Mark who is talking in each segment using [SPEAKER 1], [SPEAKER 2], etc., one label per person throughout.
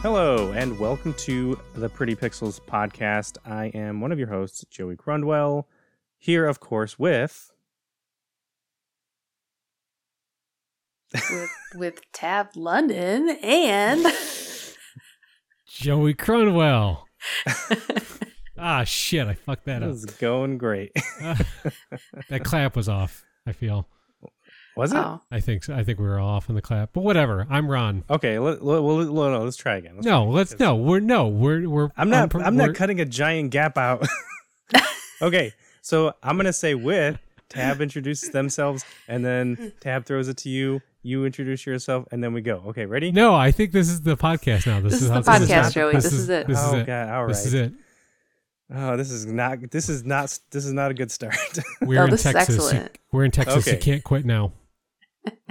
[SPEAKER 1] Hello, and welcome to the Pretty Pixels podcast. I am one of your hosts, Joey Crundwell, here, of course, with.
[SPEAKER 2] with, with Tab London and
[SPEAKER 3] Joey Cronwell. ah, shit, I fucked that
[SPEAKER 1] That
[SPEAKER 3] up.
[SPEAKER 1] is going great.
[SPEAKER 3] Ah, that clap was off, I feel.
[SPEAKER 1] Was it?
[SPEAKER 2] oh,
[SPEAKER 3] I think so. I think we were all off on the clap. But whatever. I'm Ron.
[SPEAKER 1] Okay, let, let, well, let- no, let's try again. Let's
[SPEAKER 3] No,
[SPEAKER 1] try
[SPEAKER 3] let's
[SPEAKER 1] again.
[SPEAKER 3] no, we're no, we're we're
[SPEAKER 1] I'm not.
[SPEAKER 3] unpro-
[SPEAKER 1] I'm not
[SPEAKER 3] we're-
[SPEAKER 1] cutting a giant gap out. okay, so I'm gonna say with Tab introduces themselves, and then Tab throws it to you. You introduce yourself, and then we go. Okay, ready?
[SPEAKER 3] No, I think this is the podcast now. This,
[SPEAKER 2] This
[SPEAKER 3] is
[SPEAKER 2] is
[SPEAKER 3] how-
[SPEAKER 2] the
[SPEAKER 3] this
[SPEAKER 1] podcast,
[SPEAKER 3] is,
[SPEAKER 2] Joey. This is it.
[SPEAKER 3] This is
[SPEAKER 1] oh
[SPEAKER 3] it.
[SPEAKER 1] god! All right.
[SPEAKER 3] This is it.
[SPEAKER 1] Oh, this is not. This is not. This is not a good start.
[SPEAKER 3] We're
[SPEAKER 2] Oh,
[SPEAKER 3] in
[SPEAKER 2] this is
[SPEAKER 3] Texas. You-
[SPEAKER 2] excellent.
[SPEAKER 3] we're in Texas. You
[SPEAKER 1] Okay.
[SPEAKER 3] can't quit now.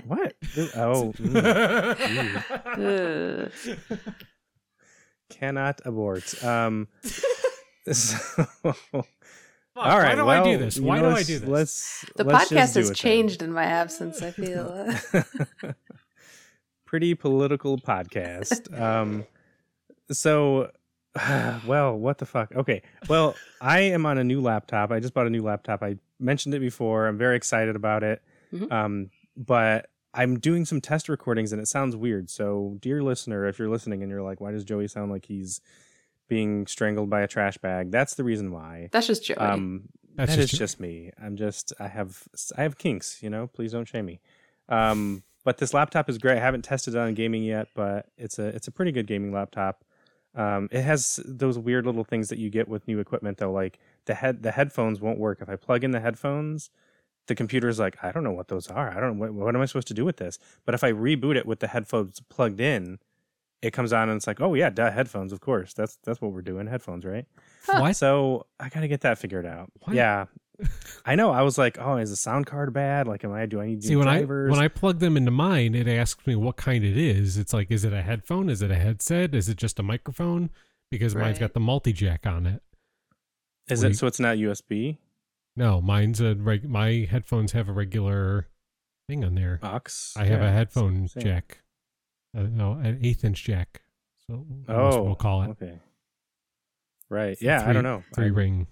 [SPEAKER 1] what? This- oh, mm,
[SPEAKER 2] Ugh.
[SPEAKER 1] cannot abort. Um. so-
[SPEAKER 3] Fuck,
[SPEAKER 1] all right.
[SPEAKER 3] Why do
[SPEAKER 1] well,
[SPEAKER 3] I do this?
[SPEAKER 1] you
[SPEAKER 3] Why
[SPEAKER 1] know,
[SPEAKER 3] do I
[SPEAKER 1] let's-
[SPEAKER 3] do this?
[SPEAKER 1] Let's.
[SPEAKER 2] the
[SPEAKER 1] let's just
[SPEAKER 2] podcast
[SPEAKER 1] do
[SPEAKER 2] has
[SPEAKER 1] it then.
[SPEAKER 2] changed in my absence. I feel
[SPEAKER 1] pretty political podcast. Um, so, well, what the fuck? Okay. Well, I am on a new laptop. I just bought a new laptop. I mentioned it before. I'm very excited about it.
[SPEAKER 2] Mhm.
[SPEAKER 1] Um, but I'm doing some test recordings and it sounds weird. So, dear listener, if you're listening and you're like, why does Joey sound like he's being strangled by a trash bag? That's the reason why.
[SPEAKER 2] that's just Joey.
[SPEAKER 1] Um,
[SPEAKER 3] That's
[SPEAKER 1] that's
[SPEAKER 3] just you.
[SPEAKER 1] just me. I'm just I have I have kinks, you know. Please don't shame me. Um, but this laptop is great. I haven't tested it on gaming yet, but it's a it's a pretty good gaming laptop. Um, it has those weird little things that you get with new equipment though, like the head the headphones won't work if I plug in the headphones. The computer's like, I don't know what those are. I don't what, what am I supposed to do with this? But if I reboot it with the headphones plugged in, it comes on and it's like, oh yeah, duh, headphones, of course. That's that's what we're doing, headphones, right?
[SPEAKER 3] Why
[SPEAKER 1] So I gotta get that figured out.
[SPEAKER 3] What?
[SPEAKER 1] Yeah, I know. I was like, oh, is the sound card bad? Like, am I? Do I need to
[SPEAKER 3] See
[SPEAKER 1] do
[SPEAKER 3] when
[SPEAKER 1] drivers?
[SPEAKER 3] I when I plug them into mine, it asks me what kind it is. It's like, is it a headphone? Is it a headset? Is it just a microphone? Because mine's
[SPEAKER 2] Right.
[SPEAKER 3] got the multi jack on it.
[SPEAKER 1] is
[SPEAKER 3] when
[SPEAKER 1] it
[SPEAKER 3] you-
[SPEAKER 1] so it's not USB
[SPEAKER 3] No, mine's a reg- my headphones have a regular thing on there.
[SPEAKER 1] box?
[SPEAKER 3] I have
[SPEAKER 1] Oh, Yeah,
[SPEAKER 3] a headphone
[SPEAKER 1] same.
[SPEAKER 3] jack. Uh, no, an eighth inch jack. So that's
[SPEAKER 1] Oh,
[SPEAKER 3] what we'll call it.
[SPEAKER 1] Okay. Right.
[SPEAKER 3] It's a
[SPEAKER 1] Yeah. I
[SPEAKER 3] three-
[SPEAKER 1] don't know.
[SPEAKER 3] Three
[SPEAKER 1] I-
[SPEAKER 3] ring.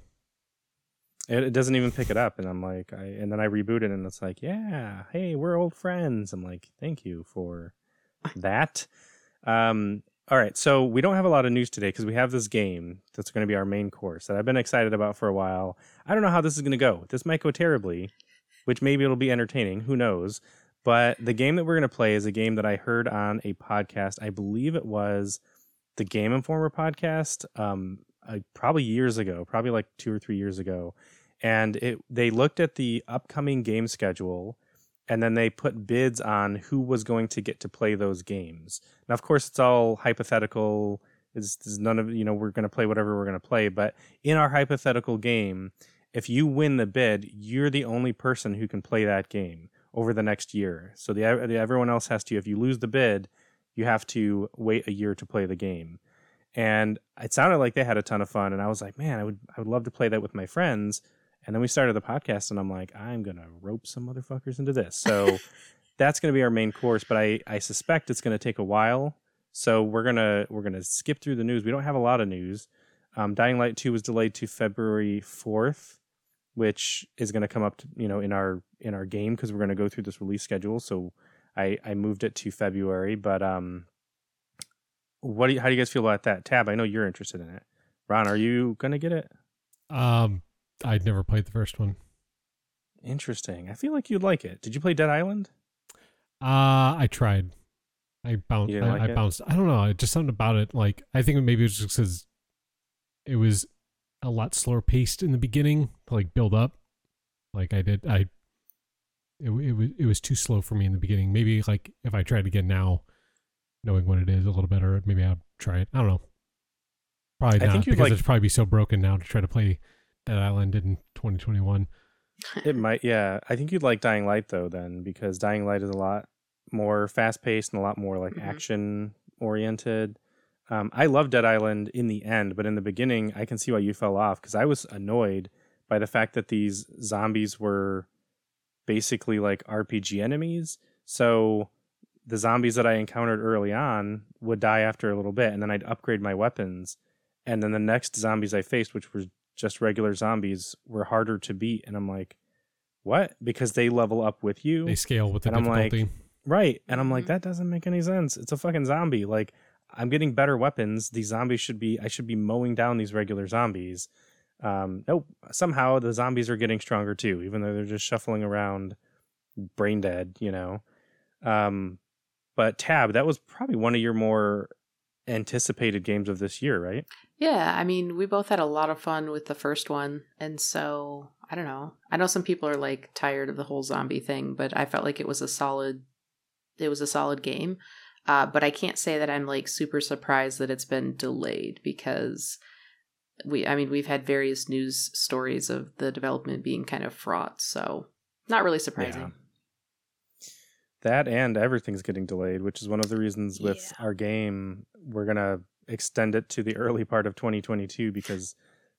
[SPEAKER 1] it, it doesn't even pick it up, and I'm like, I and then I reboot it, and it's like, yeah, hey, we're old friends. I'm like, thank you for that. Um. All right, so we don't have a lot of news today because we have this game that's going to be our main course that I've been excited about for a while. I don't know how this is going to go. This might go terribly, which maybe it'll be entertaining. Who knows? But the game that we're going to play is a game that I heard on a podcast. I believe it was the Game Informer podcast, um, uh, probably years ago, probably like two or three years ago. And it they looked at the upcoming game schedule, and then they put bids on who was going to get to play those games. Now, of course, it's all hypothetical. It's, it's none of you know we're going to play whatever we're going to play, but in our hypothetical game, if you win the bid, you're the only person who can play that game over the next year. So the, the everyone else has to. If you lose the bid, you have to wait a year to play the game. And it sounded like they had a ton of fun, and I was like, man, I would I would love to play that with my friends. And then we started the podcast, and I'm like, I'm gonna rope some motherfuckers into this. So that's gonna be our main course, but I I suspect it's gonna take a while. So we're gonna we're gonna skip through the news. We don't have a lot of news. Um, Dying Light Two was delayed to February fourth, which is going to come up, to, you know, in our in our game because we're going to go through this release schedule. So I I moved it to February, but um, what do you, how do you guys feel about that tab? I know you're interested in it. Ron, are you gonna get it?
[SPEAKER 3] Um, I'd never played the first one.
[SPEAKER 1] Interesting. I feel like you'd like it. Did you play Dead Island?
[SPEAKER 3] Uh, I tried. I bounced.
[SPEAKER 1] You
[SPEAKER 3] I,
[SPEAKER 1] didn't like
[SPEAKER 3] I
[SPEAKER 1] it?
[SPEAKER 3] bounced. I don't know. It just something about it. Like I think maybe it was just because it was a lot slower paced in the beginning to like build up. Like I did. I it w- it was it was too slow for me in the beginning. Maybe like if I tried again now, knowing what it is a little better, maybe I'd try it. I don't know. Probably
[SPEAKER 1] I
[SPEAKER 3] not
[SPEAKER 1] think you'd
[SPEAKER 3] because
[SPEAKER 1] like-
[SPEAKER 3] it'd probably be so broken now to try to play Dead Island in 2021.
[SPEAKER 1] It might. Yeah, I think you'd like Dying Light though, then because Dying Light is a lot more fast paced and a lot more like
[SPEAKER 2] Mhm.
[SPEAKER 1] action oriented. Um, I love Dead Island in the end, but in the beginning, I can see why you fell off because I was annoyed by the fact that these zombies were basically like RPG enemies. So the zombies that I encountered early on would die after a little bit, and then I'd upgrade my weapons, and then the next zombies I faced, which were just regular zombies, were harder to beat, and I'm like, what? Because they level up with you,
[SPEAKER 3] They scale with the
[SPEAKER 1] And I'm like-
[SPEAKER 3] difficulty.
[SPEAKER 1] right? And I'm like,
[SPEAKER 2] Mhm.
[SPEAKER 1] that doesn't make any sense. It's a fucking zombie. Like I'm getting better weapons. These zombies should be. I should be mowing down these regular zombies. Um, nope. Somehow the zombies are getting stronger too, even though they're just shuffling around, brain dead. You know. Um, but Tab, that was probably one of your more anticipated games of this year, right?
[SPEAKER 2] Yeah, I mean, we both had a lot of fun with the first one. And so, I don't know. I know some people are like tired of the whole zombie thing, but I felt like it was a solid it was a solid game. Uh, but I can't say that I'm like super surprised that it's been delayed because we I mean, we've had various news stories of the development being kind of fraught, so not really surprising.
[SPEAKER 1] That and everything's getting delayed, which is one of the reasons with our game we're gonna extend it to the early part of 2022 because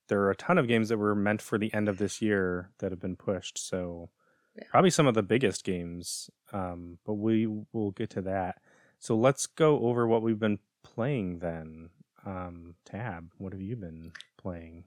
[SPEAKER 1] there are a ton of games that were meant for the end of this year that have been pushed. So
[SPEAKER 2] Yeah.
[SPEAKER 1] probably some of the biggest games, um, but we will get to that. So let's go over what we've been playing then. Um, Tab, what have you been playing?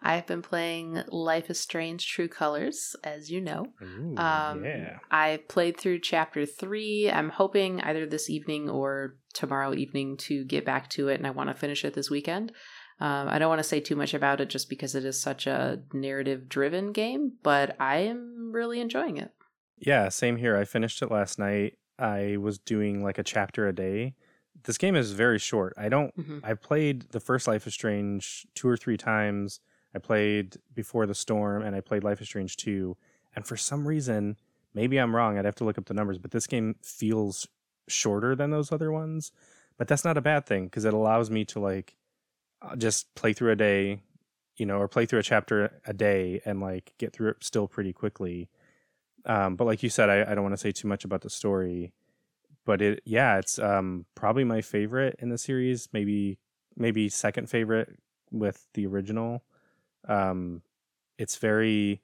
[SPEAKER 2] I've been playing Life is Strange True Colors, as you know.
[SPEAKER 1] Ooh,
[SPEAKER 2] Um,
[SPEAKER 1] yeah,
[SPEAKER 2] I played through chapter three. I'm hoping either this evening or tomorrow evening to get back to it, and I want to finish it this weekend. Um, I don't want to say too much about it just because it is such a narrative driven game, but I am really enjoying it.
[SPEAKER 1] Yeah, same here. I finished it last night. I was doing like a chapter a day. This game is very short. I don't
[SPEAKER 3] Mm-hmm.
[SPEAKER 2] Mhm.
[SPEAKER 1] I played the first Life is Strange two or three times. I played Before the Storm and I played Life is Strange 2. And for some reason, maybe I'm wrong, I'd have to look up the numbers, but this game feels shorter than those other ones. But that's not a bad thing because it allows me to like uh, just play through a day, you know, or play through a chapter a day and like get through it still pretty quickly. Um, but like you said, I, I don't want to say too much about the story. But it, yeah, it's um, probably my favorite in the series. Maybe maybe second favorite with the original. Um, it's very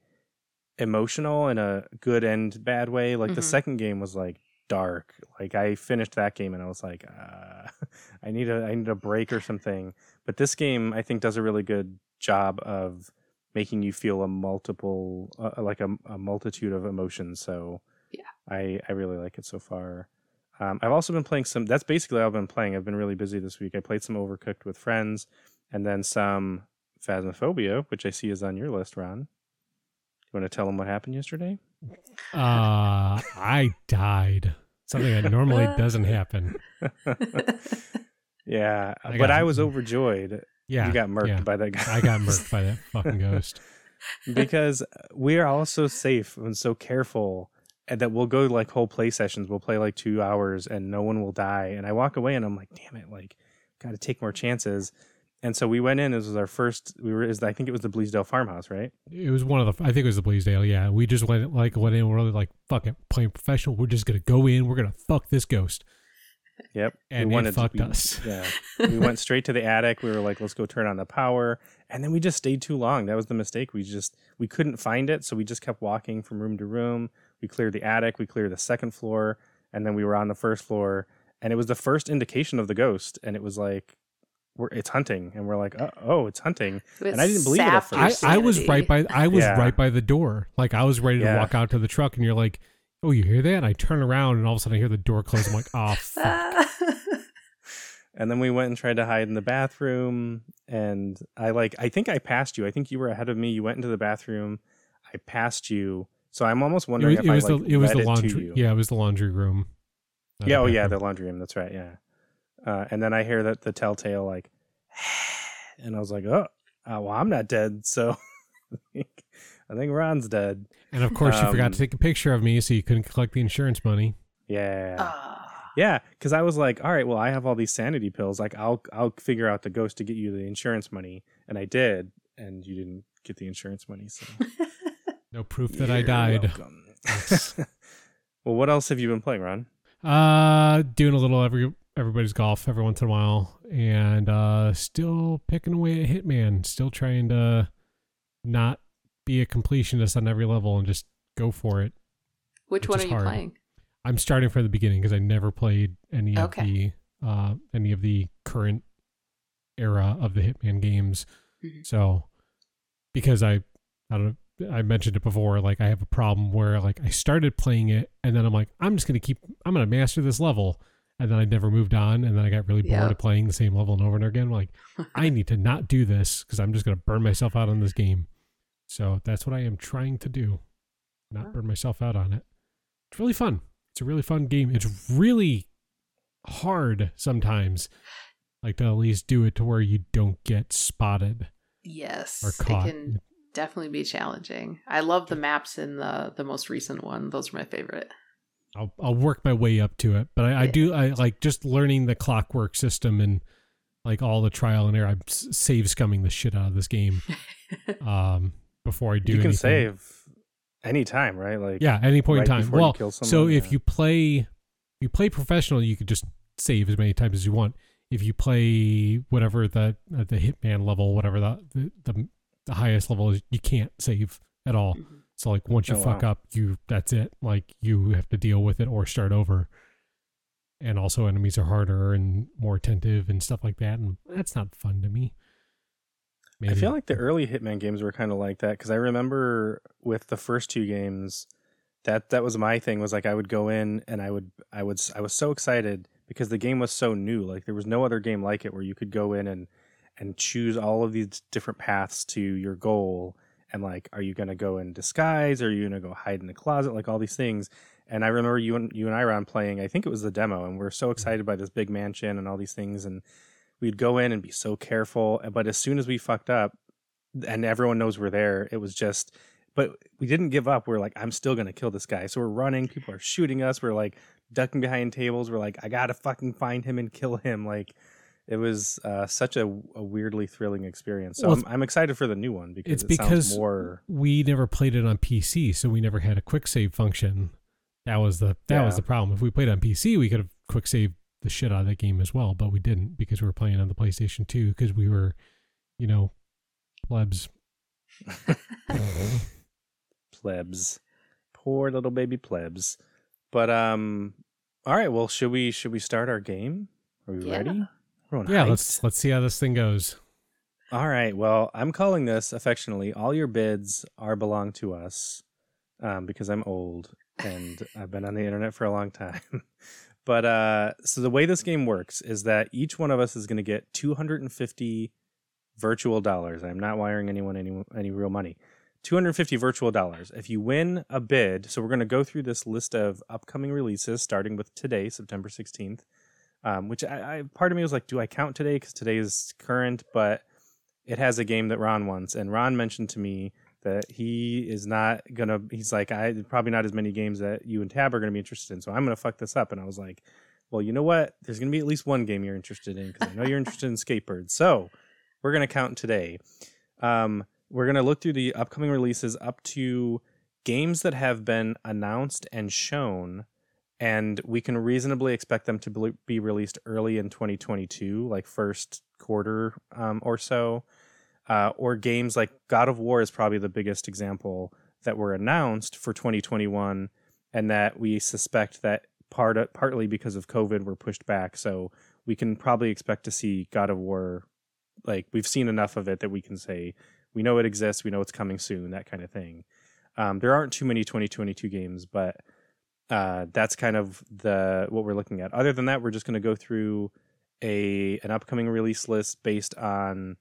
[SPEAKER 1] emotional in a good and bad way. Like the
[SPEAKER 2] Mhm.
[SPEAKER 1] second game was like dark. Like I finished that game and I was like, uh, I need a I need a break or something. But this game I think does a really good job of making you feel a multiple uh, like a, a multitude of emotions. So
[SPEAKER 2] Yeah.
[SPEAKER 1] I I really like it so far. Um, I've also been playing some. That's basically all I've been playing. I've been really busy this week. I played some Overcooked with friends, and then some Phasmophobia, which I see is on your list, Ron. You want to tell them what happened yesterday?
[SPEAKER 3] Uh, I died. Something that normally doesn't happen.
[SPEAKER 1] Yeah,
[SPEAKER 3] I
[SPEAKER 1] but
[SPEAKER 3] got-
[SPEAKER 1] I was overjoyed.
[SPEAKER 3] Yeah,
[SPEAKER 1] you got murked
[SPEAKER 3] yeah.
[SPEAKER 1] by that guy.
[SPEAKER 3] I got murked by that fucking ghost.
[SPEAKER 1] because we are all so safe and so careful and that we'll go like whole play sessions. We'll play like two hours and no one will die. And I walk away and I'm like, damn it, like got to take more chances. And so we went in. This was our first. We were. Is I think it was the Bleasdale farmhouse, right?
[SPEAKER 3] It was one of the. I think it was the Bleasdale. Yeah, we just went like went in. We're like, fuck it, playing professional. We're just gonna go in. We're gonna fuck this ghost,
[SPEAKER 1] Yep.
[SPEAKER 3] and
[SPEAKER 1] we
[SPEAKER 3] it
[SPEAKER 1] wanted
[SPEAKER 3] fucked
[SPEAKER 1] we,
[SPEAKER 3] us.
[SPEAKER 1] Yeah. we went straight to the attic. We were like, let's go turn on the power. And then we just stayed too long. That was the mistake. We just we couldn't find it, so we just kept walking from room to room. We cleared the attic, we cleared the second floor, and then we were on the first floor. And it was the first indication of the ghost. And it was like, we're, it's hunting. And we're like, oh, oh it's hunting. And I didn't believe it at
[SPEAKER 2] Sapped
[SPEAKER 1] I-
[SPEAKER 3] I,
[SPEAKER 1] first.
[SPEAKER 2] your
[SPEAKER 3] I was
[SPEAKER 2] sanity.
[SPEAKER 3] right by I was
[SPEAKER 1] Yeah.
[SPEAKER 3] right by the door. Like I was ready to
[SPEAKER 1] Yeah.
[SPEAKER 3] walk out to the truck, and you're like, "Oh, you hear that?" And I turn around, and all of a sudden I hear the door close. I'm like, "Oh, fuck.
[SPEAKER 1] And then we went and tried to hide in the bathroom. And I like, I think I passed you. I think you were ahead of me. You went into the bathroom. I passed you. So I'm almost
[SPEAKER 3] It
[SPEAKER 1] wondering
[SPEAKER 3] was, it
[SPEAKER 1] if
[SPEAKER 3] was
[SPEAKER 1] I like,
[SPEAKER 3] the it was
[SPEAKER 1] led
[SPEAKER 3] the
[SPEAKER 1] to
[SPEAKER 3] laundry.
[SPEAKER 1] you.
[SPEAKER 3] Yeah, it was the laundry room. Not
[SPEAKER 1] yeah,
[SPEAKER 3] the
[SPEAKER 1] oh yeah, the
[SPEAKER 3] bathroom.
[SPEAKER 1] laundry room. That's right. Yeah, uh, and then I hear that the telltale like, and I was like, oh, uh, well, I'm not dead, so I think, I think Ron's dead.
[SPEAKER 3] and of course you forgot
[SPEAKER 1] um,
[SPEAKER 3] to take a picture of me, so you couldn't collect the insurance money.
[SPEAKER 1] Yeah,
[SPEAKER 2] Ah.
[SPEAKER 1] yeah, because I was like, all right, well, I have all these sanity pills. Like, I'll I'll figure out the ghost to get you the insurance money, and I did, and you didn't get the insurance money. So
[SPEAKER 3] No proof that I
[SPEAKER 1] you're
[SPEAKER 3] died.
[SPEAKER 1] welcome. well, what else have you been playing, Ron?
[SPEAKER 3] Uh, doing a little every everybody's golf every once in a while, and uh, still picking away at Hitman. Still trying to not be a completionist on every level and just go for it.
[SPEAKER 2] Which
[SPEAKER 3] Which
[SPEAKER 2] one
[SPEAKER 3] is
[SPEAKER 2] are you
[SPEAKER 3] hard.
[SPEAKER 2] playing?
[SPEAKER 3] I'm starting from the beginning because I never played any of the
[SPEAKER 2] Okay.
[SPEAKER 3] uh, any of the current era of the Hitman games.
[SPEAKER 2] Mhm.
[SPEAKER 3] So because I I don't know, I mentioned it before, like I have a problem where like I started playing it and then I'm like, I'm just gonna keep I'm gonna master this level. And then I never moved on, and then I got really bored
[SPEAKER 2] Yeah.
[SPEAKER 3] of playing the same level and over and over again. like, I need to not do this because I'm just going to burn myself out on this game. So that's what I am trying to do, not
[SPEAKER 2] Wow.
[SPEAKER 3] burn myself out on it. It's really fun. It's a really fun game. It's really hard sometimes, like to at least do it to where you don't get spotted or
[SPEAKER 2] yes, it
[SPEAKER 3] caught.
[SPEAKER 2] can definitely be challenging. I love the maps in the the most recent one. Those are my favorite.
[SPEAKER 3] I'll I'll work my way up to it, but I, I
[SPEAKER 2] Yeah.
[SPEAKER 3] do I like just learning the clockwork system and like all the trial and error. I'm s- save scumming the shit out of this game um, before I do.
[SPEAKER 1] you can
[SPEAKER 3] anything.
[SPEAKER 1] save any time, right? Like
[SPEAKER 3] yeah at any point
[SPEAKER 1] right
[SPEAKER 3] in time
[SPEAKER 1] before you
[SPEAKER 3] well
[SPEAKER 1] kill
[SPEAKER 3] so
[SPEAKER 1] someone,
[SPEAKER 3] if
[SPEAKER 1] yeah.
[SPEAKER 3] you play you play professional you could just save as many times as you want if you play whatever the uh, the hitman level whatever the the, the, the highest level is you can't save at all
[SPEAKER 2] Mhm.
[SPEAKER 3] so like once you
[SPEAKER 1] Oh,
[SPEAKER 3] fuck
[SPEAKER 1] wow.
[SPEAKER 3] up you that's it like you have to deal with it or start over and also enemies are harder and more attentive and stuff like that and that's not fun to me
[SPEAKER 1] I feel like the early Hitman games were kind of like that because I remember with the first two games, that that was my thing. Was like I would go in and I would I would s- I was so excited because the game was so new. Like there was no other game like it where you could go in and and choose all of these different paths to your goal. And like, are you gonna go in disguise? Are you gonna go hide in the closet? Like all these things. And I remember you and you and I were on playing. I think it was the demo, and we are so excited by this big mansion and all these things. And we'd go in and be so careful. But as soon as we fucked up, and everyone knows we're there, it was just. But we didn't give up. We are like, I'm still gonna kill this guy. So we're running. People are shooting us. We're like ducking behind tables. We're like, I gotta fucking find him and kill him. Like, it was uh, such a, a weirdly thrilling experience. So
[SPEAKER 3] Well,
[SPEAKER 1] I'm, I'm excited for the new one because
[SPEAKER 3] it's
[SPEAKER 1] it
[SPEAKER 3] because
[SPEAKER 1] sounds more.
[SPEAKER 3] we never played it on PC, so we never had a quick save function. That was the that was
[SPEAKER 1] Yeah.
[SPEAKER 3] the problem. If we played on PC, we could have quick saved the shit out of that game as well, but we didn't because we were playing on the PlayStation 2 because we were, you know, plebs.
[SPEAKER 1] plebs poor little baby plebs but um all right well should we should we start our game are we
[SPEAKER 2] Yeah.
[SPEAKER 1] ready Everyone
[SPEAKER 3] yeah,
[SPEAKER 1] hyped?
[SPEAKER 3] let's let's see how this thing goes.
[SPEAKER 1] all right well i'm calling this affectionately all your bids are belong to us um, because i'm old and i've been on the internet for a long time but uh so the way this game works is that each one of us is going to get 250 virtual dollars i'm not wiring anyone any any real money 250 virtual dollars. If you win a bid, so we're going to go through this list of upcoming releases starting with today, September 16th. Um, which I, I part of me was like, do I count today because today is current, but it has a game that Ron wants, and Ron mentioned to me that he is not gonna. He's like, I probably not as many games that you and Tab are gonna be interested in, so I'm gonna fuck this up. And I was like, well, you know what? There's gonna be at least one game you're interested in because I know you're interested in Skatebird, so we're gonna count today. Um, we're going to look through the upcoming releases up to games that have been announced and shown and we can reasonably expect them to bel- be released early in 2022 like first quarter um, or so uh, or games like god of war is probably the biggest example that were announced for 2021 and that we suspect that part partly because of covid were pushed back so we can probably expect to see god of war like we've seen enough of it that we can say we know it exists we know it's coming soon that kind of thing um, there aren't too many 2022 games but uh, that's kind of the what we're looking at other than that we're just going to go through a an upcoming release list based on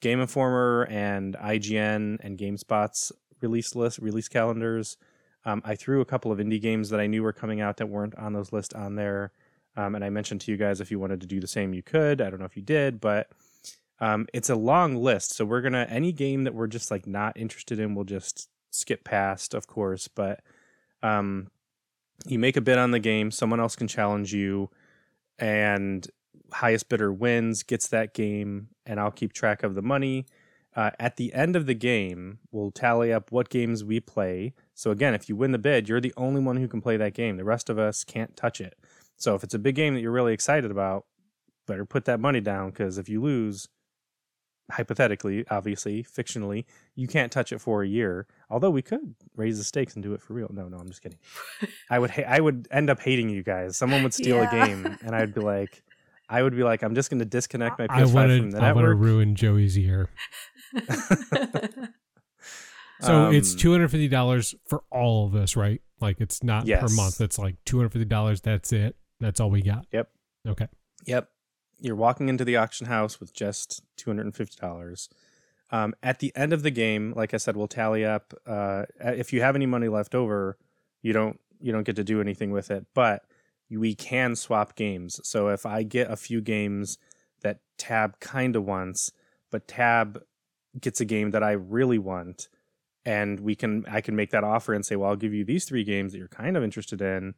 [SPEAKER 1] game informer and ign and gamespot's release list release calendars um, i threw a couple of indie games that i knew were coming out that weren't on those lists on there um, and i mentioned to you guys if you wanted to do the same you could i don't know if you did but um, it's a long list, so we're gonna any game that we're just like not interested in, we'll just skip past, of course. But um, you make a bid on the game, someone else can challenge you, and highest bidder wins, gets that game, and I'll keep track of the money. Uh, at the end of the game, we'll tally up what games we play. So again, if you win the bid, you're the only one who can play that game. The rest of us can't touch it. So if it's a big game that you're really excited about, better put that money down because if you lose, hypothetically, obviously, fictionally, you can't touch it for a year. Although we could raise the stakes and do it for real. No, no, I'm just kidding. I would ha- I would end up hating you guys. Someone would steal
[SPEAKER 2] Yeah.
[SPEAKER 1] a game, and I'd be like, I would be like, I'm just going to disconnect my
[SPEAKER 3] I
[SPEAKER 1] PS5 from
[SPEAKER 3] wanted
[SPEAKER 1] the
[SPEAKER 3] I want to
[SPEAKER 1] network.
[SPEAKER 3] ruin Joey's year. So it's
[SPEAKER 1] Um,
[SPEAKER 3] two hundred fifty dollars for all of this, right? Like it's not per
[SPEAKER 1] Yes.
[SPEAKER 3] month. It's like two hundred fifty dollars. That's it. That's all we got.
[SPEAKER 1] Yep.
[SPEAKER 3] Okay.
[SPEAKER 1] Yep. You're walking into the auction house with just $250. Um, at the end of the game, like I said, we'll tally up. Uh, if you have any money left over, you don't you don't get to do anything with it, but we can swap games. So if I get a few games that Tab kind of wants, but Tab gets a game that I really want, and we can I can make that offer and say, well, I'll give you these three games that you're kind of interested in,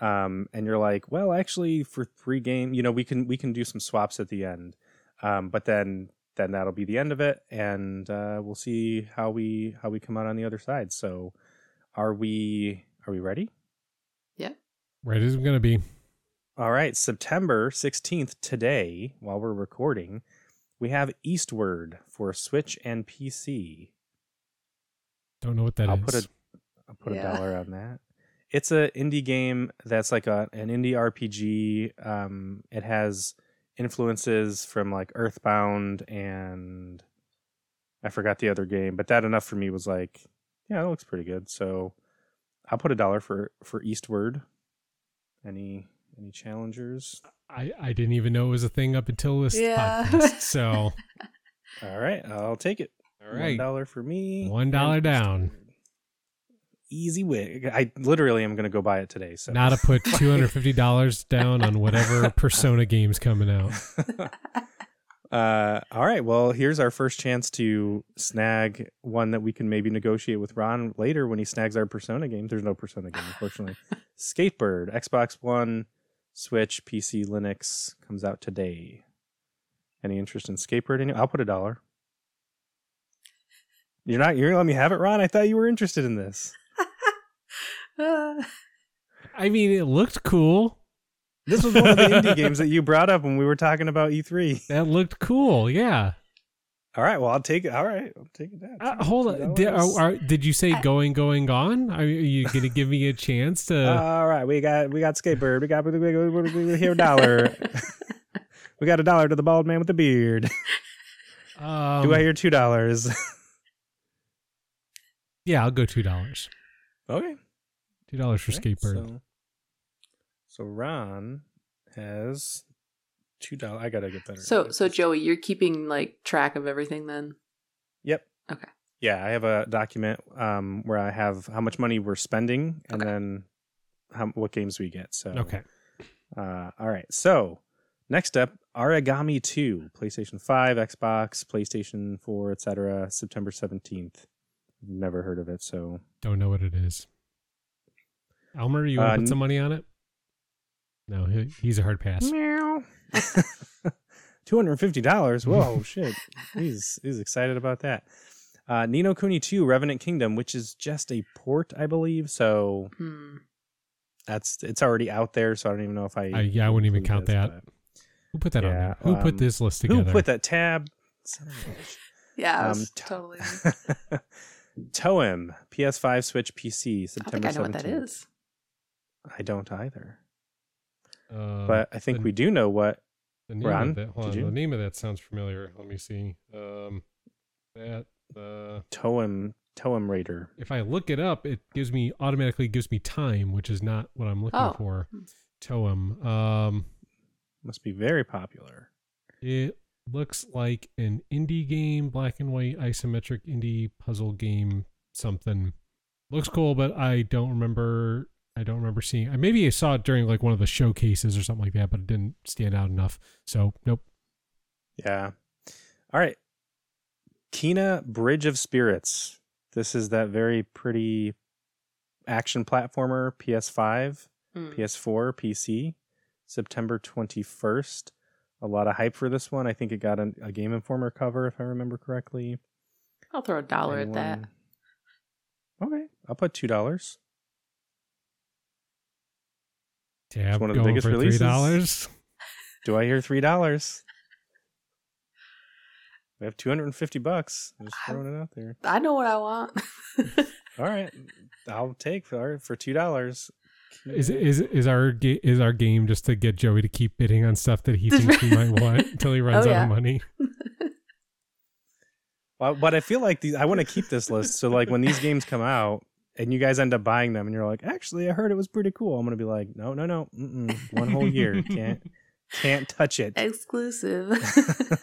[SPEAKER 1] um, and you're like, well, actually, for three game, you know, we can we can do some swaps at the end, um, but then then that'll be the end of it, and uh, we'll see how we how we come out on the other side. So, are we are we ready?
[SPEAKER 3] Right is gonna be.
[SPEAKER 1] All right, September 16th, today, while we're recording, we have Eastward for Switch and PC.
[SPEAKER 3] Don't know what that is.
[SPEAKER 1] I'll put a I'll put
[SPEAKER 2] Yeah.
[SPEAKER 1] a dollar on that. It's a indie game that's like a an indie RPG. Um, it has influences from like Earthbound and I forgot the other game, but that enough for me was like, yeah, that looks pretty good. So I'll put a dollar for for Eastward. Any any challengers?
[SPEAKER 3] I I didn't even know it was a thing up until this
[SPEAKER 2] Yeah.
[SPEAKER 3] podcast. So
[SPEAKER 1] All right, I'll take it.
[SPEAKER 3] all right.
[SPEAKER 1] One dollar for me.
[SPEAKER 3] One dollar
[SPEAKER 1] and
[SPEAKER 3] down.
[SPEAKER 1] Eastward. Easy wig. I literally am gonna go buy it today. So
[SPEAKER 3] Not to put two hundred fifty dollars down on whatever Persona game's coming out.
[SPEAKER 1] uh, all right. Well, here's our first chance to snag one that we can maybe negotiate with Ron later when he snags our Persona game. There's no Persona game, unfortunately. Skatebird, Xbox One, Switch, PC, Linux comes out today. Any interest in Skatebird? Any- I'll put a dollar. You're not. You're gonna let me have it, Ron. I thought you were interested in this.
[SPEAKER 2] Uh,
[SPEAKER 3] I mean, it looked cool.
[SPEAKER 1] This was one of the indie games that you brought up when we were talking about E3.
[SPEAKER 3] That looked cool. Yeah.
[SPEAKER 1] All right. Well, I'll take it. All right. I'll take it. That.
[SPEAKER 3] Uh, hold on. Did, are, are- did you say going, going, gone? Are you going to give me a chance to?
[SPEAKER 1] All right, we got we got skatebird. We got we, we, we, we, we here a dollar. we got a dollar to the bald man with the beard.
[SPEAKER 3] um,
[SPEAKER 1] Uh, Do I hear two dollars?
[SPEAKER 3] Yeah, I'll go two dollars.
[SPEAKER 1] okay,
[SPEAKER 3] Two dollars for
[SPEAKER 1] Alright,
[SPEAKER 3] skateboard.
[SPEAKER 1] So, so Ron has two dollars. I gotta get better.
[SPEAKER 2] so
[SPEAKER 1] at
[SPEAKER 2] so
[SPEAKER 1] this.
[SPEAKER 2] Joey, you're keeping like track of everything then?
[SPEAKER 1] Yep.
[SPEAKER 2] Okay.
[SPEAKER 1] Yeah, I have a document um, where I have how much money we're spending and
[SPEAKER 2] Okay.
[SPEAKER 1] then how, what games we get. So
[SPEAKER 3] Okay.
[SPEAKER 1] Uh, all right. So next up, Origami 2, PlayStation 5, Xbox, PlayStation 4, etc. September 17th. Never heard of it, so
[SPEAKER 3] Don't know what it is. Elmer, you
[SPEAKER 1] Uh,
[SPEAKER 3] want to put
[SPEAKER 1] n-
[SPEAKER 3] some money on it? No, he, he's a hard
[SPEAKER 1] Mm,
[SPEAKER 3] pass.
[SPEAKER 1] meow. Two hundred and fifty dollars. Whoa, shit! He's he's excited about that. Uh, Nino Kuni Two: Revenant Kingdom, which is just a port, I believe. So
[SPEAKER 2] Hmm.
[SPEAKER 1] that's it's already out there. So I don't even know if I.
[SPEAKER 3] I, yeah, I wouldn't even
[SPEAKER 1] include
[SPEAKER 3] count
[SPEAKER 1] this,
[SPEAKER 3] that.
[SPEAKER 1] but-
[SPEAKER 3] Who put that on
[SPEAKER 1] Yeah,
[SPEAKER 3] there? Who put
[SPEAKER 1] um,
[SPEAKER 3] this list
[SPEAKER 1] Who
[SPEAKER 3] together?
[SPEAKER 1] put that tab? Son of a bitch.
[SPEAKER 2] Yeah, I was
[SPEAKER 1] Um, t-
[SPEAKER 2] totally.
[SPEAKER 1] Toem, PS5, Switch, PC,
[SPEAKER 2] I think
[SPEAKER 1] September
[SPEAKER 2] I know what that
[SPEAKER 1] 17th.
[SPEAKER 2] is.
[SPEAKER 1] I don't either.
[SPEAKER 3] Um,
[SPEAKER 1] but I think
[SPEAKER 3] the-
[SPEAKER 1] we do know what.
[SPEAKER 3] The name
[SPEAKER 1] Ron,
[SPEAKER 3] of that. Hold
[SPEAKER 1] did
[SPEAKER 3] on.
[SPEAKER 1] you?
[SPEAKER 3] The name of that sounds familiar. Let me see. Um, that uh,
[SPEAKER 1] Toem, Toem Raider.
[SPEAKER 3] if I look it up, it gives me automatically gives me time, which is not what I'm looking
[SPEAKER 2] Oh.
[SPEAKER 3] for.
[SPEAKER 2] Hmm.
[SPEAKER 3] Toem. Um,
[SPEAKER 1] Must be very popular.
[SPEAKER 3] it looks like an indie game, black and white isometric indie puzzle game. Something looks cool, but I don't remember. I don't remember seeing. I maybe I saw it during like one of the showcases or something like that, but it didn't stand out enough. So nope.
[SPEAKER 1] Yeah. All right. Kina Bridge of Spirits. This is that very pretty action platformer, PS5.
[SPEAKER 2] Hmm.
[SPEAKER 1] PS4, PC, September 21st. A lot of hype for this one. I think it got an, a Game Informer cover, if I remember correctly.
[SPEAKER 2] I'll throw a dollar at that.
[SPEAKER 1] Anyone- Okay, I'll put two dollars.
[SPEAKER 3] Tab
[SPEAKER 1] one of the
[SPEAKER 3] going
[SPEAKER 1] biggest
[SPEAKER 3] for
[SPEAKER 1] releases.
[SPEAKER 3] Three dollars.
[SPEAKER 1] Do I hear three dollars? We have 250 bucks. Just throwing it out there.
[SPEAKER 2] I know what I want.
[SPEAKER 1] All right, I'll take for for two dollars.
[SPEAKER 3] Is is is our ga- is our game just to get Joey to keep bidding on stuff that he thinks he might want until he runs
[SPEAKER 2] Oh,
[SPEAKER 3] out
[SPEAKER 2] yeah.
[SPEAKER 3] of money?
[SPEAKER 1] Well, but I feel like these. I want to keep this list. So like when these games come out and you guys end up buying them, and you're like, actually, I heard it was pretty cool. I'm gonna be like, no, no, no, mm-mm. one whole year can't can't touch it.
[SPEAKER 2] Exclusive.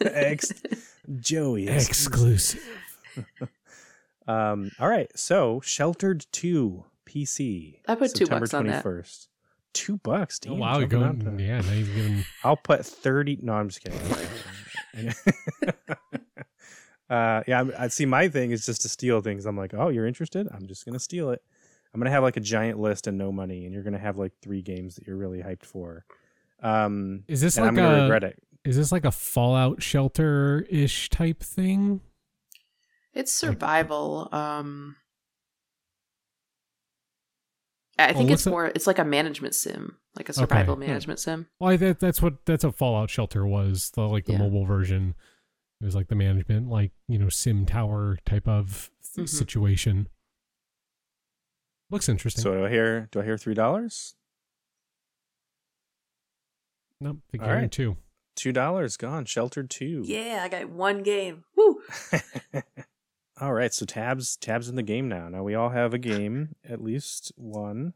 [SPEAKER 1] Ex- Joey, exclusive.
[SPEAKER 3] Exclusive.
[SPEAKER 1] Um, all right. So Sheltered Two PC.
[SPEAKER 2] I put two bucks on that.
[SPEAKER 1] first. Two bucks. Damn,
[SPEAKER 3] Oh, wow,
[SPEAKER 1] jumping
[SPEAKER 3] going,
[SPEAKER 1] out there.
[SPEAKER 3] yeah, not even giving.
[SPEAKER 1] I'll put thirty. No, I'm just kidding. I'm kidding. uh, yeah, I'm- I see. My thing is just to steal things. I'm like, oh, you're interested? I'm just gonna steal it. I'm gonna have like a giant list and no money, and you're gonna have like three games that you're really hyped for. Um,
[SPEAKER 3] Is this
[SPEAKER 1] and I'm
[SPEAKER 3] like
[SPEAKER 1] gonna
[SPEAKER 3] a
[SPEAKER 1] regret it.
[SPEAKER 3] is this like a Fallout shelter ish type thing?
[SPEAKER 2] it's survival. Um, I think it's
[SPEAKER 3] Oh, what's it-
[SPEAKER 2] more. It's like a management sim, like a
[SPEAKER 3] Okay.
[SPEAKER 2] survival
[SPEAKER 1] Hmm.
[SPEAKER 2] management sim.
[SPEAKER 3] Well, I, that that's what that's what Fallout Shelter was the like the
[SPEAKER 2] Yeah.
[SPEAKER 3] mobile version. It was like the management, like you know, sim tower type of
[SPEAKER 1] Mm-hmm.
[SPEAKER 2] Mhm.
[SPEAKER 3] th- situation. Looks interesting.
[SPEAKER 1] So do I hear? Do I hear three dollars?
[SPEAKER 3] nope, the
[SPEAKER 1] All
[SPEAKER 3] game
[SPEAKER 1] right.
[SPEAKER 3] too.
[SPEAKER 1] Two dollars gone. Sheltered Two.
[SPEAKER 2] Yeah, I got one game. Woo!
[SPEAKER 1] all right, so tabs tabs in the game now. Now we all have a game, at least one.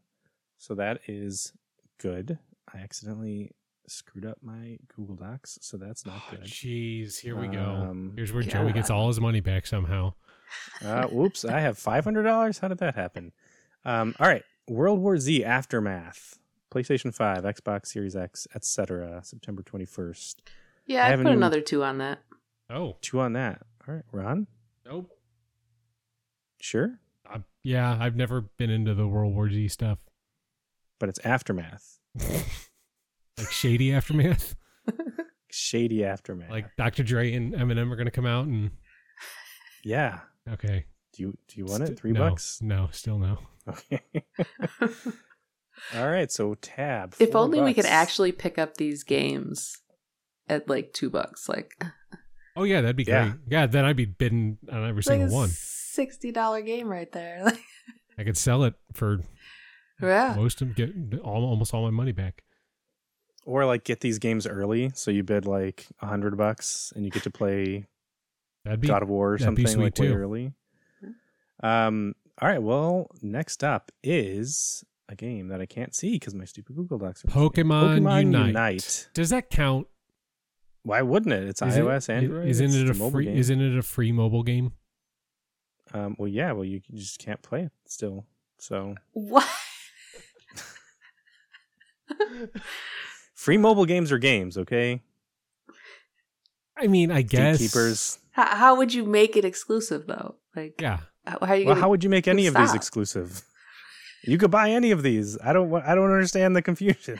[SPEAKER 1] So that is good. I accidentally screwed up my Google Docs, so that's not
[SPEAKER 3] Oh,
[SPEAKER 1] good.
[SPEAKER 3] Jeez, here we go.
[SPEAKER 1] Um,
[SPEAKER 3] Here's where Joey gets
[SPEAKER 2] God.
[SPEAKER 3] all his money back somehow.
[SPEAKER 1] Uh, whoops, I have five hundred dollars. How did that happen? Um, all right, World War Z aftermath, PlayStation Five, Xbox Series X, etc. September twenty first. I
[SPEAKER 2] Yeah, I,
[SPEAKER 1] haven't
[SPEAKER 2] put
[SPEAKER 1] even-
[SPEAKER 2] another two on that.
[SPEAKER 3] Oh,
[SPEAKER 1] Two on that. All right, Ron.
[SPEAKER 3] nope.
[SPEAKER 1] Sure,
[SPEAKER 3] I, yeah, I've never been into the World War Z stuff.
[SPEAKER 1] but it's aftermath.
[SPEAKER 3] Like shady aftermath.
[SPEAKER 1] Shady aftermath.
[SPEAKER 3] Like Dr. Dre and Eminem are gonna come out and
[SPEAKER 1] yeah.
[SPEAKER 3] okay.
[SPEAKER 1] Do you do you want it?
[SPEAKER 3] St-
[SPEAKER 1] Three
[SPEAKER 3] no,
[SPEAKER 1] bucks.
[SPEAKER 3] No, still no.
[SPEAKER 1] Okay. All right. So tab.
[SPEAKER 2] If
[SPEAKER 1] four
[SPEAKER 2] only we could
[SPEAKER 1] bucks.
[SPEAKER 2] actually pick up these games at like two bucks, like
[SPEAKER 3] Oh yeah, that'd be
[SPEAKER 1] Yeah.
[SPEAKER 3] great. Yeah, then I'd be bidding on every
[SPEAKER 2] like
[SPEAKER 3] single one.
[SPEAKER 2] sixty dollar game right there. Like,
[SPEAKER 3] I could sell it for
[SPEAKER 2] yeah,
[SPEAKER 3] most of get all, almost all my money back.
[SPEAKER 1] or like get these games early, so you bid like a hundred bucks and you get to play
[SPEAKER 3] That'd be
[SPEAKER 1] God of War or
[SPEAKER 3] that'd be
[SPEAKER 1] something like
[SPEAKER 3] sweet
[SPEAKER 1] way
[SPEAKER 3] too.
[SPEAKER 1] early. Um. All right. Well, next up is a game that I can't see because my stupid Google Docs are missing.
[SPEAKER 3] Pokemon, Unite.
[SPEAKER 1] Unite.
[SPEAKER 3] Does that count?
[SPEAKER 1] Why wouldn't it? It's
[SPEAKER 3] Is it-
[SPEAKER 1] iOS,
[SPEAKER 3] i-
[SPEAKER 1] Android.
[SPEAKER 3] Isn't
[SPEAKER 1] it's
[SPEAKER 3] it a
[SPEAKER 1] mobile
[SPEAKER 3] free?
[SPEAKER 1] game.
[SPEAKER 3] Isn't it a free mobile game?
[SPEAKER 1] Um, well, yeah. Well, you c- just can't play it still. So
[SPEAKER 2] what?
[SPEAKER 1] free mobile games are games, okay?
[SPEAKER 3] I mean, I guess.
[SPEAKER 1] Gatekeepers.
[SPEAKER 2] How, how would you make it exclusive though? Like,
[SPEAKER 3] Yeah,
[SPEAKER 2] how, how are you?
[SPEAKER 1] Well,
[SPEAKER 2] gonna-
[SPEAKER 1] how would you make any of these
[SPEAKER 2] stop.
[SPEAKER 1] exclusive? You could buy any of these. I don't. wa- I don't understand the confusion.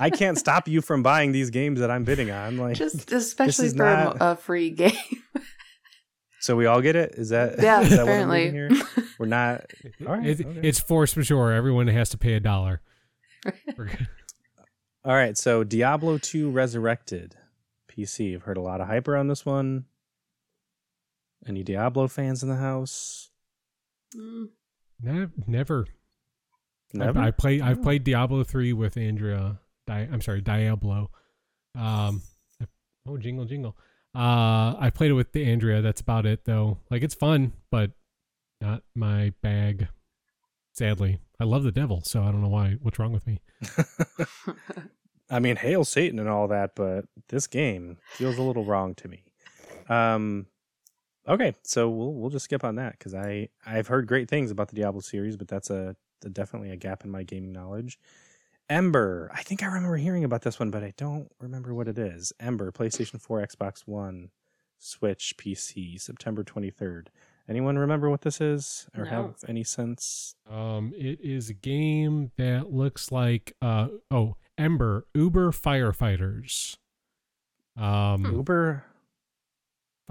[SPEAKER 1] I can't stop you from buying these games that I'm bidding on. Like,
[SPEAKER 2] just especially
[SPEAKER 1] is
[SPEAKER 2] for a mo-
[SPEAKER 1] not-
[SPEAKER 2] a free game.
[SPEAKER 1] so we all get it. Is that?
[SPEAKER 2] yeah,
[SPEAKER 1] is that what I'm
[SPEAKER 2] apparently.
[SPEAKER 1] reading here? We're not. All right,
[SPEAKER 3] It-
[SPEAKER 1] okay.
[SPEAKER 3] it's force majeure. Everyone has to pay a dollar.
[SPEAKER 1] All right. So Diablo 2 Resurrected, PC. I've heard a lot of hype around this one. Any Diablo fans in the house?
[SPEAKER 2] Mm,
[SPEAKER 3] Ne- never.
[SPEAKER 1] Never.
[SPEAKER 3] I, I play. I've
[SPEAKER 1] Oh.
[SPEAKER 3] played Diablo three with Andrea. Di- I'm sorry, Diablo. Um, I- oh, jingle, jingle. Uh, I played it with the Andrea. That's about it, though. Like it's fun, but not my bag. Sadly, I love the devil, so I don't know why. What's wrong with me?
[SPEAKER 1] I mean, hail Satan and all that, but this game feels a little wrong to me. Um, okay, so we'll we'll just skip on that because I I've heard great things about the Diablo series, but that's a, a- definitely a gap in my gaming knowledge. Ember, I think I remember hearing about this one, but I don't remember what it is. Ember, PlayStation Four, Xbox One, Switch, PC, September twenty third. Anyone remember what this is or
[SPEAKER 2] No.
[SPEAKER 1] have any sense?
[SPEAKER 3] Um, it is a game that looks like uh oh Ember Uber firefighters. Um,
[SPEAKER 1] Hmm. Uber.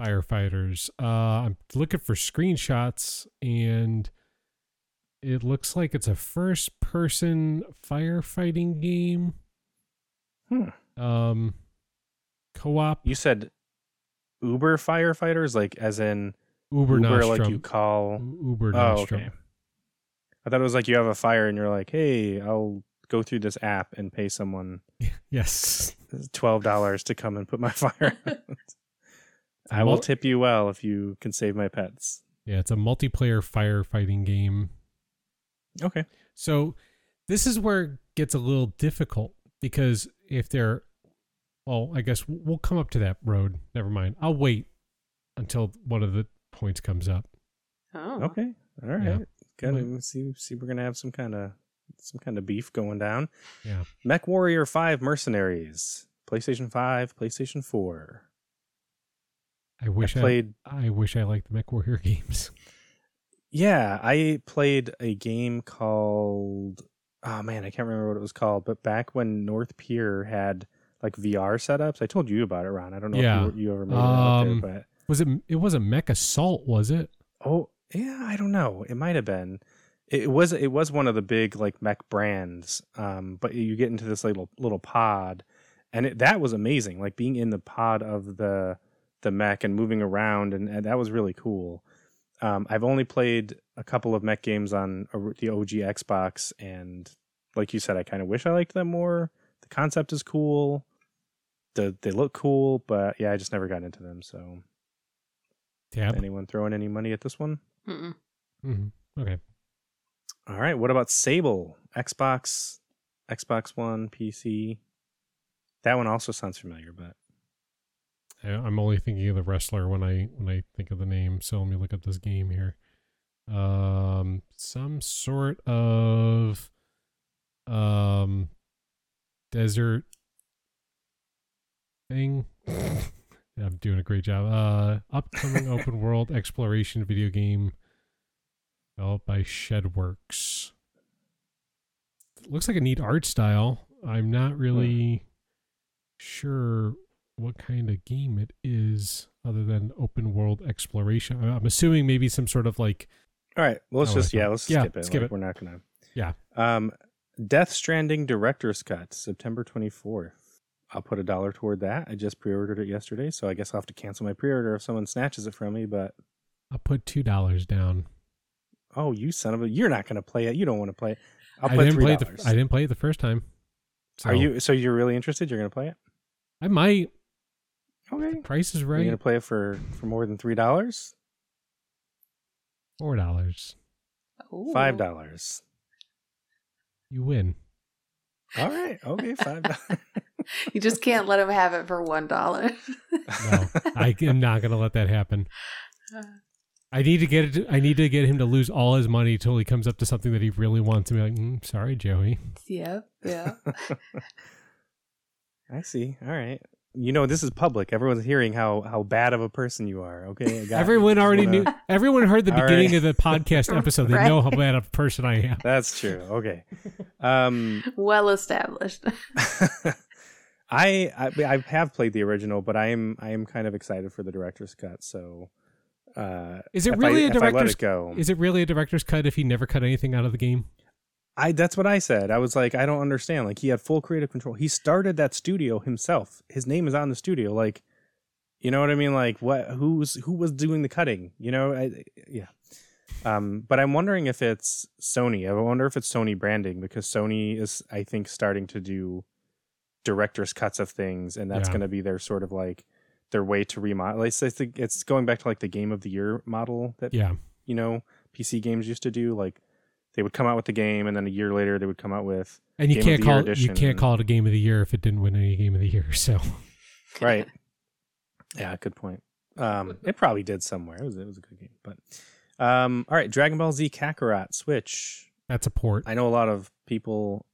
[SPEAKER 3] firefighters. Uh, I'm looking for screenshots, and it looks like it's a first-person firefighting game.
[SPEAKER 1] Hmm.
[SPEAKER 3] Um, co-op.
[SPEAKER 1] You said Uber firefighters, like as in
[SPEAKER 3] Uber,
[SPEAKER 1] Uber,
[SPEAKER 3] Nostrum.
[SPEAKER 1] like you call.
[SPEAKER 3] Uber
[SPEAKER 1] Oh,
[SPEAKER 3] Nostrum.
[SPEAKER 1] okay. I thought it was like you have a fire and you're like, hey, I'll go through this app and pay someone
[SPEAKER 3] Yes.
[SPEAKER 1] twelve dollars to come and put my fire. out. I will
[SPEAKER 3] Mul-
[SPEAKER 1] tip you well if you can save my pets.
[SPEAKER 3] Yeah, it's a multiplayer firefighting game.
[SPEAKER 1] Okay.
[SPEAKER 3] So this is where it gets a little difficult because if they're, well, I guess we'll come up to that road. Never mind. I'll wait until one of the points comes up.
[SPEAKER 2] Oh,
[SPEAKER 1] Okay. All right.
[SPEAKER 3] Yeah.
[SPEAKER 1] Gotta see see we're gonna have some kind of some kind of beef going down.
[SPEAKER 3] Yeah.
[SPEAKER 1] Mech Warrior Five Mercenaries, PlayStation Five, PlayStation Four.
[SPEAKER 3] I wish
[SPEAKER 1] I
[SPEAKER 3] I,
[SPEAKER 1] played.
[SPEAKER 3] I wish I liked the MechWarrior games.
[SPEAKER 1] Yeah, I played a game called. Oh man, I can't remember what it was called. But back when North Pier had like VR setups, I told you about it, Ron. I don't know
[SPEAKER 3] Yeah.
[SPEAKER 1] if you, you ever made it out there,
[SPEAKER 3] Um,
[SPEAKER 1] but
[SPEAKER 3] Was it? It was a Mech Assault, was it?
[SPEAKER 1] Oh yeah, I don't know. It might have been. It it was it was one of the big like mech brands. Um, but you get into this little little pod, and it, that was amazing. Like being in the pod of the the mech and moving around, and, and that was really cool. Um, I've only played a couple of mech games on a, the OG Xbox, and like you said, I kind of wish I liked them more. The concept is cool. The they look cool, but yeah, I just never got into them. So
[SPEAKER 3] Tab.
[SPEAKER 1] anyone throwing any money at this one?
[SPEAKER 2] Mm-mm.
[SPEAKER 3] Mhm. Okay.
[SPEAKER 1] All right. What about Sable? Xbox, Xbox One, PC. That one also sounds familiar, but
[SPEAKER 3] I- I'm only thinking of the wrestler when I when I think of the name. So let me look up this game here. Um, some sort of um desert thing. Yeah, I'm doing a great job. Uh, upcoming open world exploration video game developed by Shedworks. Looks like a neat art style. I'm not really sure what kind of game it is other than open world exploration. I- I'm assuming maybe some sort of like
[SPEAKER 1] all right. Well, let's
[SPEAKER 3] Oh,
[SPEAKER 1] just
[SPEAKER 3] I thought-
[SPEAKER 1] yeah, let's
[SPEAKER 3] yeah,
[SPEAKER 1] skip it.
[SPEAKER 3] skip
[SPEAKER 1] Like,
[SPEAKER 3] it.
[SPEAKER 1] We're not gonna.
[SPEAKER 3] Yeah.
[SPEAKER 1] Um, Death Stranding director's cut, September twenty fourth. I'll put a dollar toward that. I just pre-ordered it yesterday, so I guess I'll have to cancel my pre-order if someone snatches it from me. But
[SPEAKER 3] I'll put two dollars down.
[SPEAKER 1] oh, you son of a, you're not gonna play it. You don't want to play it. I'll
[SPEAKER 3] I
[SPEAKER 1] put
[SPEAKER 3] didn't play
[SPEAKER 1] three
[SPEAKER 3] it.
[SPEAKER 1] dollars.
[SPEAKER 3] The, I didn't play it the first time.
[SPEAKER 1] Are
[SPEAKER 3] So,
[SPEAKER 1] you so you're really interested? You're gonna play it?
[SPEAKER 3] I might.
[SPEAKER 1] Okay.
[SPEAKER 3] Price is
[SPEAKER 1] You're
[SPEAKER 3] right.
[SPEAKER 1] gonna play it for for more than three dollars?
[SPEAKER 3] Four dollars.
[SPEAKER 2] Ooh.
[SPEAKER 1] Five dollars.
[SPEAKER 3] You win.
[SPEAKER 1] All right. Okay. Five dollars.
[SPEAKER 2] You just can't let him have it for one dollar.
[SPEAKER 3] No, I am not gonna let that happen.
[SPEAKER 1] Uh.
[SPEAKER 3] I need to get it. I need to get him to lose all his money till he comes up to something that he really wants and be like, mm, "Sorry, Joey."
[SPEAKER 2] yeah, yeah.
[SPEAKER 1] I see. All right. You know this is public. Everyone's hearing how how bad of a person you are. Okay. I got you.
[SPEAKER 3] Everyone
[SPEAKER 1] Just
[SPEAKER 3] already
[SPEAKER 1] wanna-
[SPEAKER 3] knew. Everyone heard the
[SPEAKER 1] All
[SPEAKER 3] beginning
[SPEAKER 1] right.
[SPEAKER 3] of the podcast episode. They
[SPEAKER 2] Right.
[SPEAKER 3] know how bad of a person I am.
[SPEAKER 1] That's true. Okay. Um,
[SPEAKER 2] Well established.
[SPEAKER 1] I, I I have played the original, but I am I am kind of excited for the director's cut. So, uh,
[SPEAKER 3] Is it
[SPEAKER 1] if
[SPEAKER 3] really
[SPEAKER 1] I, If
[SPEAKER 3] a
[SPEAKER 1] I let
[SPEAKER 3] director's?
[SPEAKER 1] it go.
[SPEAKER 3] Is it really a director's cut if he never cut anything out of the game?
[SPEAKER 1] I that's what I said. I was like, I don't understand. Like he had full creative control. He started that studio himself. His name is on the studio. Like, you know what I mean? Like what who's who was doing the cutting? You know, I, yeah. Um, but I'm wondering if it's Sony. I wonder if it's Sony branding because Sony is, I think, starting to do director's cuts of things, and that's
[SPEAKER 3] Yeah.
[SPEAKER 1] going to be their sort of like their way to remodel. It's, it's, it's going back to like the game of the year model that
[SPEAKER 3] Yeah.
[SPEAKER 1] you know PC games used to do. Like they would come out with the game, and then a year later they would come out with
[SPEAKER 3] And you
[SPEAKER 1] Game of
[SPEAKER 3] can't
[SPEAKER 1] the Year
[SPEAKER 3] call it, you
[SPEAKER 1] edition.
[SPEAKER 3] can't call it a game of the year if it didn't win any game of the year. So
[SPEAKER 1] right. yeah, good point. Um, it probably did somewhere. It was it was a good game, but um, all right. Dragon Ball Z Kakarot Switch.
[SPEAKER 3] that's a port.
[SPEAKER 1] I know a lot of people.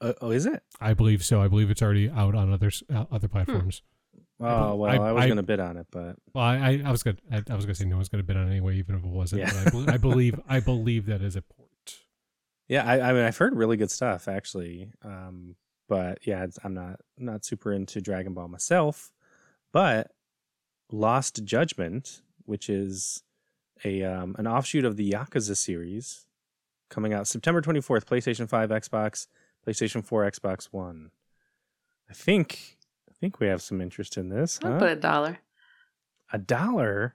[SPEAKER 1] Uh, oh, is it?
[SPEAKER 3] I believe so. I believe it's already out on other uh,
[SPEAKER 1] Hmm.
[SPEAKER 3] other platforms.
[SPEAKER 1] Oh well, I,
[SPEAKER 3] I-
[SPEAKER 1] was
[SPEAKER 3] I-
[SPEAKER 1] gonna bid on it, but
[SPEAKER 3] Well, I, I, I was gonna I, I was gonna say no one's gonna bid on it anyway, even if it wasn't.
[SPEAKER 1] Yeah.
[SPEAKER 3] But I, bel- I believe I believe that is a port.
[SPEAKER 1] yeah, I, I mean, I've heard really good stuff actually. Um, but yeah, it's, I'm not not super into Dragon Ball myself. But Lost Judgment, which is a um, an offshoot of the Yakuza series, coming out September 24th, PlayStation 5, Xbox, PlayStation 4, Xbox One. I think I think we have some interest in this.
[SPEAKER 2] I'll
[SPEAKER 1] huh?
[SPEAKER 2] put a dollar.
[SPEAKER 1] A dollar?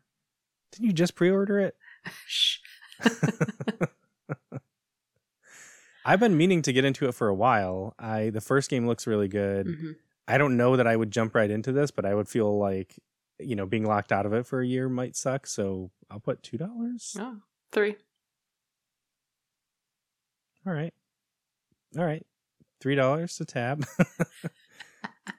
[SPEAKER 1] Didn't you just pre-order it?
[SPEAKER 2] Shh.
[SPEAKER 1] I've been meaning to get into it for a while. I the first game looks really good.
[SPEAKER 2] Mhm.
[SPEAKER 1] I don't know that I would jump right into this, but I would feel like you know being locked out of it for a year might suck. So I'll put two dollars.
[SPEAKER 2] Oh, three.
[SPEAKER 1] All right, all right, three dollars to tab.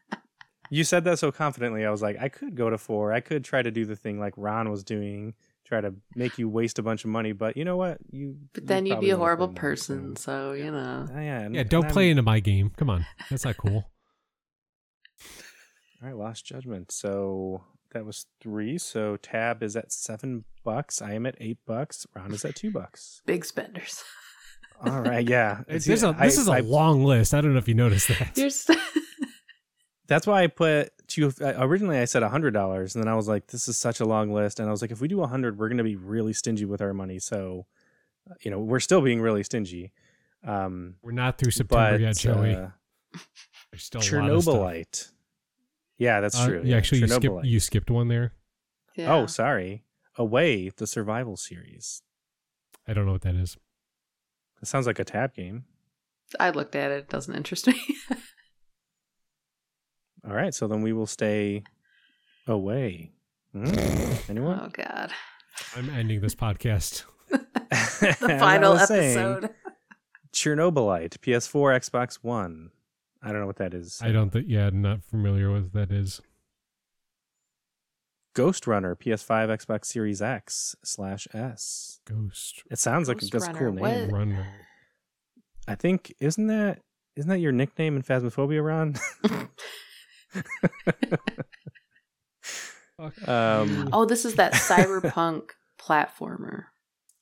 [SPEAKER 1] you said that so confidently. I was like, I could go to four. I could try to do the thing like Ron was doing, try to make you waste a bunch of money. But you know what? You
[SPEAKER 2] But then you'd
[SPEAKER 1] probably
[SPEAKER 2] be a
[SPEAKER 1] won't
[SPEAKER 2] horrible
[SPEAKER 1] win that,
[SPEAKER 2] person, so you know.
[SPEAKER 1] so- Ah, um, yeah, and-
[SPEAKER 3] Yeah,
[SPEAKER 1] and
[SPEAKER 3] don't
[SPEAKER 1] I'm-
[SPEAKER 3] play into my game. Come on, that's not cool.
[SPEAKER 1] All right, Lost Judgment. So that was three. So Tab is at seven bucks. I am at eight bucks. Ron is at two bucks.
[SPEAKER 2] Big spenders.
[SPEAKER 1] All right, yeah.
[SPEAKER 3] It's,
[SPEAKER 1] See,
[SPEAKER 3] a,
[SPEAKER 1] I-
[SPEAKER 3] this is a
[SPEAKER 1] I-
[SPEAKER 3] long list. I don't know if you noticed that.
[SPEAKER 2] You're st-
[SPEAKER 1] That's why I put two. I- Originally, I said a hundred dollars, and then I was like, "This is such a long list," and I was like, "If we do a hundred, we're going to be really stingy with our money." So, uh, you know, we're still being really stingy. Um,
[SPEAKER 3] We're not through September
[SPEAKER 1] but
[SPEAKER 3] yet, Joey.
[SPEAKER 1] uh,
[SPEAKER 3] There's still a lot of stuff.
[SPEAKER 1] Chernobylite. Yeah, that's
[SPEAKER 3] Uh,
[SPEAKER 1] true.
[SPEAKER 3] You
[SPEAKER 1] yeah,
[SPEAKER 3] actually you skipped
[SPEAKER 1] Chernobylite.
[SPEAKER 3] you skipped one there.
[SPEAKER 2] yeah.
[SPEAKER 1] Oh, sorry. Away the survival series.
[SPEAKER 3] I don't know what that is.
[SPEAKER 1] That sounds like a tab game.
[SPEAKER 2] I looked at it. It doesn't interest me.
[SPEAKER 1] All right, so then we will stay away. Hmm? Anyone?
[SPEAKER 2] oh, God.
[SPEAKER 3] I'm ending this podcast.
[SPEAKER 2] The final
[SPEAKER 1] I was saying,
[SPEAKER 2] episode.
[SPEAKER 1] Chernobylite, PS4, Xbox One. I don't know what that is.
[SPEAKER 3] I don't think. Yeah, I'm not familiar with what that is.
[SPEAKER 1] Ghost Runner, PS5, Xbox Series X slash S.
[SPEAKER 3] Ghost
[SPEAKER 1] It sounds like
[SPEAKER 2] Ghost
[SPEAKER 1] that's a cool
[SPEAKER 2] Runner,
[SPEAKER 1] name.
[SPEAKER 2] what?
[SPEAKER 3] Runner.
[SPEAKER 1] I think isn't that isn't that your nickname in Phasmophobia, Ron?
[SPEAKER 3] Fuck
[SPEAKER 1] Um,
[SPEAKER 3] you.
[SPEAKER 2] Oh, this is that cyberpunk platformer.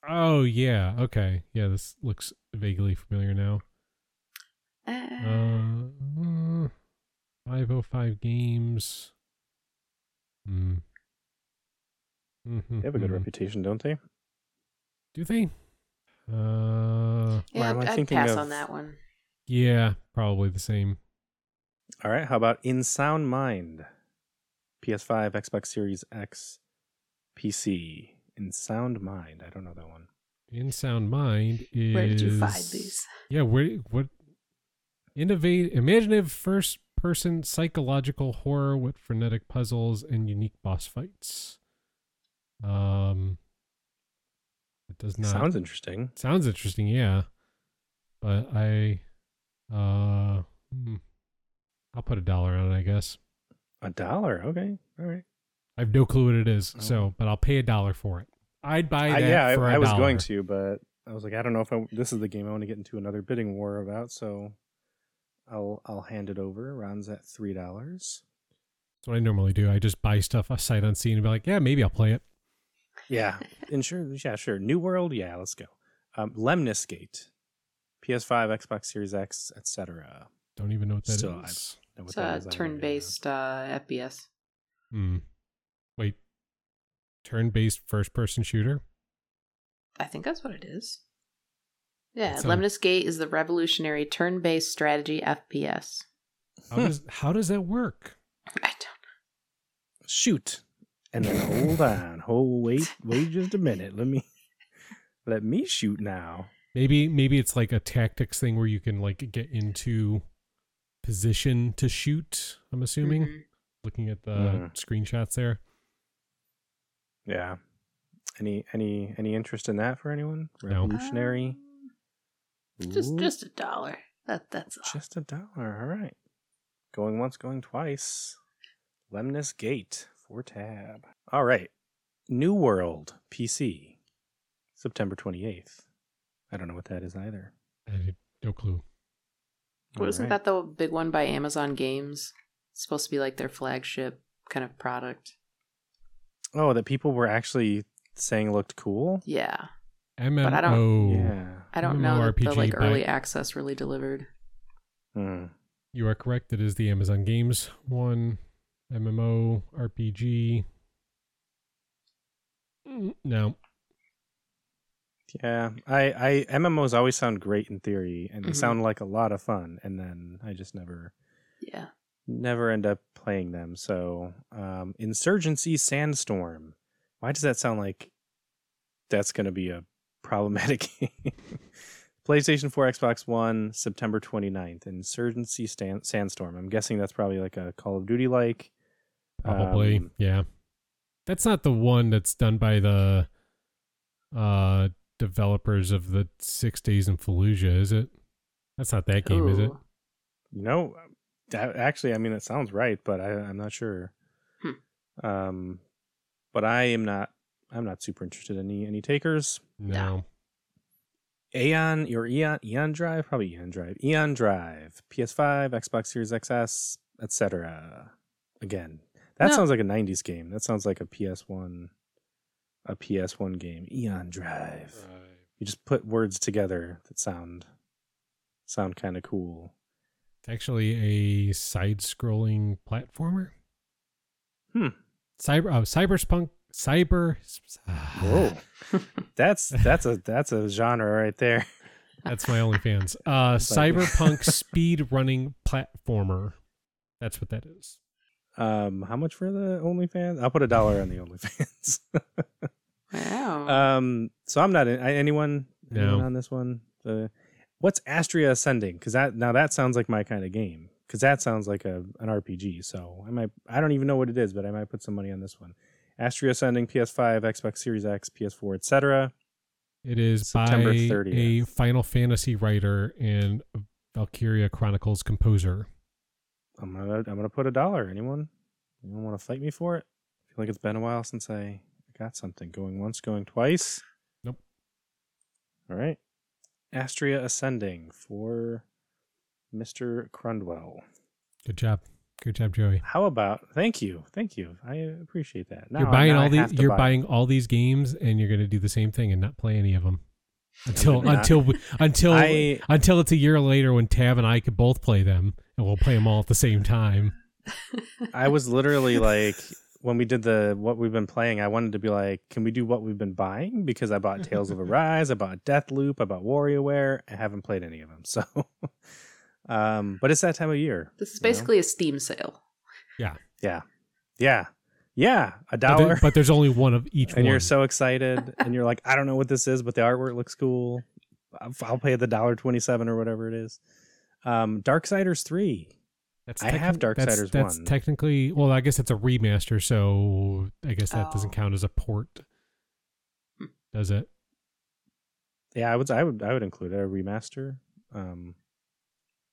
[SPEAKER 3] Oh yeah. Okay. Yeah, this looks vaguely familiar now.
[SPEAKER 2] Eh,
[SPEAKER 3] Uh, five oh five games. Hmm.
[SPEAKER 1] they have a good
[SPEAKER 3] Mhm.
[SPEAKER 1] reputation, don't they?
[SPEAKER 3] Do they? Uh,
[SPEAKER 1] why
[SPEAKER 2] yeah,
[SPEAKER 1] am I
[SPEAKER 2] I'd, I'd
[SPEAKER 1] thinking
[SPEAKER 2] pass
[SPEAKER 1] of-
[SPEAKER 2] on that one.
[SPEAKER 3] yeah, probably the same.
[SPEAKER 1] All right, how about In Sound Mind? PS5, Xbox Series X, PC. In Sound Mind. I don't know that one.
[SPEAKER 3] In sound mind is.
[SPEAKER 2] Where did you find these?
[SPEAKER 3] Yeah, where what? Innovate, imaginative first-person psychological horror with frenetic puzzles and unique boss fights. Um, it does not
[SPEAKER 1] Sounds interesting.
[SPEAKER 3] Sounds interesting, yeah. But I, uh, hmm. I'll put a dollar on it, I guess.
[SPEAKER 1] A dollar. Okay. All right.
[SPEAKER 3] I have no clue what it is,
[SPEAKER 1] Oh.
[SPEAKER 3] so but I'll pay a dollar for it. I'd buy
[SPEAKER 1] I,
[SPEAKER 3] that
[SPEAKER 1] yeah, I,
[SPEAKER 3] for a
[SPEAKER 1] I was
[SPEAKER 3] dollar.
[SPEAKER 1] going to, but I was like, I don't know if I, this is the game I want to get into another bidding war about, so I'll I'll hand it over. Ron's at three dollars.
[SPEAKER 3] That's what I normally do. I just buy stuff a sight unseen and be like, yeah, maybe I'll play it.
[SPEAKER 1] Yeah. and sure, yeah, sure. New World. Yeah, let's go. Um, Lemniscate, PS5, Xbox Series X, etc.
[SPEAKER 3] Don't even know what that is.
[SPEAKER 1] Still, I- Know what
[SPEAKER 2] It's
[SPEAKER 1] that
[SPEAKER 2] a
[SPEAKER 1] is, I don't know.
[SPEAKER 2] turn-based uh, FPS.
[SPEAKER 3] Hmm. Wait, turn-based first-person shooter.
[SPEAKER 2] I think that's what it is. Yeah,
[SPEAKER 3] That sounds-
[SPEAKER 2] Lemnis Gate is the revolutionary turn-based strategy FPS.
[SPEAKER 3] How
[SPEAKER 2] Hmm.
[SPEAKER 3] does how does that work?
[SPEAKER 2] I don't.
[SPEAKER 1] shoot and then hold on hold wait wait just a minute let me let me shoot now
[SPEAKER 3] Maybe maybe it's like a tactics thing where you can like get into position to shoot. I'm assuming.
[SPEAKER 2] Mhm.
[SPEAKER 3] looking at the
[SPEAKER 1] Mhm.
[SPEAKER 3] screenshots there.
[SPEAKER 1] yeah any any any interest in that for anyone
[SPEAKER 3] No.
[SPEAKER 1] revolutionary
[SPEAKER 2] Um, just
[SPEAKER 1] Ooh,
[SPEAKER 2] just a dollar. That that's all.
[SPEAKER 1] just a dollar all right going once going twice lemnis gate for tab all right new world pc september 28th i don't know what that is either
[SPEAKER 3] I have no clue.
[SPEAKER 1] All
[SPEAKER 2] Well, isn't
[SPEAKER 1] right.
[SPEAKER 2] that the big one by Amazon Games? It's supposed to be like their flagship kind of product.
[SPEAKER 1] oh that people were actually saying looked cool
[SPEAKER 2] Yeah. I don't-
[SPEAKER 3] MMO.
[SPEAKER 1] yeah
[SPEAKER 2] I don't know that the
[SPEAKER 3] MMORPG
[SPEAKER 2] like
[SPEAKER 3] by-
[SPEAKER 2] early access really delivered.
[SPEAKER 1] Hmm.
[SPEAKER 3] You are correct. It is the Amazon Games one. MMO RPG. Mm, No,
[SPEAKER 1] Yeah, I, I MMOs always sound great in theory, and they
[SPEAKER 2] Mhm.
[SPEAKER 1] sound like a lot of fun, and then I just never
[SPEAKER 2] Yeah.
[SPEAKER 1] never end up playing them. So, um, Insurgency Sandstorm. Why does that sound like that's going to be a problematic game? PlayStation 4, Xbox One, September 29th. Insurgency Stan- Sandstorm. I'm guessing that's probably like a Call of Duty like.
[SPEAKER 3] Probably,
[SPEAKER 1] Um,
[SPEAKER 3] yeah. That's not the one that's done by the uh developers of the Six Days in Fallujah, is it? That's not that game, is it?
[SPEAKER 2] Ooh.
[SPEAKER 1] You know, um, that, actually, I mean, it sounds right, but I, I'm not sure. Um, but I am not. I'm not super interested. in Any any takers?
[SPEAKER 3] No.
[SPEAKER 1] Aeon your Eon Eon Drive, probably Eon Drive. Eon Drive, PS5, Xbox Series XS, etc. Again, that
[SPEAKER 2] No.
[SPEAKER 1] sounds like a '90s game. That sounds like a PS1, a PS1 game. Eon Drive. You just put words together that sound sound kind of cool.
[SPEAKER 3] It's actually a side-scrolling platformer.
[SPEAKER 1] Hmm.
[SPEAKER 3] Cyber uh, cyberpunk cyber
[SPEAKER 1] Whoa, that's that's a that's a genre right there.
[SPEAKER 3] That's my only fans. Uh
[SPEAKER 1] Cyber-
[SPEAKER 3] cyberpunk speed running platformer. That's what that is.
[SPEAKER 1] Um, how much for the OnlyFans? I'll put a dollar on the OnlyFans.
[SPEAKER 2] Wow.
[SPEAKER 1] Um, so I'm not in, I- anyone,
[SPEAKER 3] No.
[SPEAKER 1] anyone on this one. The, what's Astria Ascending? Because that now that sounds like my kind of game. Because that sounds like a an RPG. So I might I don't even know what it is, but I might put some money on this one. Astria Ascending, PS5, Xbox Series X, PS4, etc.
[SPEAKER 3] It is
[SPEAKER 1] September
[SPEAKER 3] by
[SPEAKER 1] 30th.
[SPEAKER 3] a Final Fantasy writer and Valkyria Chronicles composer.
[SPEAKER 1] I'm gonna I'm gonna put a dollar. Anyone? Anyone want to fight me for it? I feel like it's been a while since I got something. Going once, going twice.
[SPEAKER 3] Nope.
[SPEAKER 1] All right. Astria Ascending for Mr. Crundwell.
[SPEAKER 3] Good job. Good job, Joey.
[SPEAKER 1] How about thank you, thank you. I appreciate that. Now,
[SPEAKER 3] you're buying
[SPEAKER 1] now I
[SPEAKER 3] all these
[SPEAKER 1] have to
[SPEAKER 3] you're
[SPEAKER 1] buy.
[SPEAKER 3] buying all these games and you're going to do the same thing and not play any of them. Until
[SPEAKER 1] not.
[SPEAKER 3] until we- until
[SPEAKER 1] I
[SPEAKER 3] until it's a year later when Tab and I could both play them and we'll play them all at the same time.
[SPEAKER 1] I was literally like when we did the what we've been playing. I wanted to be like, can we do what we've been buying? Because I bought Tales of Arise, I bought Deathloop, I bought WarioWare. I haven't played any of them. So, um, but it's that time of year.
[SPEAKER 2] this is
[SPEAKER 1] you know?
[SPEAKER 2] basically a Steam sale.
[SPEAKER 1] yeah, yeah, a
[SPEAKER 3] But, there-
[SPEAKER 1] dollar.
[SPEAKER 3] but there's only one of each
[SPEAKER 1] and
[SPEAKER 3] one.
[SPEAKER 1] you're so excited, and you're like, I don't know what this is, but the artwork looks cool. I'll- I'll pay the dollar twenty-seven or whatever it is. Um, Darksiders three.
[SPEAKER 3] That's
[SPEAKER 1] I have
[SPEAKER 3] techni- that's-
[SPEAKER 1] Darksiders
[SPEAKER 3] That's
[SPEAKER 1] 1.
[SPEAKER 3] technically well, I guess it's a remaster, so I guess that doesn't
[SPEAKER 2] Oh.
[SPEAKER 3] count as a port,
[SPEAKER 2] Hmm.
[SPEAKER 3] does it?
[SPEAKER 1] Yeah, I would I would I would include a remaster. Um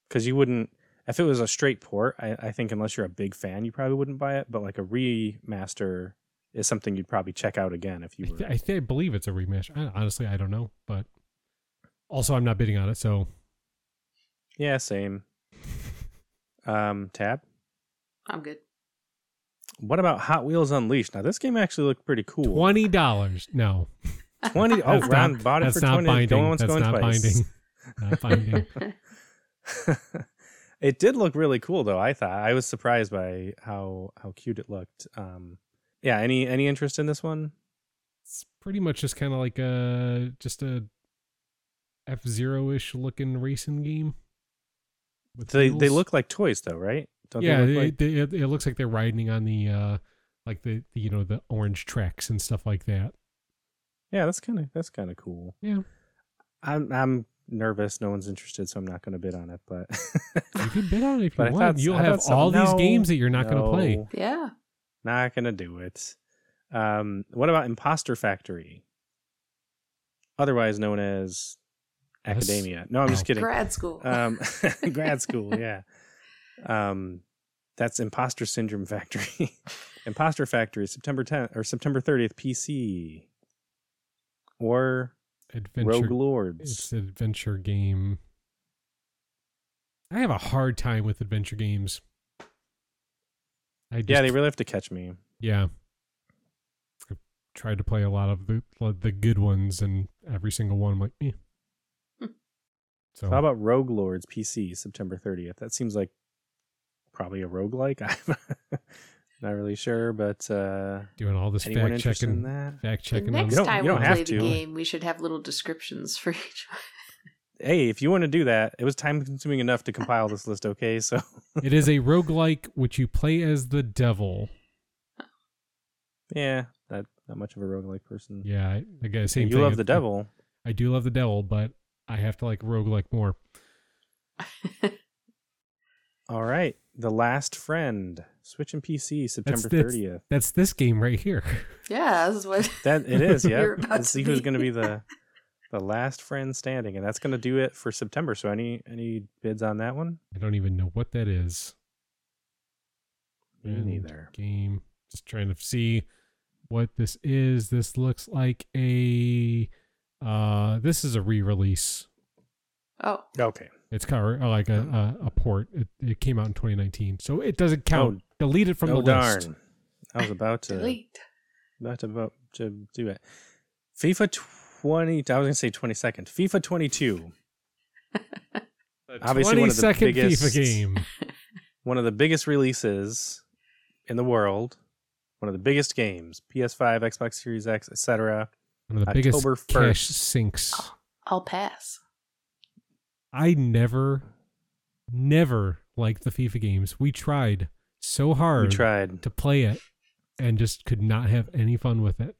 [SPEAKER 1] cuz you wouldn't if it was a straight port, I, I think unless you're a big fan, you probably wouldn't buy it, but like a remaster is something you'd probably check out again if
[SPEAKER 3] I,
[SPEAKER 1] you were
[SPEAKER 3] th- I, th- I believe it's a remaster. I, honestly, I don't know, but also I'm not bidding on it, so
[SPEAKER 1] Yeah, same. Um tab.
[SPEAKER 2] I'm good.
[SPEAKER 1] What about Hot Wheels Unleashed? Now this game actually looked pretty cool.
[SPEAKER 3] twenty dollars. No,
[SPEAKER 1] 20 Oh,
[SPEAKER 3] that's not-
[SPEAKER 1] Ron bought it
[SPEAKER 3] that's
[SPEAKER 1] for
[SPEAKER 3] not
[SPEAKER 1] 20.
[SPEAKER 3] binding.
[SPEAKER 1] Going once,
[SPEAKER 3] that's
[SPEAKER 1] going
[SPEAKER 3] not
[SPEAKER 1] twice.
[SPEAKER 3] binding. Not binding.
[SPEAKER 1] it did look really cool though i thought i was surprised by how how cute it looked um yeah any any interest in this one
[SPEAKER 3] it's pretty much just kind of like a just a F Zero ish looking racing game. With
[SPEAKER 1] they they
[SPEAKER 3] wheels.
[SPEAKER 1] look like toys though right Don't
[SPEAKER 3] yeah,
[SPEAKER 1] they look like
[SPEAKER 3] it, it, it looks like they're riding on the uh like the, the you know the orange tracks and stuff like that.
[SPEAKER 1] yeah that's kind of that's kind of cool
[SPEAKER 3] Yeah.
[SPEAKER 1] i'm i'm nervous no one's interested so i'm not going to bid on it but
[SPEAKER 3] You can bid on it if you
[SPEAKER 1] But I
[SPEAKER 3] want.
[SPEAKER 1] thought-
[SPEAKER 3] You'll
[SPEAKER 1] I
[SPEAKER 3] have
[SPEAKER 1] thought some-
[SPEAKER 3] all these
[SPEAKER 1] No,
[SPEAKER 3] games that you're not going to play.
[SPEAKER 1] no,
[SPEAKER 2] yeah.
[SPEAKER 1] not going to do it um what about imposter factory otherwise known as
[SPEAKER 3] Us?
[SPEAKER 1] academia no i'm just
[SPEAKER 3] Oh.
[SPEAKER 1] kidding
[SPEAKER 2] Grad school.
[SPEAKER 1] um, grad school yeah um, that's imposter syndrome factory imposter factory september 10th or september 30th pc or rogue
[SPEAKER 3] Adventure. It's
[SPEAKER 1] lords
[SPEAKER 3] an adventure game. I have a hard time with adventure games. I just,
[SPEAKER 1] yeah they really have to catch me
[SPEAKER 3] yeah. I've tried to play a lot of the the good ones, and every single one, I'm like, eh.
[SPEAKER 2] Hmm.
[SPEAKER 3] So Oh.
[SPEAKER 1] how about rogue lords pc september 30th that seems like probably a roguelike i'm not really sure but uh
[SPEAKER 3] doing all this
[SPEAKER 1] anyone
[SPEAKER 3] fact
[SPEAKER 1] interested in
[SPEAKER 3] checking,
[SPEAKER 1] that
[SPEAKER 3] fact
[SPEAKER 2] the
[SPEAKER 3] checking. on
[SPEAKER 2] next
[SPEAKER 1] You don't-
[SPEAKER 2] time
[SPEAKER 1] you
[SPEAKER 2] we
[SPEAKER 1] don't have
[SPEAKER 2] play the
[SPEAKER 1] to.
[SPEAKER 2] game, we should have little descriptions for each
[SPEAKER 1] hey, if you want to do that, it was time consuming enough to compile this list. Okay, so
[SPEAKER 3] it is a roguelike which you play as the devil.
[SPEAKER 1] yeah, that not much of a roguelike person.
[SPEAKER 3] Yeah, I, I guess same
[SPEAKER 1] you
[SPEAKER 3] thing.
[SPEAKER 1] love the devil.
[SPEAKER 3] I do love the devil, but I have to like roguelike more.
[SPEAKER 1] All right, the last friend, Switch and PC, September
[SPEAKER 3] that's-
[SPEAKER 1] thirtieth.
[SPEAKER 3] That's this game right here.
[SPEAKER 2] yeah, this is what.
[SPEAKER 1] That it is. Yeah,
[SPEAKER 2] You're about
[SPEAKER 1] and
[SPEAKER 2] to
[SPEAKER 1] see who's
[SPEAKER 2] be.
[SPEAKER 1] going to be the the last friend standing, and that's going to do it for September. So any any bids on that one?
[SPEAKER 3] I don't even know what that is.
[SPEAKER 1] Me
[SPEAKER 3] End
[SPEAKER 1] neither.
[SPEAKER 3] Game. Just trying to see what this is. This looks like a. Uh, this is a re-release.
[SPEAKER 2] Oh,
[SPEAKER 1] Okay.
[SPEAKER 3] It's kind of like a, a, a port. It, it came out in 2019, so it doesn't count. Delete it from
[SPEAKER 1] oh
[SPEAKER 3] the
[SPEAKER 1] darn!
[SPEAKER 3] list.
[SPEAKER 1] I was about to
[SPEAKER 2] delete.
[SPEAKER 1] about to vote to do it. FIFA twenty. I was going to say twenty second. FIFA twenty two. Obviously one of the
[SPEAKER 3] 22nd
[SPEAKER 1] biggest-
[SPEAKER 3] FIFA game.
[SPEAKER 1] One of the biggest releases in the world. One of the biggest games. PS5, Xbox Series X, etc.
[SPEAKER 3] One of the
[SPEAKER 1] October
[SPEAKER 3] biggest cash
[SPEAKER 1] 1st.
[SPEAKER 3] sinks.
[SPEAKER 2] I'll pass.
[SPEAKER 3] I never, never liked the FIFA games. We tried so hard
[SPEAKER 1] We tried
[SPEAKER 3] to play it, and just could not have any fun with it.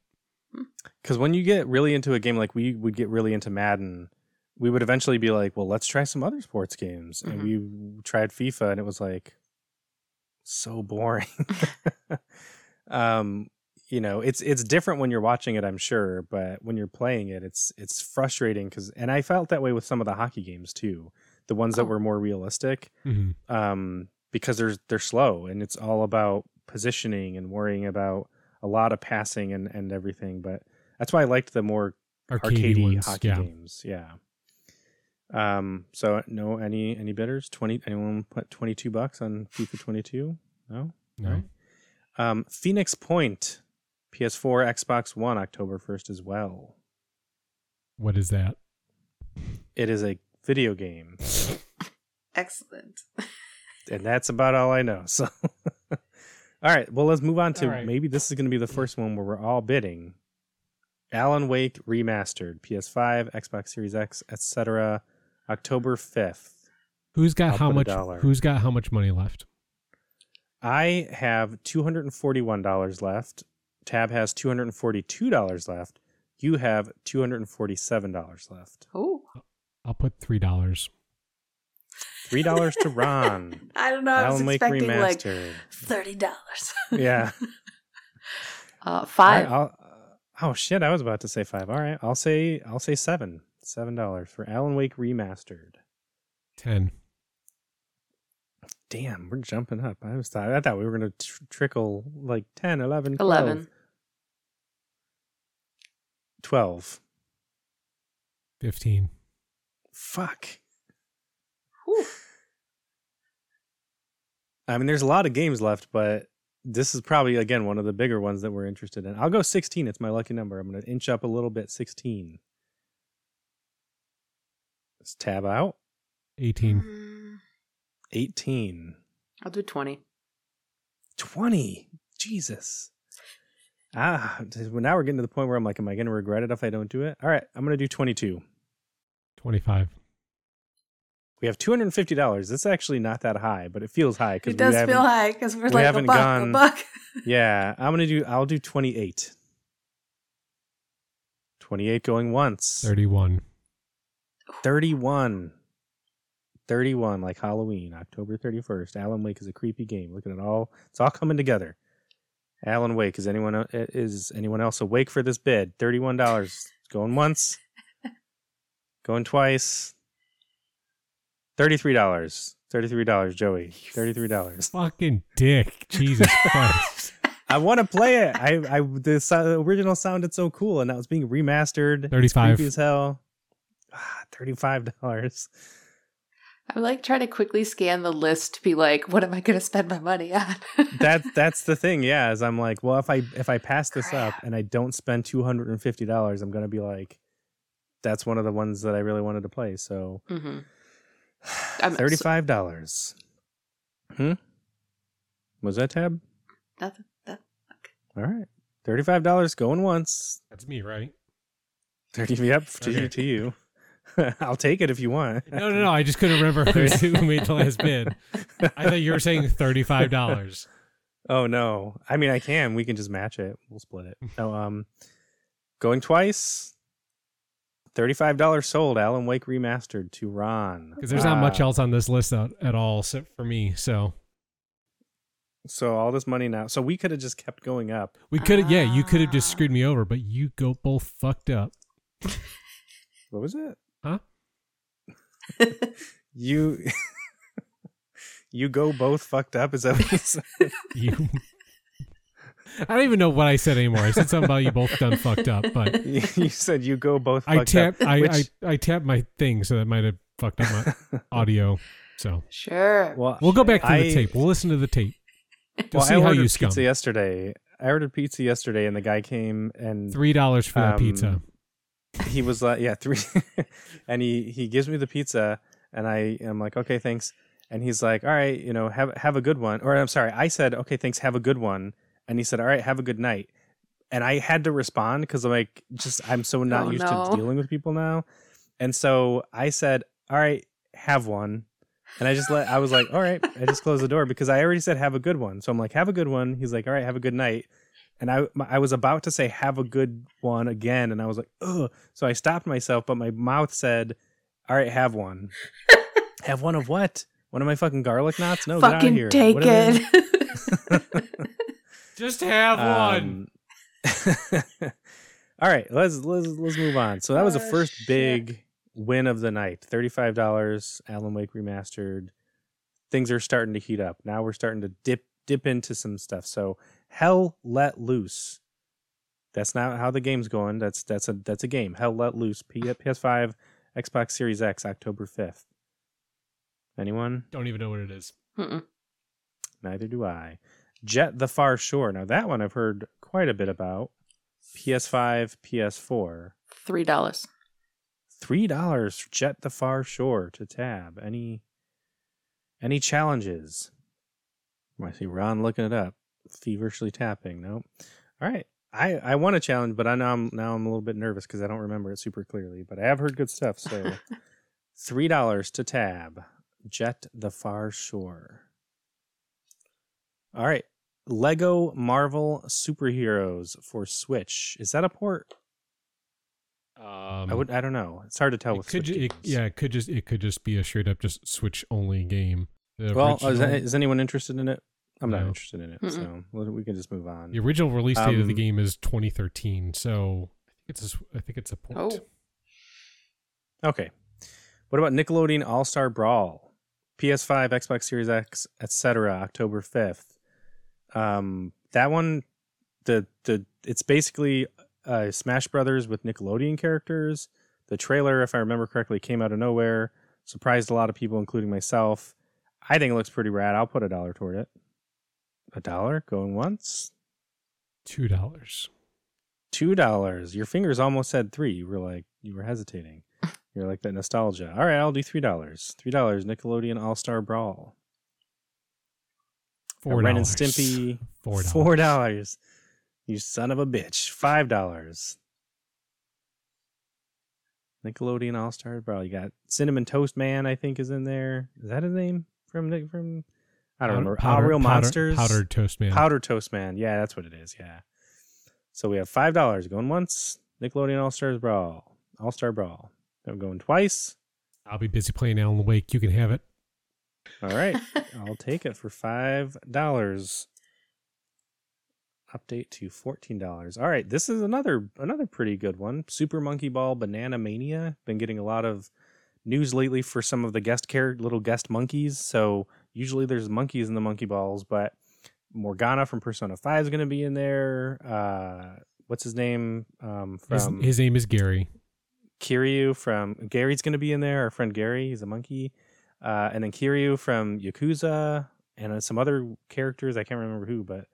[SPEAKER 1] because when you get really into a game, like we would get really into Madden, we would eventually be like, "Well, let's try some other sports games." And we tried FIFA, and it was like so boring. um, you know, it's it's different when you're watching it, I'm sure, but when you're playing it, it's it's frustrating because, and I felt that way with some of the hockey games too, the ones that
[SPEAKER 2] Oh.
[SPEAKER 1] were more realistic
[SPEAKER 3] Mhm.
[SPEAKER 1] um, because they're they're slow and it's all about positioning and worrying about a lot of passing and, and everything. But that's why I liked the more
[SPEAKER 3] Arcade
[SPEAKER 1] arcadey
[SPEAKER 3] ones,
[SPEAKER 1] hockey
[SPEAKER 3] yeah.
[SPEAKER 1] games. Yeah. Um. So no any any bidders. Twenty anyone put twenty two bucks on FIFA twenty two? No.
[SPEAKER 3] No.
[SPEAKER 1] Alright. Um. Phoenix Point, PS4, Xbox One, October first as well.
[SPEAKER 3] What is that?
[SPEAKER 1] It is a video game,
[SPEAKER 2] Excellent.
[SPEAKER 1] and that's about all I know. So. All right, well, let's move on to
[SPEAKER 3] All right.
[SPEAKER 1] maybe this is going to be the first one where we're all bidding. Alan Wake remastered, PS5, Xbox Series X, etc. October fifth.
[SPEAKER 3] Who's got
[SPEAKER 1] I'll
[SPEAKER 3] how
[SPEAKER 1] put a
[SPEAKER 3] much?
[SPEAKER 1] dollar.
[SPEAKER 3] Who's got how much money left?
[SPEAKER 1] I have two hundred and forty-one dollars left. Tab has two hundred and forty-two dollars left. You have two hundred and forty-seven dollars left.
[SPEAKER 2] Oh,
[SPEAKER 3] I'll put three dollars.
[SPEAKER 1] Three dollars to Ron.
[SPEAKER 2] I don't know. I was
[SPEAKER 1] Alan Wake
[SPEAKER 2] expecting like
[SPEAKER 1] remastered.
[SPEAKER 2] thirty dollars.
[SPEAKER 1] yeah.
[SPEAKER 2] Uh,
[SPEAKER 1] I,
[SPEAKER 2] five.
[SPEAKER 1] I'll, oh shit! I was about to say five. All right, I'll say I'll say seven. Seven dollars for Alan Wake remastered.
[SPEAKER 3] Ten.
[SPEAKER 1] damn we're jumping up i was thought i thought we were gonna tr- trickle like 10 11 12,
[SPEAKER 2] 11
[SPEAKER 1] 12
[SPEAKER 3] Fifteen.
[SPEAKER 1] fuck
[SPEAKER 2] Whew.
[SPEAKER 1] i mean there's a lot of games left but this is probably again one of the bigger ones that we're interested in i'll go 16 it's my lucky number i'm gonna inch up a little bit 16 let's tab out
[SPEAKER 3] Eighteen.
[SPEAKER 2] Mm,
[SPEAKER 1] 18
[SPEAKER 2] I'll do 20.
[SPEAKER 1] 20 jesus ah now we're getting to the point where i'm like am i gonna regret it if i don't do it all right i'm gonna do 22
[SPEAKER 3] Twenty-five.
[SPEAKER 1] We have two hundred and fifty dollars. It's actually not that high, but it feels high because
[SPEAKER 2] It does
[SPEAKER 1] we haven't-
[SPEAKER 2] feel high because we're
[SPEAKER 1] we
[SPEAKER 2] like a
[SPEAKER 1] haven't
[SPEAKER 2] buck,
[SPEAKER 1] gone-
[SPEAKER 2] a buck.
[SPEAKER 1] Yeah, I'm gonna do. I'll do twenty eight. Twenty eight going once.
[SPEAKER 3] Thirty-one.
[SPEAKER 1] Thirty one. Thirty one, like Halloween, October thirty first. Alan Wake is a creepy game. Look at it all. It's all coming together. Alan Wake. Is anyone uh, is anyone else awake for this bid? Thirty one dollars going once. going twice. Thirty three dollars. Thirty three dollars, Joey. Thirty three dollars.
[SPEAKER 3] Fucking dick. Jesus Christ.
[SPEAKER 1] I want to play it. I, I the so- original sounded so cool, and now it's being remastered. It's
[SPEAKER 3] 35.
[SPEAKER 1] creepy as hell. Ah, Thirty-five dollars.
[SPEAKER 2] I'm like trying to quickly scan the list to be like, what am I going to spend my money on?
[SPEAKER 1] That that's the thing. Yeah, is I'm like, well, if I if I pass this up
[SPEAKER 2] Crap.
[SPEAKER 1] and I don't spend two hundred and fifty dollars, I'm gonna be like, that's one of the ones that I really wanted to play. So
[SPEAKER 2] hmm I'm-
[SPEAKER 1] thirty-five dollars. Hmm. Was that tab?
[SPEAKER 2] Nothing. That,
[SPEAKER 1] All right. Thirty-five dollars going once.
[SPEAKER 3] That's me, right?
[SPEAKER 1] Thirty. Yep. To,
[SPEAKER 3] Okay.
[SPEAKER 1] to you. I'll take it if you want.
[SPEAKER 3] No, no, no. I just couldn't remember who, who made the last bid. I thought you were saying thirty-five dollars.
[SPEAKER 1] Oh no. I mean, I can. We can just match it. We'll split it. No, um, going twice. Thirty-five dollars sold. Alan Wake remastered to Ron.
[SPEAKER 3] Because there's not
[SPEAKER 1] Ah,
[SPEAKER 3] much else on this list at, at all so, for me. So
[SPEAKER 1] So all this money now. So we could have just kept going up.
[SPEAKER 3] we could have, yeah, you could have just
[SPEAKER 2] Ah.
[SPEAKER 3] screwed me over, but you go both fucked up.
[SPEAKER 1] What was it?
[SPEAKER 3] Huh?
[SPEAKER 1] You. you go both fucked up. Is that what you said?
[SPEAKER 3] You. I don't even know what I said anymore. I said something about you both done fucked up, but
[SPEAKER 1] you you said? You go both.
[SPEAKER 3] I
[SPEAKER 1] fucked up,
[SPEAKER 3] tapped, I,
[SPEAKER 1] which-
[SPEAKER 3] I, I tapped my thing, so that might have fucked up my audio. So
[SPEAKER 2] Sure.
[SPEAKER 1] well,
[SPEAKER 3] we'll go back to
[SPEAKER 1] I-
[SPEAKER 3] the tape. We'll listen to the tape. to
[SPEAKER 1] well,
[SPEAKER 3] see
[SPEAKER 1] I
[SPEAKER 3] how
[SPEAKER 1] ordered
[SPEAKER 3] you scum.
[SPEAKER 1] pizza yesterday. I ordered pizza yesterday, and the guy came and
[SPEAKER 3] Three dollars for that
[SPEAKER 1] Um,
[SPEAKER 3] pizza.
[SPEAKER 1] he was like, yeah, three, and he he gives me the pizza, and I am like, okay, thanks, and he's like, all right, you know, have have a good one, or I'm sorry, I said, okay, thanks, have a good one, and he said, all right, have a good night, and I had to respond because I'm like, just I'm so not
[SPEAKER 2] Oh,
[SPEAKER 1] used
[SPEAKER 2] no.
[SPEAKER 1] to dealing with people now, and so I said, all right, have one. And I just let I was like, all right, I just closed the door because I already said have a good one. So I'm like, have a good one. He's like, all right, have a good night. And I my- I was about to say have a good one again, and I was like, ugh. So I stopped myself, but my mouth said, all right, have one. have one of what? One of my fucking garlic knots? No, get out of
[SPEAKER 2] Fucking
[SPEAKER 1] here.
[SPEAKER 2] take
[SPEAKER 1] What are they-
[SPEAKER 2] it.
[SPEAKER 3] Just have
[SPEAKER 1] Um, all right, let's let's let's move on. So that was the
[SPEAKER 2] Oh,
[SPEAKER 1] first
[SPEAKER 2] shit.
[SPEAKER 1] big win of the night. Thirty-five dollars, Alan Wake remastered. Things are starting to heat up. Now we're starting to dip dip into some stuff. So hell let loose. That's not how the game's going. That's that's a that's a game. Hell let loose. P- PS5, Xbox Series X, October fifth. Anyone?
[SPEAKER 3] Don't even know what it is.
[SPEAKER 2] Mm-mm.
[SPEAKER 1] Neither do I. Jet the Far Shore. Now that one I've heard quite a bit about. PS5, PS4.
[SPEAKER 2] Three dollars.
[SPEAKER 1] Three dollars for Jet the Far Shore to tab. Any any challenges? I see Ron looking it up, feverishly tapping. Nope. All right. I, I want a challenge, but I know I'm now I'm a little bit nervous because I don't remember it super clearly. But I have heard good stuff. So three dollars to tab. Jet the Far Shore. All right. Lego Marvel Superheroes for Switch. Is that a port?
[SPEAKER 3] Um,
[SPEAKER 1] I would. I don't know. It's hard to tell
[SPEAKER 3] It
[SPEAKER 1] with
[SPEAKER 3] could
[SPEAKER 1] Switch
[SPEAKER 3] ju- it,
[SPEAKER 1] games.
[SPEAKER 3] yeah, it could just it could just be a straight up just Switch only game. The
[SPEAKER 1] Well, is,
[SPEAKER 3] original-
[SPEAKER 1] is anyone interested in it? I'm not
[SPEAKER 3] No.
[SPEAKER 1] interested in it,
[SPEAKER 2] Mm-mm.
[SPEAKER 1] so we we can just move on.
[SPEAKER 3] the original release date of the
[SPEAKER 1] um,
[SPEAKER 3] game is 2013, so I think it's a, sw- I think it's a port.
[SPEAKER 2] Oh.
[SPEAKER 1] Okay. What about Nickelodeon All Star Brawl? PS5, Xbox Series X, etc. October 5th. Um, that one, the the it's basically uh, Smash Brothers with Nickelodeon characters. The trailer, if I remember correctly, came out of nowhere, surprised a lot of people, including myself. I think it looks pretty rad. I'll put a dollar toward it. A dollar going once,
[SPEAKER 3] Two dollars.
[SPEAKER 1] two dollars. Your fingers almost said three. You were like you were hesitating. You're like that nostalgia. All right, I'll do three dollars. Three dollars. Nickelodeon All Star Brawl.
[SPEAKER 3] Four
[SPEAKER 1] Ren and
[SPEAKER 3] dollars.
[SPEAKER 1] Stimpy.
[SPEAKER 3] Four dollars.
[SPEAKER 1] Four dollars. You son of a bitch. Five dollars. Nickelodeon All Star Brawl. You got Cinnamon Toast Man. I think is in there. Is that his name from Nick from? I don't remember. All Real Monsters.
[SPEAKER 3] Powdered toast man.
[SPEAKER 1] Powder Toast Man. Yeah, that's what it is. Yeah. So we have five dollars going once. Nickelodeon All Stars Brawl. All Star Brawl. I'm going twice.
[SPEAKER 3] I'll be busy playing Alan Wake. You can have it.
[SPEAKER 1] All right. I'll take it for five dollars. Update to fourteen dollars. All right, this is another another pretty good one. Super Monkey Ball Banana Mania. Been getting a lot of news lately for some of the guest care little guest monkeys. So usually there's monkeys in the monkey balls, but Morgana from Persona Five is going to be in there. Uh, what's his name? Um,
[SPEAKER 3] His,
[SPEAKER 1] from
[SPEAKER 3] his name is Gary.
[SPEAKER 1] Kiryu from Gary's going to be in there. Our friend Gary, he's a monkey, uh, and then Kiryu from Yakuza, and uh, some other characters. I can't remember who, but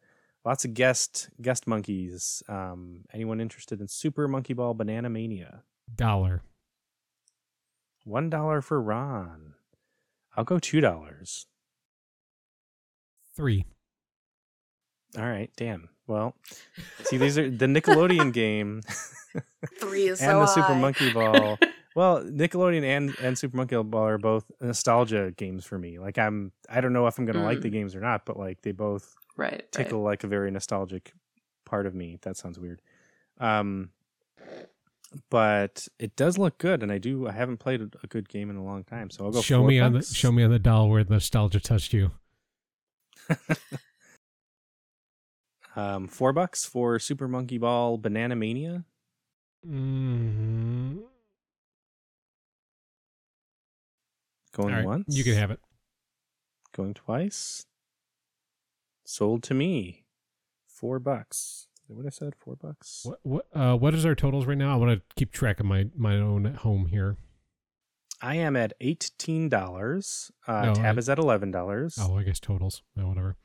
[SPEAKER 1] lots of guest guest monkeys. Um, anyone interested in Super Monkey Ball Banana Mania?
[SPEAKER 3] Dollar.
[SPEAKER 1] One dollar for Ron. I'll go two dollars.
[SPEAKER 3] Three.
[SPEAKER 1] All right, damn. Well, see, these are the Nickelodeon game
[SPEAKER 2] Three is
[SPEAKER 1] and the Super Monkey Ball Well, Nickelodeon and and Super Monkey Ball are both nostalgia games for me. Like I'm, I don't know if I'm gonna like
[SPEAKER 2] Mm.
[SPEAKER 1] the games or not, but like they both
[SPEAKER 2] Right.
[SPEAKER 1] tickle like a very nostalgic part of me. That sounds weird. Um, but it does look good, and I do. I haven't played a a good game in a long time, so I'll go.
[SPEAKER 3] show
[SPEAKER 1] four
[SPEAKER 3] me on the
[SPEAKER 1] bucks.
[SPEAKER 3] show me on the doll where nostalgia touched you.
[SPEAKER 1] Um, four bucks for Super Monkey Ball Banana Mania.
[SPEAKER 3] Mm-hmm.
[SPEAKER 1] Going once.
[SPEAKER 3] you can have it.
[SPEAKER 1] Going twice. Sold to me. Four bucks. Is that what I said? Four bucks?
[SPEAKER 3] What what uh, what is our totals right now? I want to keep track of my my own at home here.
[SPEAKER 1] I am at $18. Uh,
[SPEAKER 3] No,
[SPEAKER 1] Tab
[SPEAKER 3] Oh, I-
[SPEAKER 1] is at $11.
[SPEAKER 3] Oh, I guess totals. No, whatever.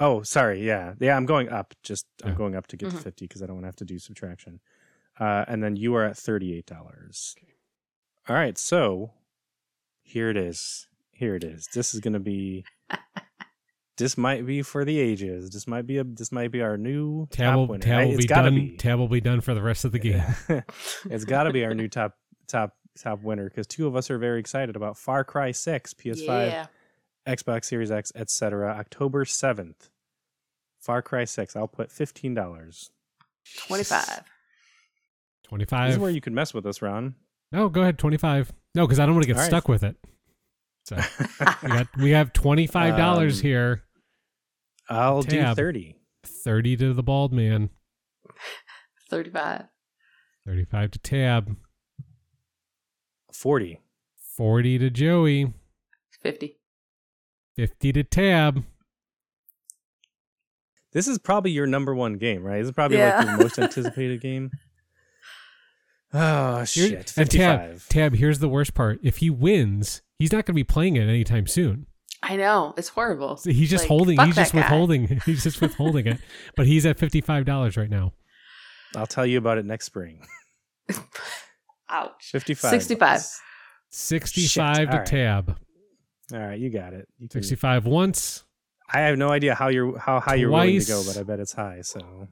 [SPEAKER 1] Oh, sorry. Yeah. Yeah. I'm going up. Just, I'm
[SPEAKER 3] Yeah.
[SPEAKER 1] going up to get
[SPEAKER 2] Mhm.
[SPEAKER 1] to 50 because I don't want to have to do subtraction. Uh, and then you are at $38. All right. So here it is. Here it is. This is going to be. This might be for the ages. This might be a. This might be our new
[SPEAKER 3] Tab
[SPEAKER 1] top
[SPEAKER 3] will,
[SPEAKER 1] winner. I-
[SPEAKER 3] tab will
[SPEAKER 1] it's
[SPEAKER 3] be
[SPEAKER 1] gotta
[SPEAKER 3] done.
[SPEAKER 1] be.
[SPEAKER 3] Tab will be done for the rest of the game.
[SPEAKER 1] it's got to be our new top top top winner because two of us are very excited about Far Cry Six, PS5,
[SPEAKER 2] Yeah.
[SPEAKER 1] Xbox Series X, etc. October seventh, Far Cry Six. I'll put fifteen dollars.
[SPEAKER 2] Twenty five.
[SPEAKER 3] Twenty
[SPEAKER 1] This is
[SPEAKER 3] five.
[SPEAKER 1] where you can mess with us, Ron.
[SPEAKER 3] No, go ahead. Twenty five. No, because I don't want to get
[SPEAKER 1] All right.
[SPEAKER 3] stuck with it. So we got we have twenty five dollars
[SPEAKER 1] Um,
[SPEAKER 3] here.
[SPEAKER 1] I'll do
[SPEAKER 3] Tab.
[SPEAKER 1] thirty.
[SPEAKER 3] Thirty to the bald man.
[SPEAKER 2] Thirty five.
[SPEAKER 3] Thirty five to tab.
[SPEAKER 1] 40
[SPEAKER 3] Forty to Joey.
[SPEAKER 2] Fifty.
[SPEAKER 3] Fifty to tab.
[SPEAKER 1] this is probably your number one game right this is probably
[SPEAKER 2] Yeah.
[SPEAKER 1] like your most anticipated game oh
[SPEAKER 3] Here-
[SPEAKER 1] shit
[SPEAKER 3] and tab-
[SPEAKER 1] 55
[SPEAKER 3] Tab. Here's the worst part. If he wins, he's not going to be playing it anytime soon.
[SPEAKER 2] I know. It's horrible.
[SPEAKER 3] So he's just
[SPEAKER 2] Like,
[SPEAKER 3] holding.
[SPEAKER 2] fuck
[SPEAKER 3] He's
[SPEAKER 2] that
[SPEAKER 3] just
[SPEAKER 2] guy.
[SPEAKER 3] withholding. He's just withholding it. But he's at fifty five dollars right now.
[SPEAKER 1] i'll tell you about it next spring
[SPEAKER 2] Ouch.
[SPEAKER 1] 55
[SPEAKER 2] 65.
[SPEAKER 3] Sixty five
[SPEAKER 1] Shit,
[SPEAKER 3] to
[SPEAKER 1] all right.
[SPEAKER 3] tab.
[SPEAKER 1] all right you got it You can-
[SPEAKER 3] Sixty five once.
[SPEAKER 1] i have no idea how you're how high you're willing to go
[SPEAKER 3] Twice.
[SPEAKER 1] but i bet it's high so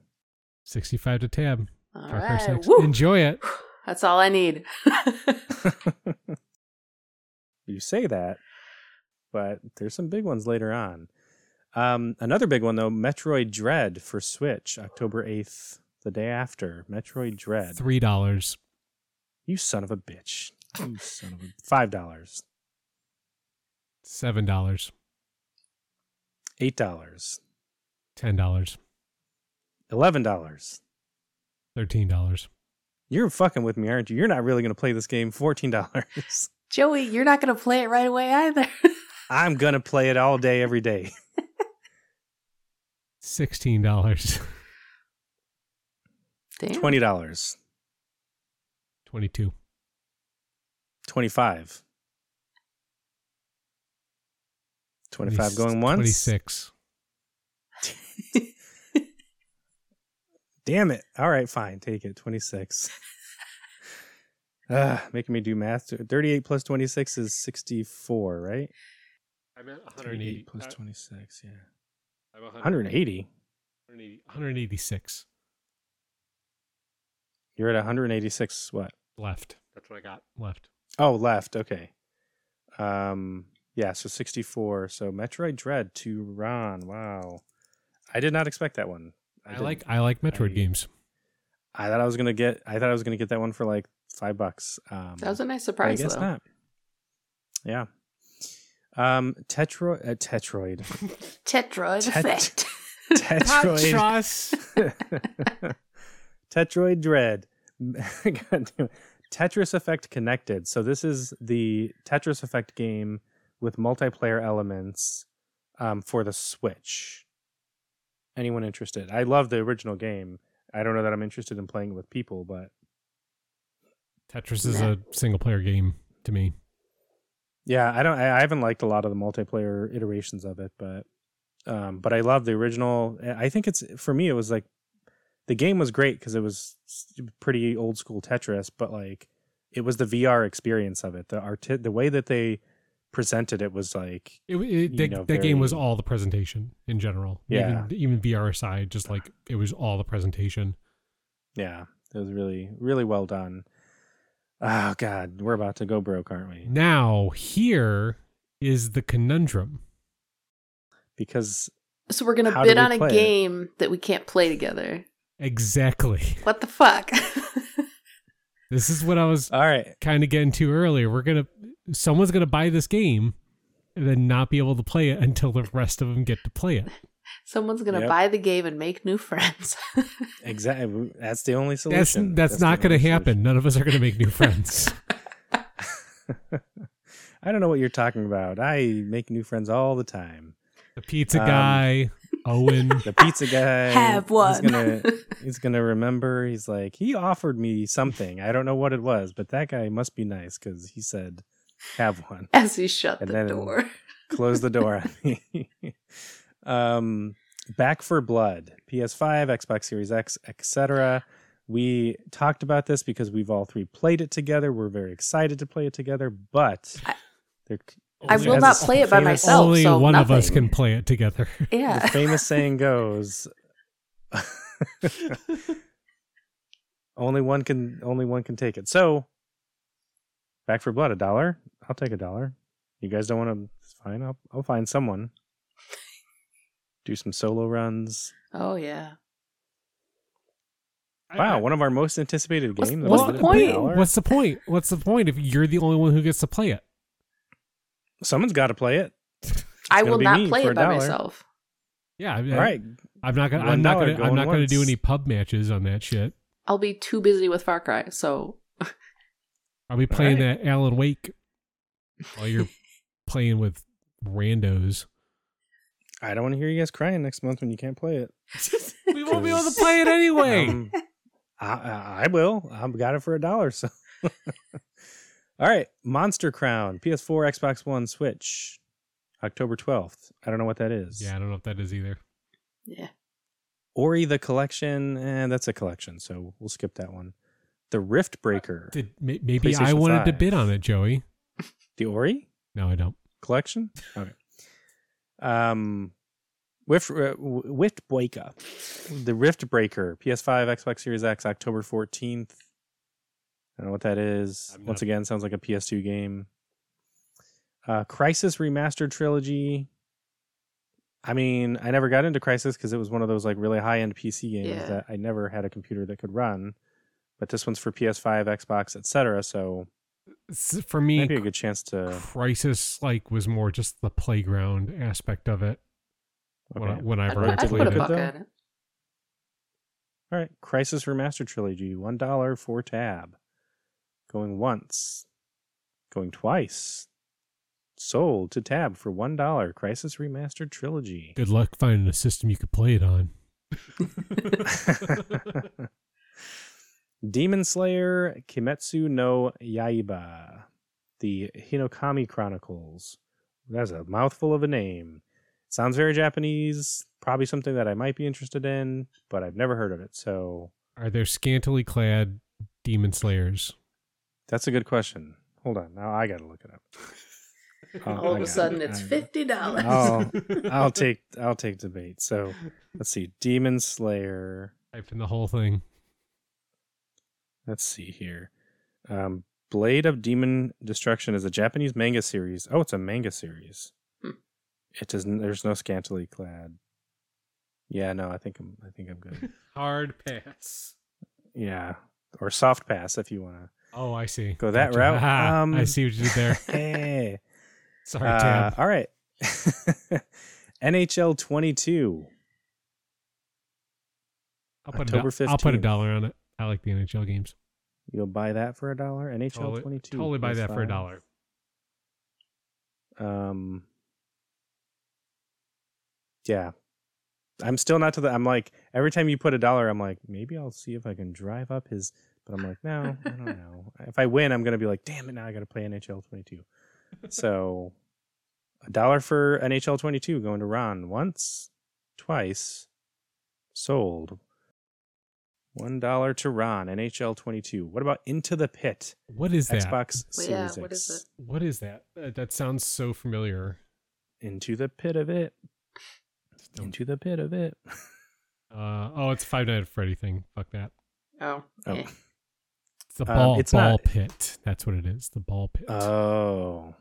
[SPEAKER 3] Sixty five to tab.
[SPEAKER 2] All
[SPEAKER 3] Far Cry
[SPEAKER 2] right.
[SPEAKER 3] six.
[SPEAKER 2] Woo.
[SPEAKER 3] Enjoy it.
[SPEAKER 2] That's all I need.
[SPEAKER 1] you say that but there's some big ones later on um, another big one though metroid dread for switch october 8th the day after metroid dread
[SPEAKER 3] Three dollars.
[SPEAKER 1] You son of a bitch. You son of a five dollars.
[SPEAKER 3] Seven dollars.
[SPEAKER 1] Eight dollars.
[SPEAKER 3] Ten dollars.
[SPEAKER 1] Eleven dollars.
[SPEAKER 3] Thirteen dollars.
[SPEAKER 1] You're fucking with me, aren't you? You're not really gonna play this game. Fourteen dollars.
[SPEAKER 2] Joey, you're not going to play it right away either.
[SPEAKER 1] I'm gonna play it all day, every day.
[SPEAKER 3] Sixteen dollars.
[SPEAKER 2] Damn.
[SPEAKER 1] Twenty dollars.
[SPEAKER 3] Twenty two.
[SPEAKER 1] Twenty-five. Twenty-five going once.
[SPEAKER 3] Twenty six.
[SPEAKER 1] Damn it. All right, fine. Take it. 26. Ah, making me do math. 38 plus 26 is 64, right?
[SPEAKER 3] I'm at
[SPEAKER 1] 180 plus 26, yeah. 180?
[SPEAKER 3] 186
[SPEAKER 1] You're at 186 what?
[SPEAKER 3] left. That's what I got left.
[SPEAKER 1] Oh, left. Okay. Um yeah, so 64. So Metroid Dread to Ron. Wow. I did not expect that one.
[SPEAKER 3] I,
[SPEAKER 1] didn't.
[SPEAKER 3] like I like Metroid
[SPEAKER 1] I-
[SPEAKER 3] games.
[SPEAKER 1] I thought I was going to get I thought I was going to get that one for like 5 bucks. Um
[SPEAKER 2] That was a nice
[SPEAKER 1] but I
[SPEAKER 2] surprise,
[SPEAKER 1] guess
[SPEAKER 2] though.
[SPEAKER 1] not. Yeah. Um Tetroid uh, Tetroid.
[SPEAKER 2] Tetroid
[SPEAKER 1] Tet-
[SPEAKER 2] effect.
[SPEAKER 1] Tetroid. Tetroid Dread. God damn it. Tetris Effect Connected. So this is the Tetris Effect game with multiplayer elements um, for the Switch. Anyone interested? I love the original game. I don't know that I'm interested in playing it with people, but
[SPEAKER 3] Tetris is a single player game to me.
[SPEAKER 1] yeah, I don't. I I haven't liked a lot of the multiplayer iterations of it, but um, but I love the original. eh, I think it's for me. It was like the game was great because it was pretty old school Tetris, but like it was the VR experience of it. The art, the way that they presented it was like
[SPEAKER 3] It, it, that,
[SPEAKER 1] know,
[SPEAKER 3] that game was
[SPEAKER 1] very-
[SPEAKER 3] all the presentation in general.
[SPEAKER 1] Yeah.
[SPEAKER 3] Even, even VR aside, just like it was all the presentation.
[SPEAKER 1] yeah, it was really really well done. Oh God, we're about to go broke, aren't we?
[SPEAKER 3] Now, here is the conundrum.
[SPEAKER 1] Because
[SPEAKER 2] So we're gonna
[SPEAKER 1] How do
[SPEAKER 2] bid
[SPEAKER 1] we
[SPEAKER 2] on a
[SPEAKER 1] play it?
[SPEAKER 2] game that we can't play together.
[SPEAKER 3] Exactly.
[SPEAKER 2] What the fuck?
[SPEAKER 3] This is what I was
[SPEAKER 1] all right,
[SPEAKER 3] kind of getting to earlier. We're going to, someone's going to buy this game and then not be able to play it until the rest of them get to play it.
[SPEAKER 2] Someone's gonna
[SPEAKER 1] Yep.
[SPEAKER 2] buy the game and make new friends.
[SPEAKER 1] exactly. That's the only
[SPEAKER 3] That's,
[SPEAKER 1] solution.
[SPEAKER 3] that's,
[SPEAKER 1] the
[SPEAKER 3] not going
[SPEAKER 1] only
[SPEAKER 3] to
[SPEAKER 1] solution.
[SPEAKER 3] happen. None of us are going to make new friends.
[SPEAKER 1] I don't know what you're talking about. I make new friends all the time.
[SPEAKER 3] The pizza
[SPEAKER 1] Um,
[SPEAKER 3] guy, Owen.
[SPEAKER 1] The pizza guy
[SPEAKER 2] Have
[SPEAKER 1] He's
[SPEAKER 2] one.
[SPEAKER 1] gonna he's gonna remember. He's like he offered me something. I don't know what it was, but that guy must be nice because he said, "Have one."
[SPEAKER 2] As he shut
[SPEAKER 1] And
[SPEAKER 2] the
[SPEAKER 1] then-
[SPEAKER 2] door.
[SPEAKER 1] Close the door on me. um, Back for Blood, PS5, Xbox Series X, etc. We talked about this because we've all three played it together. We're very excited to play it together, but
[SPEAKER 2] I-
[SPEAKER 1] there-
[SPEAKER 2] I
[SPEAKER 1] as
[SPEAKER 2] will
[SPEAKER 1] the
[SPEAKER 2] not play it by
[SPEAKER 1] famous-
[SPEAKER 2] myself.
[SPEAKER 3] Only
[SPEAKER 2] so
[SPEAKER 3] one of us
[SPEAKER 2] nothing.
[SPEAKER 3] can play it together.
[SPEAKER 2] Yeah.
[SPEAKER 1] The famous saying goes, only one can only one can take it. So, back for blood, a dollar. I'll take a dollar. You guys don't want to? It's fine. I'll I'll find someone. Do some solo runs.
[SPEAKER 2] Oh yeah.
[SPEAKER 1] Wow, one of our most anticipated
[SPEAKER 2] What's-
[SPEAKER 1] games.
[SPEAKER 2] what's
[SPEAKER 1] I'll
[SPEAKER 2] the
[SPEAKER 1] give it a
[SPEAKER 2] point?
[SPEAKER 1] dollar.
[SPEAKER 3] What's the point? What's the point if you're the only one who gets to play it?
[SPEAKER 1] Someone's got to play it.
[SPEAKER 2] I
[SPEAKER 1] gonna
[SPEAKER 2] will
[SPEAKER 1] be
[SPEAKER 2] not
[SPEAKER 1] me
[SPEAKER 2] play
[SPEAKER 1] for
[SPEAKER 2] it
[SPEAKER 1] a
[SPEAKER 2] by
[SPEAKER 1] dollar.
[SPEAKER 2] myself.
[SPEAKER 3] Yeah, I mean,
[SPEAKER 1] All right,
[SPEAKER 3] I'm not gonna.
[SPEAKER 1] One
[SPEAKER 3] I'm not
[SPEAKER 1] dollar
[SPEAKER 3] gonna.
[SPEAKER 1] going
[SPEAKER 3] I'm not gonna do
[SPEAKER 1] once.
[SPEAKER 3] any pub matches on that shit.
[SPEAKER 2] I'll be too busy with Far Cry, so
[SPEAKER 3] I'll be playing
[SPEAKER 1] right.
[SPEAKER 3] that Alan Wake while you're playing with randos.
[SPEAKER 1] I don't want to hear you guys crying next month when you can't play it.
[SPEAKER 3] We won't be able to play it anyway.
[SPEAKER 1] Um, I, I, I will. I've got it for a dollar. So, all right. Monster Crown, PS4, Xbox One, Switch, October twelfth. I don't know what that is.
[SPEAKER 3] yeah, I don't know if that is either.
[SPEAKER 2] yeah.
[SPEAKER 1] Ori the Collection, and that's a collection, so we'll skip that one. The Rift Breaker,
[SPEAKER 3] Did, may- maybe I
[SPEAKER 1] PlayStation
[SPEAKER 3] wanted to
[SPEAKER 1] 5.
[SPEAKER 3] bid on it, Joey.
[SPEAKER 1] the Ori
[SPEAKER 3] No, I don't.
[SPEAKER 1] Collection. Okay. Um, Rift uh, Rift Breaker, the Rift Breaker, PS5, Xbox Series X, October fourteenth. I don't know what that is.
[SPEAKER 3] I'm not-
[SPEAKER 1] Once again, sounds like a PS2 game. Uh, Crisis Remastered Trilogy. I mean, I never got into Crisis because it was one of those like really high end PC games
[SPEAKER 2] Yeah.
[SPEAKER 1] that I never had a computer that could run. But this one's for PS5, Xbox, etc. So
[SPEAKER 3] S- For me,
[SPEAKER 1] maybe a good chance
[SPEAKER 3] uh,
[SPEAKER 1] to.
[SPEAKER 3] Crisis like was more just the playground aspect of it. When I,
[SPEAKER 1] Okay.
[SPEAKER 2] I'd,
[SPEAKER 3] whenever
[SPEAKER 2] put,
[SPEAKER 3] I,
[SPEAKER 2] I'd
[SPEAKER 1] played
[SPEAKER 2] put a
[SPEAKER 1] it.
[SPEAKER 2] buck
[SPEAKER 1] Though?
[SPEAKER 2] on it.
[SPEAKER 1] All right, Crisis Remastered Trilogy, one dollar for tab. Going once, going twice. Sold to tab for one dollar. Crisis Remastered Trilogy.
[SPEAKER 3] Good luck finding a system you could play it on.
[SPEAKER 1] Demon Slayer Kimetsu no Yaiba, the Hinokami Chronicles. That's a mouthful of a name. Sounds very Japanese. Probably something that I might be interested in, but I've never heard of it. So
[SPEAKER 3] Are there scantily clad demon slayers?
[SPEAKER 1] that's a good question. Hold on, now I got to look it up. Oh,
[SPEAKER 2] All
[SPEAKER 1] I got
[SPEAKER 2] of a
[SPEAKER 1] it.
[SPEAKER 2] sudden, it's
[SPEAKER 1] I Oh. got it.
[SPEAKER 2] fifty dollars.
[SPEAKER 1] I'll, I'll take I'll take debate. So let's see, Demon Slayer.
[SPEAKER 3] Type in the whole thing.
[SPEAKER 1] Let's see here. Um, Blade of Demon Destruction is a Japanese manga series. Oh, it's a manga series.
[SPEAKER 2] Hmm.
[SPEAKER 1] It doesn't. There's no scantily clad. Yeah, no, I think I'm. I think I'm good.
[SPEAKER 3] Hard pass.
[SPEAKER 1] yeah, or soft pass if you wanna.
[SPEAKER 3] Oh, I see.
[SPEAKER 1] Go that route.
[SPEAKER 3] Aha,
[SPEAKER 1] Um,
[SPEAKER 3] I see what you did there.
[SPEAKER 1] Hey.
[SPEAKER 3] Sorry,
[SPEAKER 1] Uh,
[SPEAKER 3] Tab.
[SPEAKER 1] all right. NHL 22.
[SPEAKER 3] I'll put,
[SPEAKER 1] October
[SPEAKER 3] a, do- I'll put a
[SPEAKER 1] 15th.
[SPEAKER 3] dollar on it. I like the NHL games.
[SPEAKER 1] You'll buy that for a dollar. NHL
[SPEAKER 3] Totally,
[SPEAKER 1] 22.
[SPEAKER 3] totally buy that for a
[SPEAKER 1] PS5.
[SPEAKER 3] dollar.
[SPEAKER 1] Um, yeah, I'm still not to the. I'm like every time you put a dollar, I'm like maybe I'll see if I can drive up his. But I'm like, no, I don't know. If I win, I'm gonna be like, damn it! Now I got to play NHL 22. So, a dollar for NHL 22 going to Ron once, twice, sold. One dollar to Ron NHL 22. What about Into the Pit
[SPEAKER 3] What is that?
[SPEAKER 1] Xbox
[SPEAKER 2] Well,
[SPEAKER 1] Series
[SPEAKER 2] yeah,
[SPEAKER 1] X?
[SPEAKER 2] what is it?
[SPEAKER 3] What is that? Uh, that sounds so familiar.
[SPEAKER 1] Into the pit of it.
[SPEAKER 3] Don't-
[SPEAKER 1] Into the pit of it.
[SPEAKER 3] Uh, oh, it's a Five Night at Freddy thing. Fuck that.
[SPEAKER 2] Oh,
[SPEAKER 1] Oh.
[SPEAKER 2] eh.
[SPEAKER 3] the
[SPEAKER 1] Um,
[SPEAKER 3] ball
[SPEAKER 1] it's
[SPEAKER 3] ball
[SPEAKER 1] not-
[SPEAKER 3] pit. That's what it is. The ball pit.
[SPEAKER 1] Oh.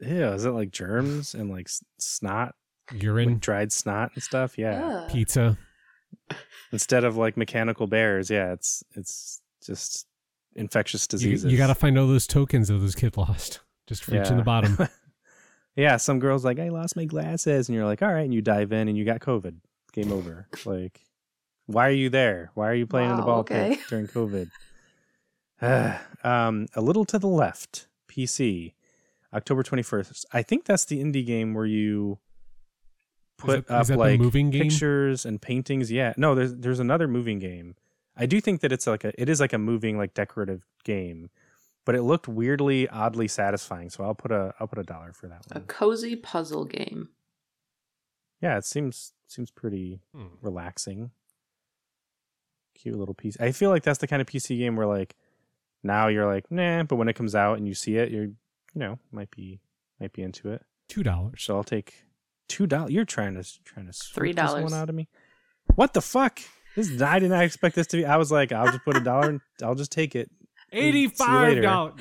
[SPEAKER 1] Yeah, is it like germs and like s- snot,
[SPEAKER 3] Urine,
[SPEAKER 1] like dried snot and stuff?
[SPEAKER 3] Oh.
[SPEAKER 1] Yeah.
[SPEAKER 2] Ugh.
[SPEAKER 3] pizza.
[SPEAKER 1] Instead of like mechanical bears, yeah, it's it's just infectious
[SPEAKER 3] You,
[SPEAKER 1] diseases.
[SPEAKER 3] you got to find all those tokens that those kid lost. Just reach in
[SPEAKER 1] Yeah.
[SPEAKER 3] the bottom.
[SPEAKER 1] yeah, some girls like I lost my glasses, and you're like, all right, and you dive in and you got COVID. Game over. Like, why are you there? Why are you playing in the
[SPEAKER 2] Wow,
[SPEAKER 1] ball
[SPEAKER 2] okay.
[SPEAKER 1] pit during COVID? um, a little to the left, PC, October 21st. I think that's the indie game where you put
[SPEAKER 3] is that,
[SPEAKER 1] up
[SPEAKER 3] is that
[SPEAKER 1] like
[SPEAKER 3] the moving game?
[SPEAKER 1] pictures and paintings. Yeah, no, there's there's another moving game. I do think that it's like a it is like a moving like decorative game, but it looked weirdly oddly satisfying. So I'll put a I'll put a dollar for that
[SPEAKER 2] A
[SPEAKER 1] one.
[SPEAKER 2] cozy puzzle game.
[SPEAKER 1] Yeah, it seems seems pretty
[SPEAKER 3] Hmm.
[SPEAKER 1] relaxing. Cute little piece. I feel like that's the kind of PC game where like now you're like nah, but when it comes out and you see it, you're you know might be might be into it.
[SPEAKER 3] Two dollars.
[SPEAKER 1] So I'll take two dollars. You're trying to trying to sweep this
[SPEAKER 2] $3.
[SPEAKER 1] one out of me. What the fuck? This is- I did not expect this to be. I was like, I'll just put a dollar. in I'll just take it.
[SPEAKER 3] Eighty-five dollars.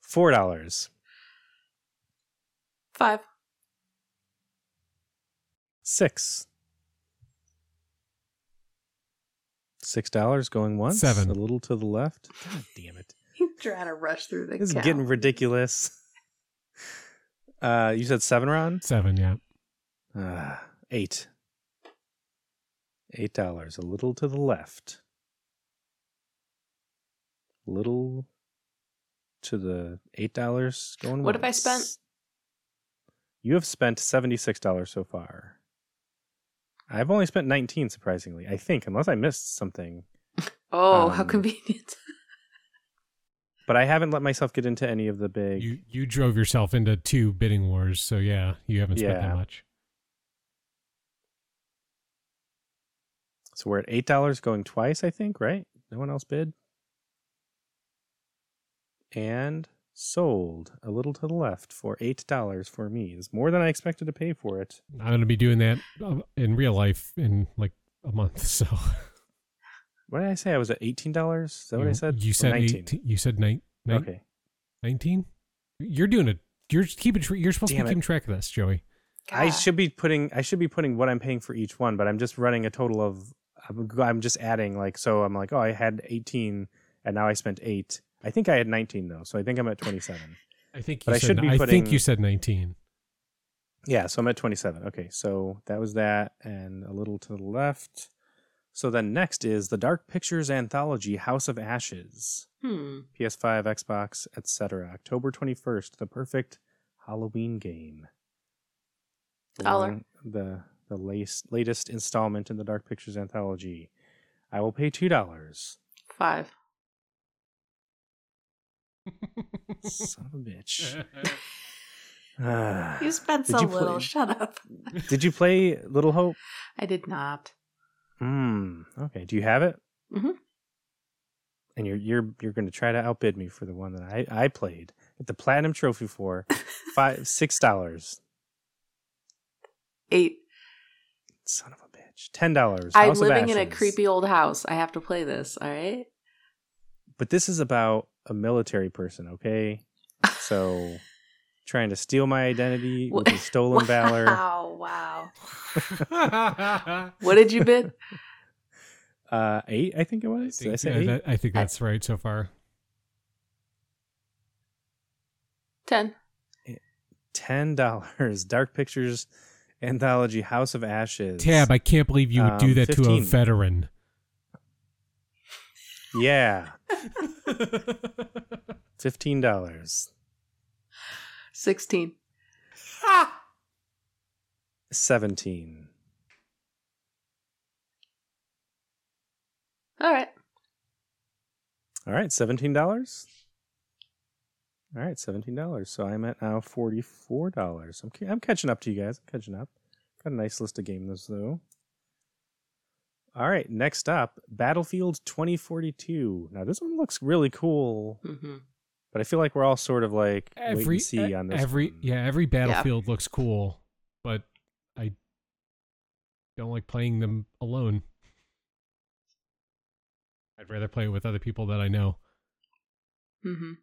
[SPEAKER 1] Four dollars,
[SPEAKER 2] Five.
[SPEAKER 1] six, six dollars going once.
[SPEAKER 3] Seven.
[SPEAKER 1] A little to the left. God damn it!
[SPEAKER 2] He's trying to rush through the
[SPEAKER 1] This is
[SPEAKER 2] count.
[SPEAKER 1] getting ridiculous. Uh, you said seven, Ron.
[SPEAKER 3] Seven. Yeah.
[SPEAKER 1] Uh, eight. Eight dollars, a little to the left. Little to the eight dollars going.
[SPEAKER 2] What have I
[SPEAKER 1] once.
[SPEAKER 2] spent?
[SPEAKER 1] You have spent seventy-six dollars so far. I've only spent nineteen, surprisingly. I think, unless I missed something,
[SPEAKER 2] Oh, how
[SPEAKER 1] Um,
[SPEAKER 2] convenient.
[SPEAKER 1] but I haven't let myself get into any of the big.
[SPEAKER 3] You you drove yourself into two bidding wars. So yeah, you haven't spent
[SPEAKER 1] Yeah.
[SPEAKER 3] that much.
[SPEAKER 1] So we're at eight dollars going twice, I think, right? No one else bid. And sold a little to the left for eight dollars for me. It's more than I expected to pay for it.
[SPEAKER 3] I'm gonna be doing that um, in real life in like a month. So
[SPEAKER 1] What did I say? I was at eighteen dollars? Is that what I
[SPEAKER 3] You-
[SPEAKER 1] said?
[SPEAKER 3] You
[SPEAKER 1] Or
[SPEAKER 3] said
[SPEAKER 1] 19?
[SPEAKER 3] 18, you said nine, nine,
[SPEAKER 1] Okay.
[SPEAKER 3] 19? You're doing it. You're just keeping. Tra- you're supposed to
[SPEAKER 1] Damn it.
[SPEAKER 3] be keeping track of this, Joey.
[SPEAKER 1] I
[SPEAKER 2] God.
[SPEAKER 1] should be putting I should be putting what I'm paying for each one, but I'm just running a total of I'm, I'm just adding like so I'm like, oh I had eighteen and now I spent eight. I think I had nineteen though, so I think I'm at twenty seven.
[SPEAKER 3] I think you
[SPEAKER 1] But I
[SPEAKER 3] said.
[SPEAKER 1] should be
[SPEAKER 3] I think
[SPEAKER 1] putting-
[SPEAKER 3] you said 19.
[SPEAKER 1] Yeah, so I'm at 27. Okay, so that was that, and a little to the left. So then next is the Dark Pictures Anthology House of Ashes,
[SPEAKER 2] Hmm.
[SPEAKER 1] PS5, Xbox, etc. October 21st, the perfect Halloween game.
[SPEAKER 2] Dollar.
[SPEAKER 1] Along The the latest, latest installment in the Dark Pictures Anthology. I will pay two dollars.
[SPEAKER 2] Five.
[SPEAKER 1] Son of a bitch. Ah.
[SPEAKER 2] You spent
[SPEAKER 1] Did
[SPEAKER 2] so
[SPEAKER 1] you
[SPEAKER 2] little.
[SPEAKER 1] play-
[SPEAKER 2] Shut up.
[SPEAKER 1] Did you play Little Hope?
[SPEAKER 2] I did not.
[SPEAKER 1] Hmm. Okay. Do you have it?
[SPEAKER 2] Mhm.
[SPEAKER 1] And you're you're you're going to try to outbid me for the one that I I played at the platinum trophy for five six dollars.
[SPEAKER 2] Eight.
[SPEAKER 1] Son of a bitch. Ten dollars.
[SPEAKER 2] I'm
[SPEAKER 1] House of
[SPEAKER 2] living in a
[SPEAKER 1] Ashes.
[SPEAKER 2] creepy old house. I have to play this. All right.
[SPEAKER 1] But this is about a military person. Okay. So. Trying to steal my identity with
[SPEAKER 2] Wha-
[SPEAKER 1] his stolen valor.
[SPEAKER 2] Wow. Wow. What did you bid?
[SPEAKER 1] Uh, eight, I think it
[SPEAKER 3] I
[SPEAKER 1] was. Did I
[SPEAKER 3] think,
[SPEAKER 1] say
[SPEAKER 3] yeah,
[SPEAKER 1] eight?
[SPEAKER 3] that- I think
[SPEAKER 2] I-
[SPEAKER 3] that's right so far.
[SPEAKER 2] Ten.
[SPEAKER 1] Ten dollars. Dark Pictures Anthology House of Ashes.
[SPEAKER 3] Tab, I can't believe you would do
[SPEAKER 1] um,
[SPEAKER 3] that to a
[SPEAKER 1] 15.
[SPEAKER 3] veteran.
[SPEAKER 1] Yeah. Fifteen dollars.
[SPEAKER 2] Sixteen.
[SPEAKER 1] 17.
[SPEAKER 2] All right.
[SPEAKER 1] All right, $17. All right, $17. So I'm at now $44. I'm, ca- I'm catching up to you guys. I'm catching up. Got a nice list of games, though. All right, next up Battlefield 2042. Now, this one looks really cool,
[SPEAKER 2] Mm-hmm.
[SPEAKER 1] but I feel like we're all sort of like wait
[SPEAKER 3] every
[SPEAKER 1] and see
[SPEAKER 3] e-
[SPEAKER 1] on this.
[SPEAKER 3] every
[SPEAKER 1] one.
[SPEAKER 3] yeah every battlefield looks cool, but I don't like playing them alone. I'd rather play it with other people that I know.
[SPEAKER 2] Mm-hmm.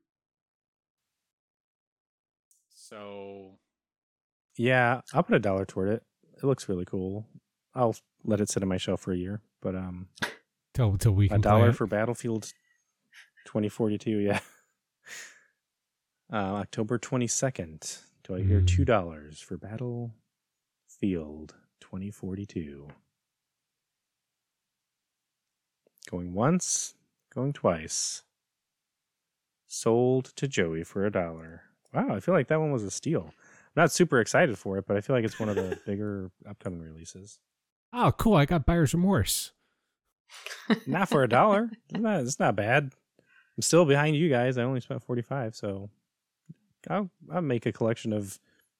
[SPEAKER 4] So
[SPEAKER 1] Yeah, I'll put a dollar toward it. It looks really cool. I'll let it sit on my shelf for a year, but um,
[SPEAKER 3] Till till we
[SPEAKER 1] a
[SPEAKER 3] can play
[SPEAKER 1] dollar
[SPEAKER 3] it.
[SPEAKER 1] for Battlefield 2042. Yeah, uh, October 22nd. Do I hear
[SPEAKER 3] Hmm.
[SPEAKER 1] two dollars for Battlefield 2042? Going once, going twice. Sold to Joey for a dollar. Wow, I feel like that one was a steal. I'm not super excited for it, but I feel like it's one of the bigger upcoming releases.
[SPEAKER 3] Oh, cool! I got buyer's remorse.
[SPEAKER 1] not for a dollar. It's not, it's not bad. I'm still behind you guys. I only spent 45, so I'll, I'll make a collection of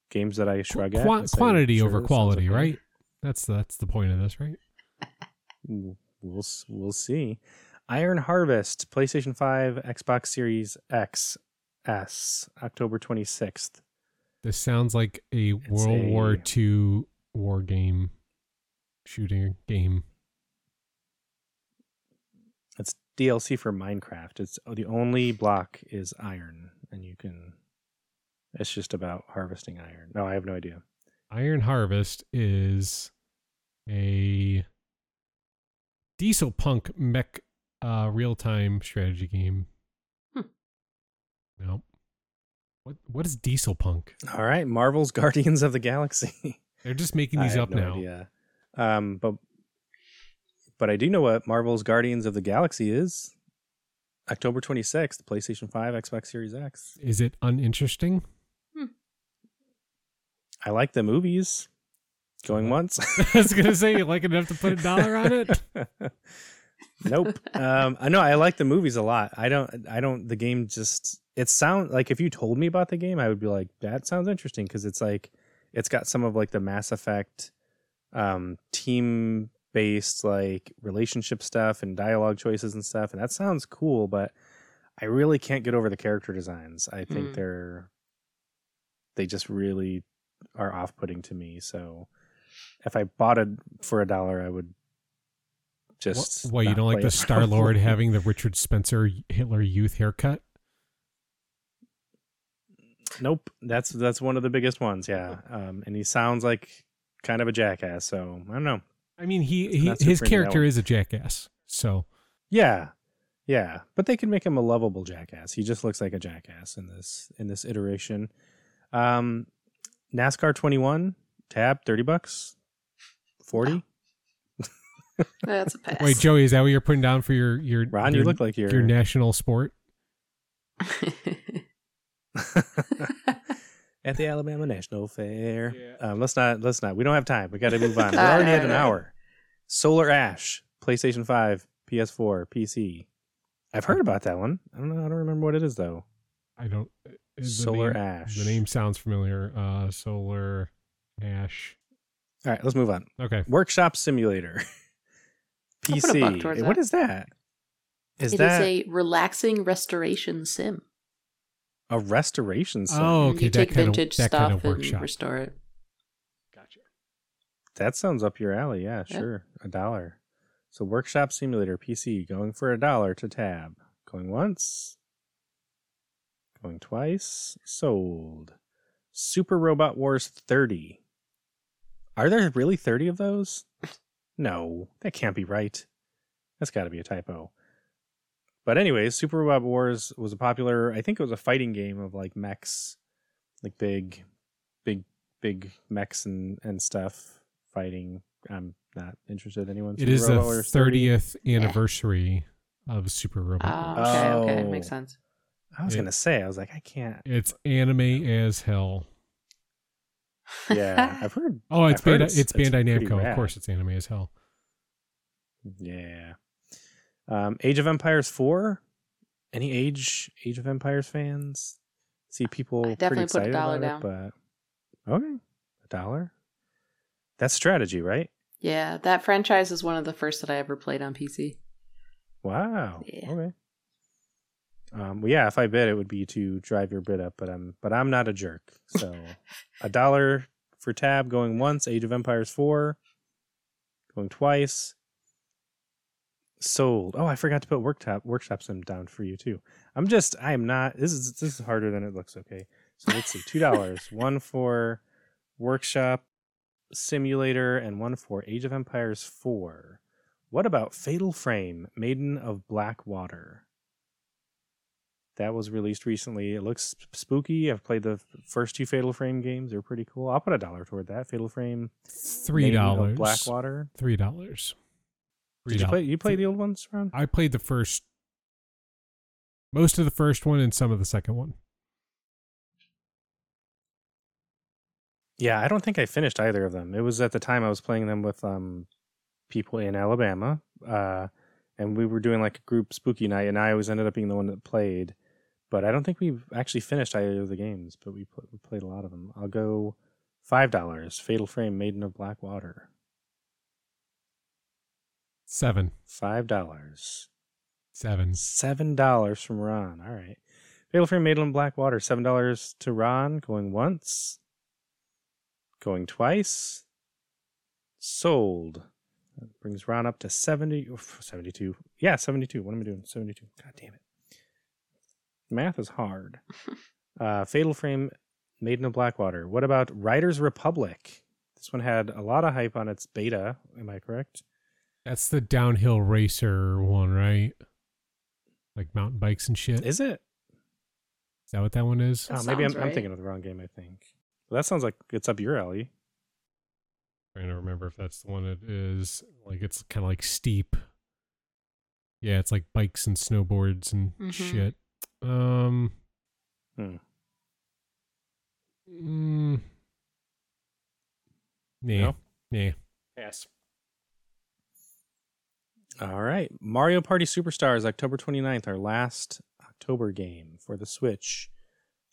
[SPEAKER 1] games that I
[SPEAKER 3] Qu-
[SPEAKER 1] shrug at.
[SPEAKER 3] quan-
[SPEAKER 1] and say,
[SPEAKER 3] quantity
[SPEAKER 1] "Sure,
[SPEAKER 3] over
[SPEAKER 1] sounds
[SPEAKER 3] quality,
[SPEAKER 1] okay."
[SPEAKER 3] right? That's that's the point of this, right?
[SPEAKER 1] W- We'll s- we'll see. Iron Harvest, PlayStation 5, Xbox Series X, S, October 26th.
[SPEAKER 3] This sounds like a World
[SPEAKER 1] a-
[SPEAKER 3] War II war game, shooting game.
[SPEAKER 1] It's DLC for Minecraft. It's oh, the only block is iron, and you can. It's just about harvesting iron. No, I have no idea.
[SPEAKER 3] Iron Harvest is a diesel punk mech uh, real time strategy game.
[SPEAKER 2] Hmm.
[SPEAKER 3] Nope. What what is diesel punk?
[SPEAKER 1] All right, Marvel's Guardians of the Galaxy.
[SPEAKER 3] They're just making these
[SPEAKER 1] I
[SPEAKER 3] up
[SPEAKER 1] have no
[SPEAKER 3] now.
[SPEAKER 1] idea. Um, but but I do know what Marvel's Guardians of the Galaxy is. October twenty sixth, PlayStation Five, Xbox Series X.
[SPEAKER 3] Is it uninteresting?
[SPEAKER 1] I like the movies. Going once.
[SPEAKER 3] I was gonna say you like it enough to put a dollar on it.
[SPEAKER 1] nope. Um, I know I like the movies a lot. I don't. I don't. The game just. It sound like if you told me about the game, I would be like, that sounds interesting because it's like, it's got some of like the Mass Effect, um, team based like relationship stuff and dialogue choices and stuff, and that sounds cool. But I really can't get over the character designs. I think
[SPEAKER 2] Mm.
[SPEAKER 1] they're, they just really are off putting to me. So. If I bought it for a dollar, I would
[SPEAKER 3] Wha-
[SPEAKER 1] just.
[SPEAKER 3] Why you
[SPEAKER 1] not
[SPEAKER 3] don't like
[SPEAKER 1] play
[SPEAKER 3] the
[SPEAKER 1] it.
[SPEAKER 3] Star Lord having the Richard Spencer Hitler Youth haircut?
[SPEAKER 1] Nope, that's that's one of the biggest ones. Yeah, um, and he sounds like kind of a jackass. So I don't know.
[SPEAKER 3] I mean, he, he
[SPEAKER 1] Not super
[SPEAKER 3] his
[SPEAKER 1] into that
[SPEAKER 3] character
[SPEAKER 1] one.
[SPEAKER 3] is a jackass, so
[SPEAKER 1] Yeah, yeah, but they can make him a lovable jackass. He just looks like a jackass in this in this iteration. Um, NASCAR twenty one tab thirty bucks, forty.
[SPEAKER 2] That's a pass.
[SPEAKER 3] Wait, Joey, is that what you're putting down for your your
[SPEAKER 1] Ron,
[SPEAKER 3] your,
[SPEAKER 1] you look like you're.
[SPEAKER 3] your national sport?
[SPEAKER 1] at the Alabama National Fair.
[SPEAKER 4] Yeah.
[SPEAKER 1] Um, let's not. Let's not. We don't have time. We got to move on. We
[SPEAKER 2] All
[SPEAKER 1] already
[SPEAKER 2] right,
[SPEAKER 1] had an
[SPEAKER 2] all right.
[SPEAKER 1] hour. Solar Ash, PlayStation Five, PS4, PC. I've heard about that one. I don't know. I don't remember what it is though.
[SPEAKER 3] I don't. uh, the
[SPEAKER 1] Solar
[SPEAKER 3] name-
[SPEAKER 1] Ash.
[SPEAKER 3] The name sounds familiar. Uh, Solar Ash.
[SPEAKER 1] All right, let's move on.
[SPEAKER 3] Okay,
[SPEAKER 1] Workshop Simulator,
[SPEAKER 2] I'll put a buck towards
[SPEAKER 1] PC. What
[SPEAKER 2] that.
[SPEAKER 1] is that? Is
[SPEAKER 2] It is
[SPEAKER 1] that
[SPEAKER 2] a relaxing restoration sim.
[SPEAKER 1] a, restoration? sim?
[SPEAKER 3] Oh. okay,
[SPEAKER 2] you
[SPEAKER 3] that
[SPEAKER 2] take
[SPEAKER 3] kinda-
[SPEAKER 2] vintage
[SPEAKER 3] that
[SPEAKER 2] stuff
[SPEAKER 3] kinda workshop.
[SPEAKER 2] and restore it.
[SPEAKER 4] gotcha.
[SPEAKER 1] That sounds up your alley. Yeah,
[SPEAKER 2] Yeah.
[SPEAKER 1] sure. A dollar. So Workshop Simulator PC going for a dollar to tab. Going once. Going twice. Sold. Super Robot Wars 30. Are there really 30 of those? No, that can't be right. That's got to be a typo. But anyways, Super Robot Wars was a popular, I think it was a fighting game of like mechs, like big big big mechs and and stuff fighting. I'm not interested anyone.
[SPEAKER 3] it is
[SPEAKER 1] Super
[SPEAKER 3] the
[SPEAKER 1] Robot Wars 30.
[SPEAKER 3] thirtieth anniversary of Super Robot.
[SPEAKER 2] Oh,
[SPEAKER 3] Wars.
[SPEAKER 2] okay, okay,
[SPEAKER 1] Oh.
[SPEAKER 2] makes sense.
[SPEAKER 1] I was
[SPEAKER 3] Yeah.
[SPEAKER 1] gonna say, I was like, I can't.
[SPEAKER 3] It's anime as hell.
[SPEAKER 1] Yeah, I've heard.
[SPEAKER 3] Oh, it's
[SPEAKER 1] I've heard
[SPEAKER 3] Bandai,
[SPEAKER 1] it's- it's
[SPEAKER 3] it's, Bandai
[SPEAKER 1] pretty
[SPEAKER 3] Namco.
[SPEAKER 1] rad.
[SPEAKER 3] Of course, it's anime as hell.
[SPEAKER 1] Yeah. Um, Age of Empires four. Any age Age of Empires fans? See people
[SPEAKER 2] I
[SPEAKER 1] pretty
[SPEAKER 2] definitely put a
[SPEAKER 1] excited
[SPEAKER 2] dollar
[SPEAKER 1] about it, but okay, a dollar. That's strategy, right?
[SPEAKER 2] yeah, that franchise is one of the first that I ever played on PC.
[SPEAKER 1] Wow.
[SPEAKER 2] Yeah.
[SPEAKER 1] Okay. Um, well, yeah. If I bid, it would be to drive your bid up, but I'm but I'm not a jerk. So a dollar for tab going once. Age of Empires four going twice. sold. Oh, I forgot to put workshop workshop sim down for you too. I'm just I am not this is this is harder than it looks, okay. So let's see, two dollars, one for workshop simulator and one for Age of Empires four. What about Fatal Frame, Maiden of Black Water? That was released recently. It looks sp- spooky. I've played the first two Fatal Frame games. They're pretty cool. I'll put a dollar toward that. Fatal Frame,
[SPEAKER 3] Three
[SPEAKER 1] Maiden of
[SPEAKER 3] dollars.
[SPEAKER 1] Blackwater.
[SPEAKER 3] Three dollars.
[SPEAKER 1] Did you play? You play the old ones, Ron?
[SPEAKER 3] I played the first, most of the first one and some of the second one.
[SPEAKER 1] Yeah, I don't think I finished either of them. It was at the time I was playing them with um people in Alabama. Uh and we were doing like a group spooky night and I always ended up being the one that played. But I don't think we've actually finished either of the games, but we, pl- we played a lot of them. I'll go $5 Fatal Frame Maiden of Black Water.
[SPEAKER 3] Seven,
[SPEAKER 1] $5.
[SPEAKER 3] seven.
[SPEAKER 1] Seven dollars from Ron. All right. Fatal Frame Maiden Black Water, seven dollars to Ron, going once. Going twice. Sold. That brings Ron up to 70, oof, 72. Yeah, 72. What am I doing? 72. God damn it. Math is hard. uh, Fatal Frame Maiden of Blackwater. What about Riders Republic? This one had a lot of hype on its beta. Am I correct?
[SPEAKER 3] That's the downhill racer one, right? Like mountain bikes and shit.
[SPEAKER 1] Is
[SPEAKER 3] Is
[SPEAKER 1] it?
[SPEAKER 3] that what that one is?
[SPEAKER 2] That
[SPEAKER 1] oh, maybe I'm,
[SPEAKER 2] sounds
[SPEAKER 1] I'm
[SPEAKER 2] right.
[SPEAKER 1] thinking of the wrong game. I think well, that sounds like it's up your alley.
[SPEAKER 3] trying to remember if that's the one that is like it's kind of like steep. Yeah, it's like bikes and snowboards and
[SPEAKER 2] Mhm.
[SPEAKER 3] shit. Um.
[SPEAKER 1] Mm-hmm. Hmm.
[SPEAKER 3] Mm, nah.
[SPEAKER 1] No?
[SPEAKER 3] Nah.
[SPEAKER 4] Pass.
[SPEAKER 1] All right, Mario Party Superstars, October 29th, our last October game for the Switch.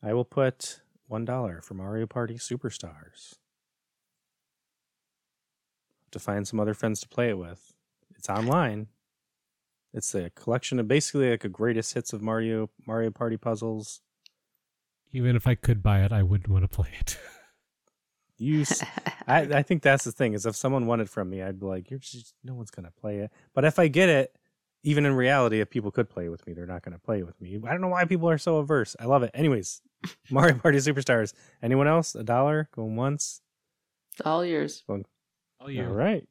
[SPEAKER 1] I will put one dollar for Mario Party Superstars. To find some other friends to play it with. It's online. It's a collection of basically like a greatest hits of Mario Mario Party puzzles.
[SPEAKER 3] Even if I could buy it, I wouldn't want to play it.
[SPEAKER 1] You s- I, I think that's the thing is if someone won it from me, I'd be like, "You're just no one's gonna play it." But if I get it, even in reality, if people could play with me, they're not gonna play with me. I don't know why people are so averse. I love it. Anyways, Mario Party Superstars. Anyone else? A dollar going once.
[SPEAKER 2] It's all yours.
[SPEAKER 4] Oh, you.
[SPEAKER 1] All right,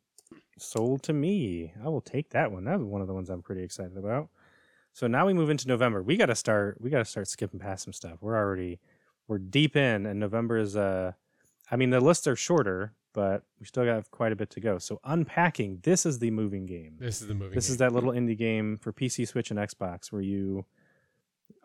[SPEAKER 1] sold to me. I will take that one. That was one of the ones I'm pretty excited about. So now we move into November. We gotta start. We gotta start skipping past some stuff. We're already we're deep in, and November is uh, I mean the lists are shorter, but we still got quite a bit to go. So unpacking. This is the moving game.
[SPEAKER 3] this is the movie.
[SPEAKER 1] This is that little indie game for PC, Switch, and Xbox where you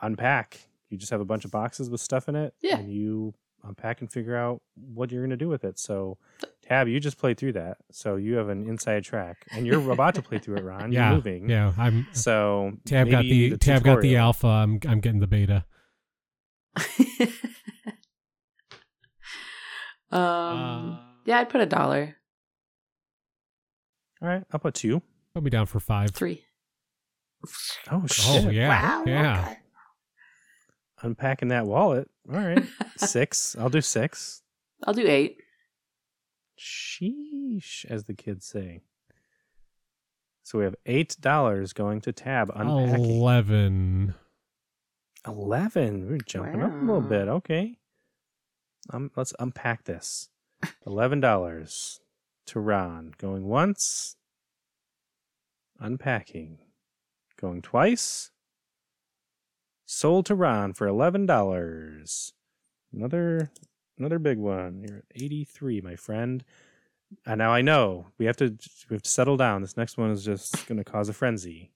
[SPEAKER 1] unpack. You just have a bunch of boxes with stuff in it,
[SPEAKER 2] Yeah.
[SPEAKER 1] and you unpack and figure out what you're going to do with it. So, Tab, you just played through that, so you have an inside track, and you're about to play through it, Ron.
[SPEAKER 3] Yeah.
[SPEAKER 1] You're moving.
[SPEAKER 3] Yeah. I'm.
[SPEAKER 1] So
[SPEAKER 3] Tab got
[SPEAKER 1] maybe
[SPEAKER 3] the, Tab got the
[SPEAKER 1] tutorial.
[SPEAKER 3] alpha. I'm I'm getting the beta.
[SPEAKER 2] um,
[SPEAKER 3] Uh,
[SPEAKER 2] yeah, I'd put a dollar,
[SPEAKER 1] All right, I'll put two.
[SPEAKER 3] Put me down for five.
[SPEAKER 2] three.
[SPEAKER 1] Oh
[SPEAKER 3] Oh
[SPEAKER 1] shit!
[SPEAKER 3] yeah. Yeah.
[SPEAKER 1] Unpacking that wallet. All right, six. I'll do six.
[SPEAKER 2] I'll do eight.
[SPEAKER 1] Sheesh, as the kids say. So we have eight dollars going to tab
[SPEAKER 3] Oh,
[SPEAKER 1] unpacking.
[SPEAKER 3] Eleven.
[SPEAKER 1] Eleven. We're jumping up a little
[SPEAKER 2] Wow.
[SPEAKER 1] bit. Okay. Um, let's unpack this. Eleven dollars to Ron. Going once. Unpacking. Going twice. Sold to Ron for eleven dollars. Another another big one. You're at eighty-three, my friend. And now I know we have to we have to settle down. This next one is just gonna cause a frenzy.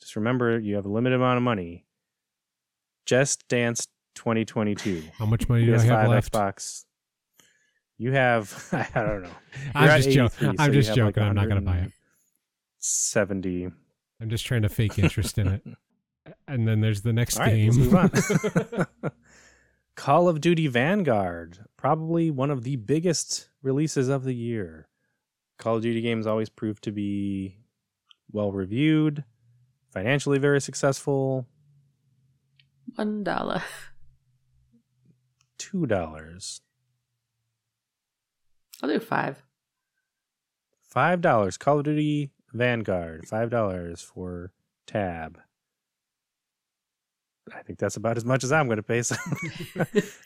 [SPEAKER 1] Just remember you have a limited amount of money. Just Dance 2022.
[SPEAKER 3] How much money do I have
[SPEAKER 1] PS5,
[SPEAKER 3] left?
[SPEAKER 1] Xbox. You have I don't know. You're at
[SPEAKER 3] I'm just, jo-
[SPEAKER 1] 83, so
[SPEAKER 3] I'm
[SPEAKER 1] you
[SPEAKER 3] just
[SPEAKER 1] have, like,
[SPEAKER 3] joking. I'm not going to buy it.
[SPEAKER 1] 170.
[SPEAKER 3] I'm just trying to fake interest in it. And then there's the next
[SPEAKER 1] All right, let's
[SPEAKER 3] game.
[SPEAKER 1] move on. Call of Duty Vanguard, probably one of the biggest releases of the year. Call of Duty games always prove to be well reviewed, financially very successful.
[SPEAKER 2] One dollar.
[SPEAKER 1] Two dollars,
[SPEAKER 2] I'll do five.
[SPEAKER 1] five dollars. Call of Duty Vanguard, five dollars for tab. I think that's about as much as I'm going to pay. So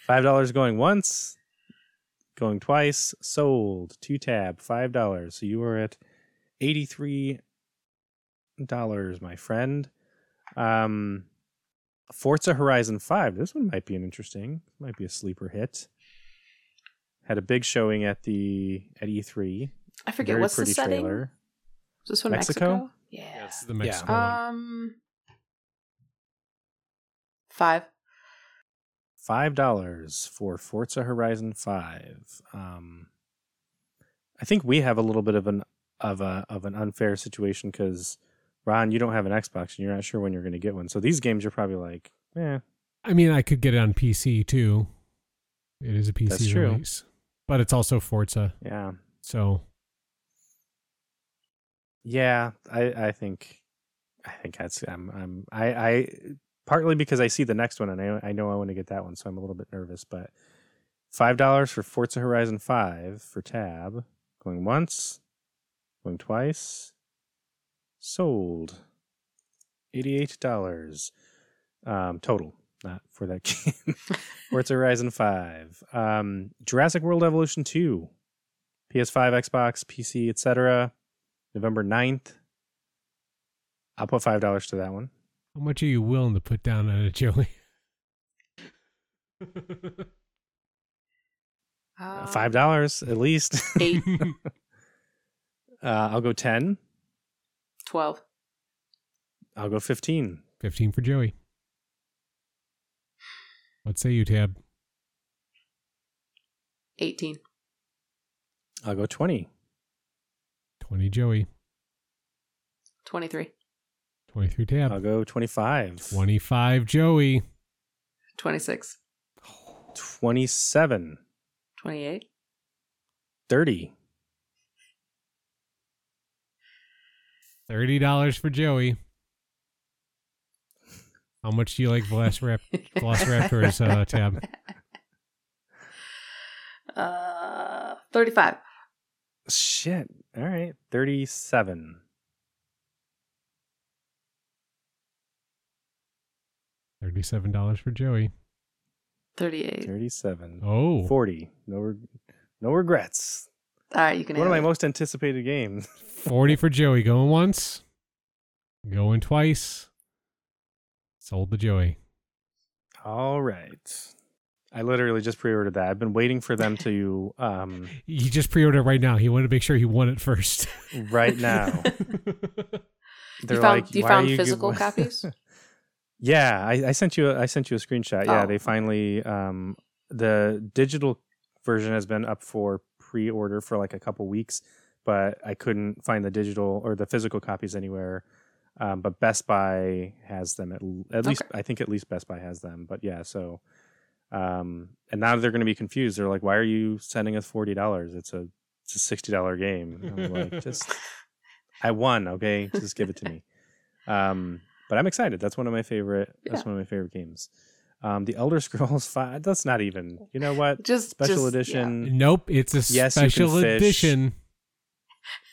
[SPEAKER 1] five dollars going once, going twice, sold. Two tab, five dollars. So you were at eighty-three dollars, my friend. Um, Forza Horizon Five. This one might be an interesting. Might be a sleeper hit. Had a big showing at the at E E3.
[SPEAKER 2] I forget
[SPEAKER 1] Very
[SPEAKER 2] what's the
[SPEAKER 1] pretty
[SPEAKER 2] setting.
[SPEAKER 1] trailer.
[SPEAKER 2] Is this one
[SPEAKER 1] Mexico?
[SPEAKER 2] Mexico?
[SPEAKER 4] Yeah,
[SPEAKER 2] Yeah.
[SPEAKER 4] it's
[SPEAKER 3] the
[SPEAKER 1] Yeah.
[SPEAKER 3] Mexico one.
[SPEAKER 2] Um, five.
[SPEAKER 1] five dollars for Forza Horizon Five. Um, I think we have a little bit of an of a of an unfair situation because Ron, you don't have an Xbox and you're not sure when you're going to get one. So these games, you're probably like, eh, yeah,
[SPEAKER 3] I mean, I could get it on PC too. It is a PC
[SPEAKER 1] That's true.
[SPEAKER 3] release, but it's also Forza,
[SPEAKER 1] yeah,
[SPEAKER 3] so
[SPEAKER 1] yeah. I I think I think that's I'm I'm I I partly because I see the next one and I I know I want to get that one, so I'm a little bit nervous, but. Five dollars for Forza Horizon Five for tab. Going once, going twice. Sold. Eighty-eight dollars um, total, not for that game. Forza Horizon Five, um, Jurassic World Evolution Two, PS5, Xbox, PC, etc. November 9th. I'll put five dollars to that one.
[SPEAKER 3] how much are you willing to put down on it, Joey?
[SPEAKER 2] Um,
[SPEAKER 1] five dollars at least.
[SPEAKER 2] Eight.
[SPEAKER 1] uh, I'll go ten.
[SPEAKER 2] Twelve.
[SPEAKER 1] I'll go fifteen.
[SPEAKER 3] Fifteen for Joey. What say you, Tab?
[SPEAKER 2] Eighteen.
[SPEAKER 1] I'll go twenty.
[SPEAKER 3] Twenty, Joey.
[SPEAKER 2] Twenty-three.
[SPEAKER 3] Twenty-three, Tab.
[SPEAKER 1] I'll go 25.
[SPEAKER 3] Twenty-five, Joey.
[SPEAKER 2] Twenty-six.
[SPEAKER 1] 27.
[SPEAKER 2] Twenty-eight.
[SPEAKER 1] 30.
[SPEAKER 3] Thirty dollars for Joey. How much do you like Velocirap- Velociraptor's uh, tab?
[SPEAKER 2] Uh, thirty-five.
[SPEAKER 1] Shit. All right. 37.
[SPEAKER 3] Thirty-seven dollars for Joey.
[SPEAKER 2] Thirty-eight.
[SPEAKER 1] 37.
[SPEAKER 3] Oh,
[SPEAKER 1] 40. No reg- no regrets.
[SPEAKER 2] All right, you can.
[SPEAKER 1] One of
[SPEAKER 2] have
[SPEAKER 1] my
[SPEAKER 2] it.
[SPEAKER 1] most anticipated games.
[SPEAKER 3] 40 for Joey. Going once. Going twice. Sold to Joey.
[SPEAKER 1] All right. I literally just pre-ordered that. I've been waiting for them to um
[SPEAKER 3] He just pre-ordered it right now. He wanted to make sure he won it first.
[SPEAKER 1] right now. They're
[SPEAKER 2] you found,
[SPEAKER 1] like,
[SPEAKER 2] you
[SPEAKER 1] "Why
[SPEAKER 2] found
[SPEAKER 1] are you
[SPEAKER 2] physical
[SPEAKER 1] gi-
[SPEAKER 2] copies?
[SPEAKER 1] Yeah, I, I sent you. A, I sent you a screenshot. Yeah,
[SPEAKER 2] Oh.
[SPEAKER 1] they finally um, the digital version has been up for pre-order for like a couple weeks, but I couldn't find the digital or the physical copies anywhere. Um, but Best Buy has them at, l- at least. I think at least Best Buy has them. But yeah, so um, and now they're going to be confused. They're like, "Why are you sending us forty dollars? It's a it's a sixty dollar game." And I'm like, "Just I won, okay? Just give it to me. Um, but I'm excited. That's one of my favorite. That's
[SPEAKER 2] Yeah.
[SPEAKER 1] one of my favorite games. Um, the Elder Scrolls Five. That's not even. You know what?
[SPEAKER 2] Just
[SPEAKER 1] Special
[SPEAKER 2] just-
[SPEAKER 1] edition.
[SPEAKER 3] nope, it's a
[SPEAKER 1] Mm. Yes, you can
[SPEAKER 3] special
[SPEAKER 1] fish.
[SPEAKER 3] edition.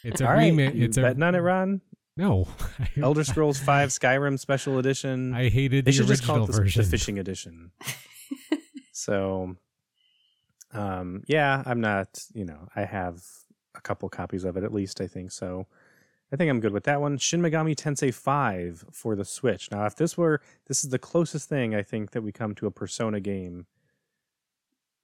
[SPEAKER 3] It's a
[SPEAKER 1] All right,
[SPEAKER 3] remake.
[SPEAKER 1] you
[SPEAKER 3] It's a
[SPEAKER 1] betting on it, Ron.
[SPEAKER 3] No,
[SPEAKER 1] Elder Scrolls Five Skyrim Special Edition.
[SPEAKER 3] I hated
[SPEAKER 1] they
[SPEAKER 3] the
[SPEAKER 1] should just call
[SPEAKER 3] original
[SPEAKER 1] it the,
[SPEAKER 3] version.
[SPEAKER 1] the fishing edition. so, um, yeah, I'm not. You know, I have a couple copies of it at least. I think so. I think I'm good with that one. Shin Megami Tensei 5 for the Switch. Now, if this were this is the closest thing I think that we come to a Persona game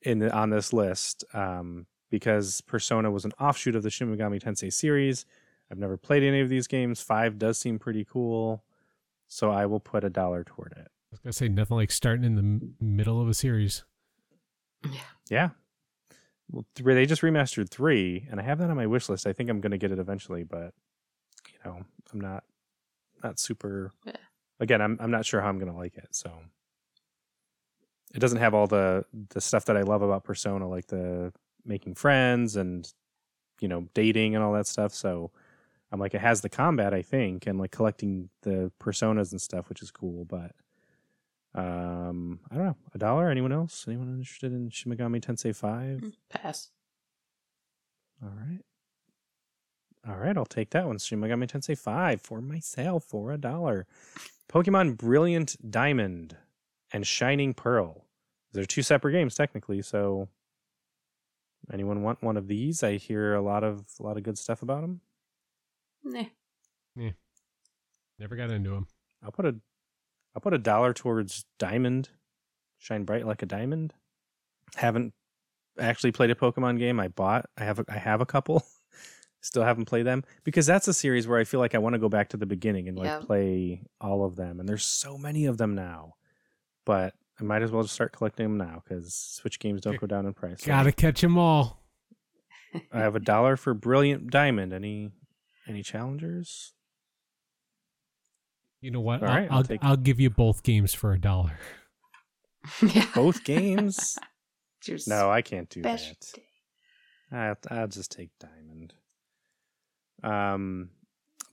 [SPEAKER 1] in the, on this list, um, because Persona was an offshoot of the Shin Megami Tensei series. I've never played any of these games. Five does seem pretty cool, so I will put a dollar toward it.
[SPEAKER 3] I was gonna say nothing like starting in the m- middle of a series.
[SPEAKER 1] Yeah. Well, three, they just remastered three, and I have that on my wish list. I think I'm going to get it eventually, but you know, I'm not not super.
[SPEAKER 2] Yeah.
[SPEAKER 1] Again, I'm I'm not sure how I'm going to like it. So it doesn't have all the the stuff that I love about Persona, like the making friends and you know dating and all that stuff. So I'm like, it has the combat, I think, and like collecting the personas and stuff, which is cool, but. Um, I don't know. A dollar? Anyone else? Anyone interested in
[SPEAKER 2] Mm,
[SPEAKER 1] Shimigami Tensei Five?
[SPEAKER 2] Pass.
[SPEAKER 1] All right. All right, I'll take that one. Shin Megami Tensei 5 for myself for a dollar. Pokemon Brilliant Diamond and Shining Pearl. They're two separate games technically, so anyone want one of these? I hear a lot of a lot of good stuff about them.
[SPEAKER 2] Nah.
[SPEAKER 3] Never got into them.
[SPEAKER 1] I'll put a I'll put a dollar towards Diamond. Shine bright like a diamond. Haven't actually played a Pokemon game. I bought. I have. A, I have a couple. Still haven't played them because that's a series where I feel like I want to go back to the beginning and like
[SPEAKER 2] Yeah.
[SPEAKER 1] play all of them. And there's so many of them now, but I might as well just start collecting them now because Switch games don't go down in price.
[SPEAKER 3] Gotta catch them all.
[SPEAKER 1] I have a dollar for Brilliant Diamond. Any any challengers?
[SPEAKER 3] You know what?
[SPEAKER 1] All
[SPEAKER 3] I'll,
[SPEAKER 1] right, I'll
[SPEAKER 3] I'll,
[SPEAKER 1] take-
[SPEAKER 3] I'll give you both games for a dollar.
[SPEAKER 2] yeah.
[SPEAKER 1] Both games?
[SPEAKER 2] It's your
[SPEAKER 1] no, I can't do
[SPEAKER 2] special
[SPEAKER 1] that.
[SPEAKER 2] day.
[SPEAKER 1] I, Ah, I'll just take diamond. Um,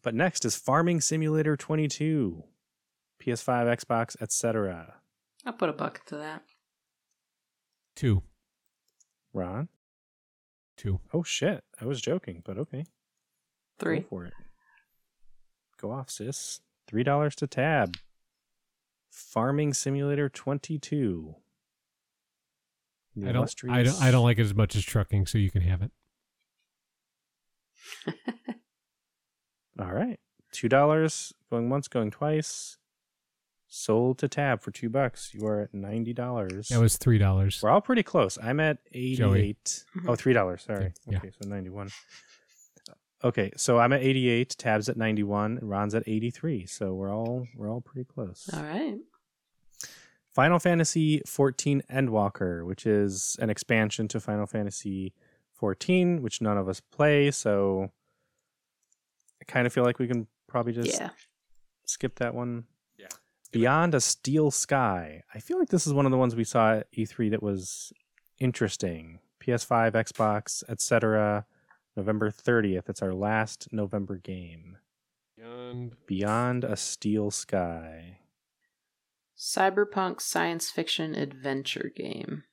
[SPEAKER 1] but next is Farming Simulator 22, PS5, Xbox, etc.
[SPEAKER 2] I'll put a buck to that.
[SPEAKER 3] Two,
[SPEAKER 1] Ron,
[SPEAKER 3] two.
[SPEAKER 1] oh shit, I was joking, but okay,
[SPEAKER 2] Three.
[SPEAKER 1] go for it. Go off, sis. Three dollars to tab. Farming Simulator 22. The
[SPEAKER 3] I don't. I don't. I
[SPEAKER 1] illustrious-
[SPEAKER 3] don't like it as much as trucking, so you can have it.
[SPEAKER 1] All right. Two dollars going once, going twice. Sold to tab for two bucks. You are at ninety dollars.
[SPEAKER 3] That was three dollars.
[SPEAKER 1] We're all pretty close. I'm at eighty-eight.
[SPEAKER 2] Mhm.
[SPEAKER 1] Oh, three dollars. Sorry.
[SPEAKER 3] Yeah.
[SPEAKER 1] Okay, so ninety-one. Okay, so I'm at eighty-eight. Tabs at ninety-one. and Ron's at eighty-three. So we're all we're all pretty close.
[SPEAKER 2] All right.
[SPEAKER 1] Final Fantasy 14 Endwalker, which is an expansion to Final Fantasy 14, which none of us play. So I kind of feel like we can probably just
[SPEAKER 2] yeah.
[SPEAKER 1] skip that one.
[SPEAKER 4] Yeah.
[SPEAKER 1] Beyond a Steel Sky. I feel like this is one of the ones we saw at E3 that was interesting. PS5, Xbox, etc. November 30th. It's our last November game.
[SPEAKER 4] Beyond
[SPEAKER 1] Beyond a Steel Sky.
[SPEAKER 2] Cyberpunk science fiction adventure game.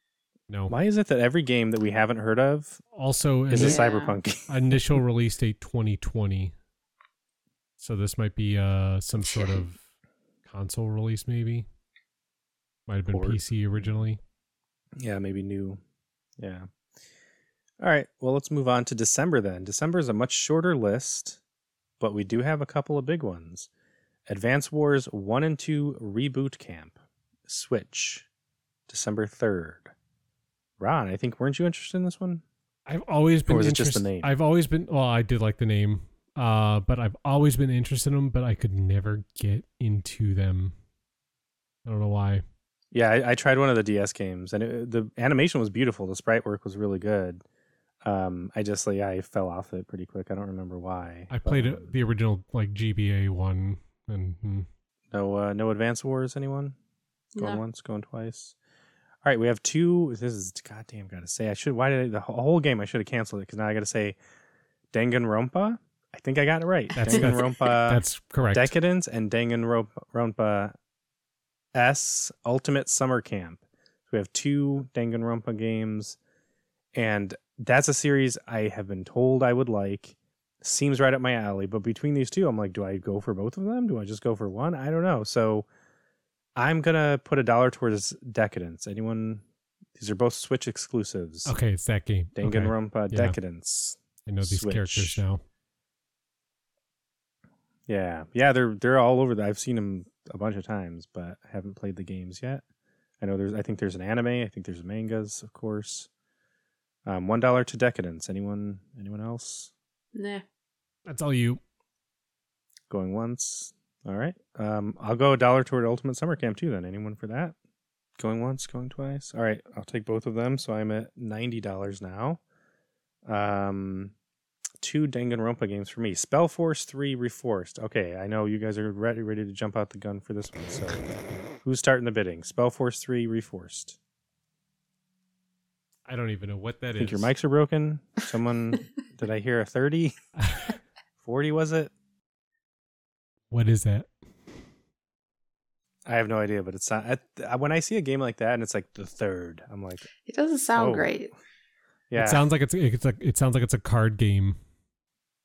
[SPEAKER 3] No.
[SPEAKER 1] Why is it that every game that we haven't heard of
[SPEAKER 3] also,
[SPEAKER 1] is a
[SPEAKER 3] an
[SPEAKER 2] Yeah.
[SPEAKER 1] cyberpunk game?
[SPEAKER 3] initial release date 2020. So this might be uh some sort of console release, maybe. Might have been
[SPEAKER 1] Or-
[SPEAKER 3] PC originally.
[SPEAKER 1] Yeah, maybe new. Yeah. All right. Well, let's move on to December then. December is a much shorter list, but we do have a couple of big ones. Advance Wars 1 and 2 Reboot Camp, Switch, December 3rd. Ron, I think, weren't you interested in this one?
[SPEAKER 3] I've always been
[SPEAKER 1] was it just the
[SPEAKER 3] interest-
[SPEAKER 1] name?
[SPEAKER 3] I've always been well, I did like the name. Uh but I've always been interested in them, but I could never get into them. I don't know why.
[SPEAKER 1] Yeah, I, I tried one of the DS games, and it, the animation was beautiful. The sprite work was really good. Um, I just like I fell off it pretty quick. I don't remember why.
[SPEAKER 3] I played
[SPEAKER 1] but,
[SPEAKER 3] it, the original like GBA one and mm,
[SPEAKER 1] No, uh, no Advance Wars. Anyone? Going
[SPEAKER 2] No.
[SPEAKER 1] once, going twice. All right, we have two. This is goddamn. Got to say, I should. Why did I, the whole- whole game? I should have canceled it because now I got to say, Danganronpa. I think I got it right.
[SPEAKER 3] That's-
[SPEAKER 1] Danganronpa
[SPEAKER 3] that's correct.
[SPEAKER 1] Decadence and Danganronpa S Ultimate Summer Camp. We have two Danganronpa games, and that's a series I have been told I would like. Seems right up my alley, but between these two, I'm like, do I go for both of them? Do I just go for one? I don't know. So I'm gonna put a dollar towards Decadence. Anyone? These are both Switch exclusives.
[SPEAKER 3] okay, it's that game. Okay.
[SPEAKER 1] Danganronpa
[SPEAKER 3] Yeah.
[SPEAKER 1] Decadence.
[SPEAKER 3] I know these characters
[SPEAKER 1] Switch.
[SPEAKER 3] now.
[SPEAKER 1] Yeah, yeah, they're they're all over. The, I've seen them a bunch of times, but I haven't played the games yet. I know there's. I think there's an anime. I think there's mangas, of course. Um, One dollar to Decadence. Anyone? Anyone else?
[SPEAKER 2] Nah.
[SPEAKER 3] That's all you.
[SPEAKER 1] Going once. All right. Um, I'll go a dollar toward Ultimate Summer Camp too. Then anyone for that? Going once, going twice. All right, I'll take both of them. So I'm at ninety dollars now. Um, two Danganronpa games for me. Spellforce three Reforced. Okay, I know you guys are ready ready to jump out the gun for this one. So who's starting the bidding? Spellforce three Reforced.
[SPEAKER 3] I don't even know what that
[SPEAKER 1] I
[SPEAKER 3] is.
[SPEAKER 1] think your mics are broken. Someone did I hear a 30? 40 was it?
[SPEAKER 3] what is that?
[SPEAKER 1] I have no idea, but it's not. At, I- when I see a game like that and it's like the third, I'm like,
[SPEAKER 2] It doesn't sound
[SPEAKER 1] Oh.
[SPEAKER 2] great.
[SPEAKER 1] yeah,
[SPEAKER 3] It sounds like it's it's like it sounds like it's a card game.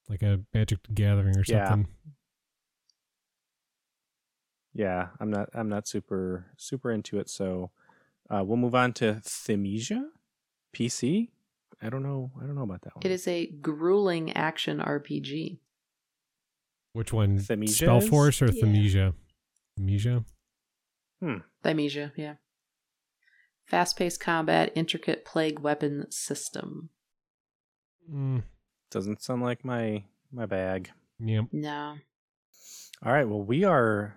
[SPEAKER 3] like a Magic the Gathering or
[SPEAKER 1] Yeah.
[SPEAKER 3] something.
[SPEAKER 1] yeah i'm not i'm not super super into it so uh, we'll move on to Themisia pc i don't know i don't know about that one
[SPEAKER 2] It is a grueling action RPG.
[SPEAKER 3] Which one?
[SPEAKER 1] Themisia
[SPEAKER 3] Spellforce or
[SPEAKER 2] Yeah.
[SPEAKER 3] Themesia? Themesia?
[SPEAKER 2] Thymesia, yeah. Fast paced combat, intricate plague weapon system.
[SPEAKER 3] Mm,
[SPEAKER 1] doesn't sound like my my bag
[SPEAKER 3] yeah.
[SPEAKER 2] No.
[SPEAKER 1] all right well we are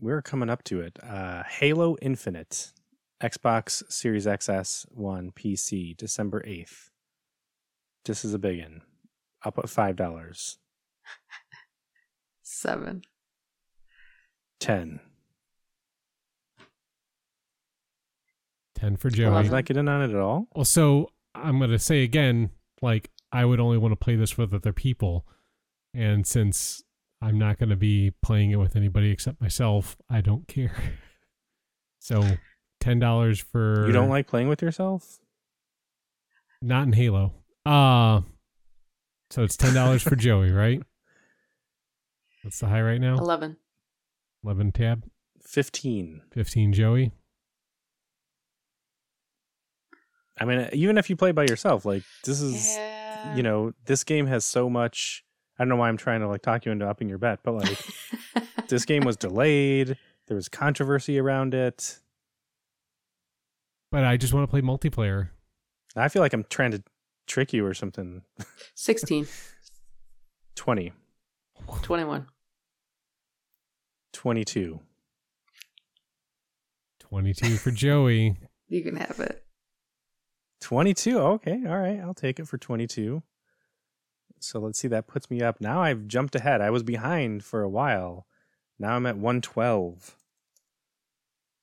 [SPEAKER 1] we're coming up to it uh halo infinite xbox series xs one pc december 8th this is a big one up at five dollars
[SPEAKER 2] Seven.
[SPEAKER 1] ten
[SPEAKER 3] 10 for
[SPEAKER 1] Did
[SPEAKER 3] Joey.
[SPEAKER 1] you
[SPEAKER 2] Eleven.
[SPEAKER 1] not get in on it at all
[SPEAKER 3] Well, so I'm going to say again, like, I would only want to play this with other people. And since I'm not going to be playing it with anybody except myself, I don't care. so $10 for.
[SPEAKER 1] you don't like playing with yourself
[SPEAKER 3] Not in Halo. Uh, so it's $10 for Joey, right? What's the high
[SPEAKER 1] Oh.
[SPEAKER 3] right now?
[SPEAKER 2] Eleven.
[SPEAKER 3] 11 tab,
[SPEAKER 1] 15
[SPEAKER 3] 15 Joey.
[SPEAKER 1] I mean, even if you play by yourself, like this is,
[SPEAKER 2] Yeah.
[SPEAKER 1] you know, this game has so much. I don't know why I'm trying to like talk you into upping your bet, but like this game was delayed. There was controversy around it.
[SPEAKER 3] But I just want to play multiplayer.
[SPEAKER 1] I feel like I'm trying to trick you or something.
[SPEAKER 2] 16.
[SPEAKER 1] 20,
[SPEAKER 2] 21.
[SPEAKER 1] 22.
[SPEAKER 3] 22 for Joey.
[SPEAKER 2] You can have it.
[SPEAKER 1] 22. Okay. All right. I'll take it for 22. So let's see. That puts me up. Now I've jumped ahead. I was behind for a while. Now I'm at 112.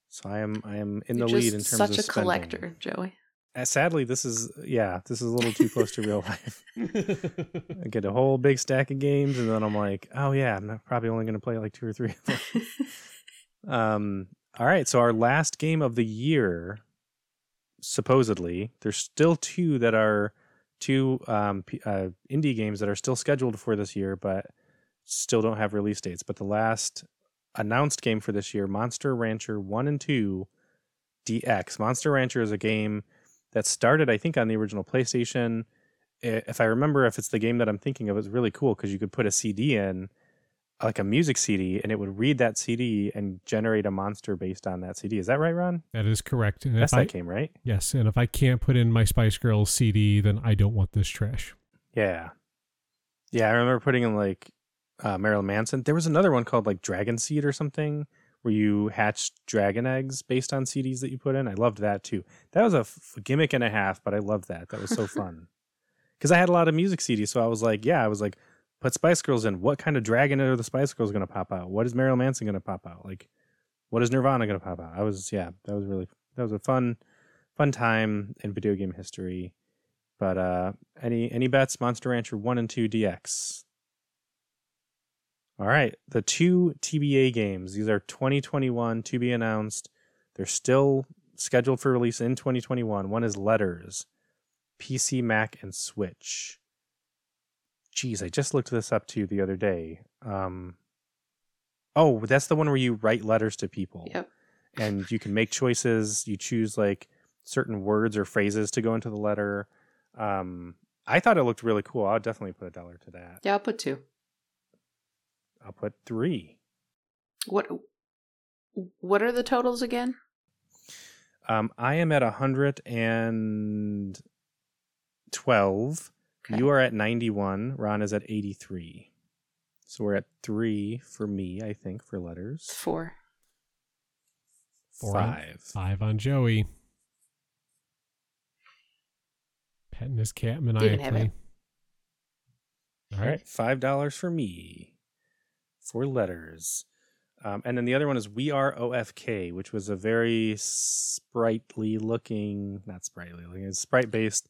[SPEAKER 1] So I am I am in
[SPEAKER 2] You're
[SPEAKER 1] the
[SPEAKER 2] just
[SPEAKER 1] lead in terms
[SPEAKER 2] such
[SPEAKER 1] of
[SPEAKER 2] a
[SPEAKER 1] spending.
[SPEAKER 2] collector, Joey.
[SPEAKER 1] Uh, sadly, this is yeah, this is a little too close to real life. I get a whole big stack of games, and then I'm like, oh yeah, I'm not- probably only going to play like two or three of them. Um, all right, so our last game of the year, supposedly, there's still two that are two um, p- uh, indie games that are still scheduled for this year, but still don't have release dates. But the last announced game for this year, Monster Rancher One and Two DX. Monster Rancher is a game that started, I think, on the original PlayStation. I- If I remember, if it's the game that I'm thinking of, it's really cool because you could put a CD in like a music CD and it would read that CD and generate a monster based on that CD. Is that right, Ron?
[SPEAKER 3] That is correct. And
[SPEAKER 1] That's
[SPEAKER 3] if I,
[SPEAKER 1] that game, right?
[SPEAKER 3] Yes, and if I can't put in my Spice Girls CD, then I don't want this trash.
[SPEAKER 1] Yeah. Yeah, I remember putting in like uh, Marilyn Manson. There was another one called like Dragon Seed or something where you hatched dragon eggs based on CDs that you put in. I loved that too. That was a f- gimmick and a half, but I loved that. That was so fun. Because I had a lot of music CDs. So I was like, yeah, I was like, put Spice Girls in. What kind of dragon are the Spice Girls going to pop out? What is Marilyn Manson going to pop out? Like, what is Nirvana going to pop out? I was, yeah, that was really, that was a fun, fun time in video game history. But uh any any bets? Monster Rancher one and two DX. All right, the two TBA games. These are 2021 to be announced. They're still scheduled for release in 2021. One is Letters, PC, Mac, and Switch. Jeez, I just looked this up too the other day. Um, oh, that's the one where you write letters to people
[SPEAKER 2] Yep.
[SPEAKER 1] and you can make choices. You choose like certain words or phrases to go into the letter. Um, I thought it looked really cool. I'll definitely put a dollar to that.
[SPEAKER 2] Yeah, I'll put two.
[SPEAKER 1] I'll put three.
[SPEAKER 2] What what are the totals again?
[SPEAKER 1] Um, I am at 112. You are at 91. Ron is at 83. So we're at three for me, I think, for
[SPEAKER 2] It's
[SPEAKER 1] letters.
[SPEAKER 2] four.
[SPEAKER 3] Four.
[SPEAKER 1] Five.
[SPEAKER 3] Five on Joey. Petting his cat
[SPEAKER 2] You can have
[SPEAKER 3] maniacally. All
[SPEAKER 1] All
[SPEAKER 3] right.
[SPEAKER 1] right, five dollars for me, for letters, um, and then the other one is We Are OFK, which was a very sprightly looking, not sprightly looking, it's sprite based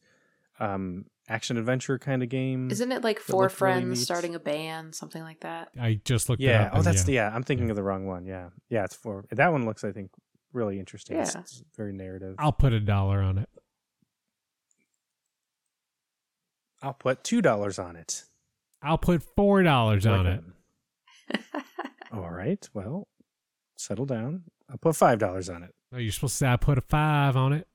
[SPEAKER 1] um, action adventure kind of game.
[SPEAKER 2] Isn't it like
[SPEAKER 1] That
[SPEAKER 2] four
[SPEAKER 1] looked Mm. really
[SPEAKER 2] friends
[SPEAKER 1] neat.
[SPEAKER 2] starting a band, something like that?
[SPEAKER 3] I just looked it
[SPEAKER 1] yeah.
[SPEAKER 3] up.
[SPEAKER 1] Oh,
[SPEAKER 3] and
[SPEAKER 1] that's
[SPEAKER 3] yeah.
[SPEAKER 1] yeah. I'm thinking
[SPEAKER 3] Yeah.
[SPEAKER 1] of the wrong one. Yeah, yeah. It's for that one looks, I think, really interesting. It's-
[SPEAKER 2] Yeah.
[SPEAKER 1] it's very narrative.
[SPEAKER 3] I'll put a dollar on it.
[SPEAKER 1] I'll put two dollars on it.
[SPEAKER 3] I'll put four dollars on
[SPEAKER 1] Like
[SPEAKER 3] it.
[SPEAKER 1] that. All right. Well, settle down. I'll put five dollars on it.
[SPEAKER 3] No, you're supposed to say I put a five on it.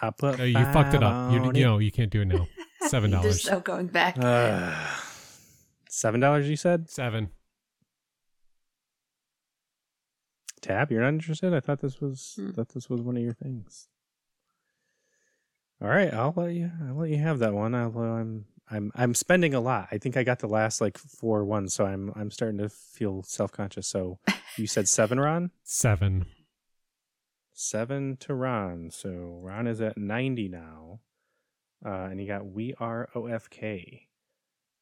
[SPEAKER 1] I'll put.
[SPEAKER 3] No, you fucked it up. You,
[SPEAKER 1] $5
[SPEAKER 3] you know you can't do it now. Seven
[SPEAKER 2] There's
[SPEAKER 3] dollars.
[SPEAKER 2] no going back.
[SPEAKER 1] Ugh. Seven dollars, you said.
[SPEAKER 3] Seven.
[SPEAKER 1] Tab, you're not interested. I thought this was
[SPEAKER 2] Hmm.
[SPEAKER 1] thought this was one of your things. All right, I'll let you. I'll let you have that one. Although I'm I'm I'm spending a lot. I think I got the last like four ones, so I'm I'm starting to feel self conscious. So you said seven, Ron.
[SPEAKER 3] Seven.
[SPEAKER 1] Seven to Ron. So Ron is at ninety now, uh, and he got we are OFK.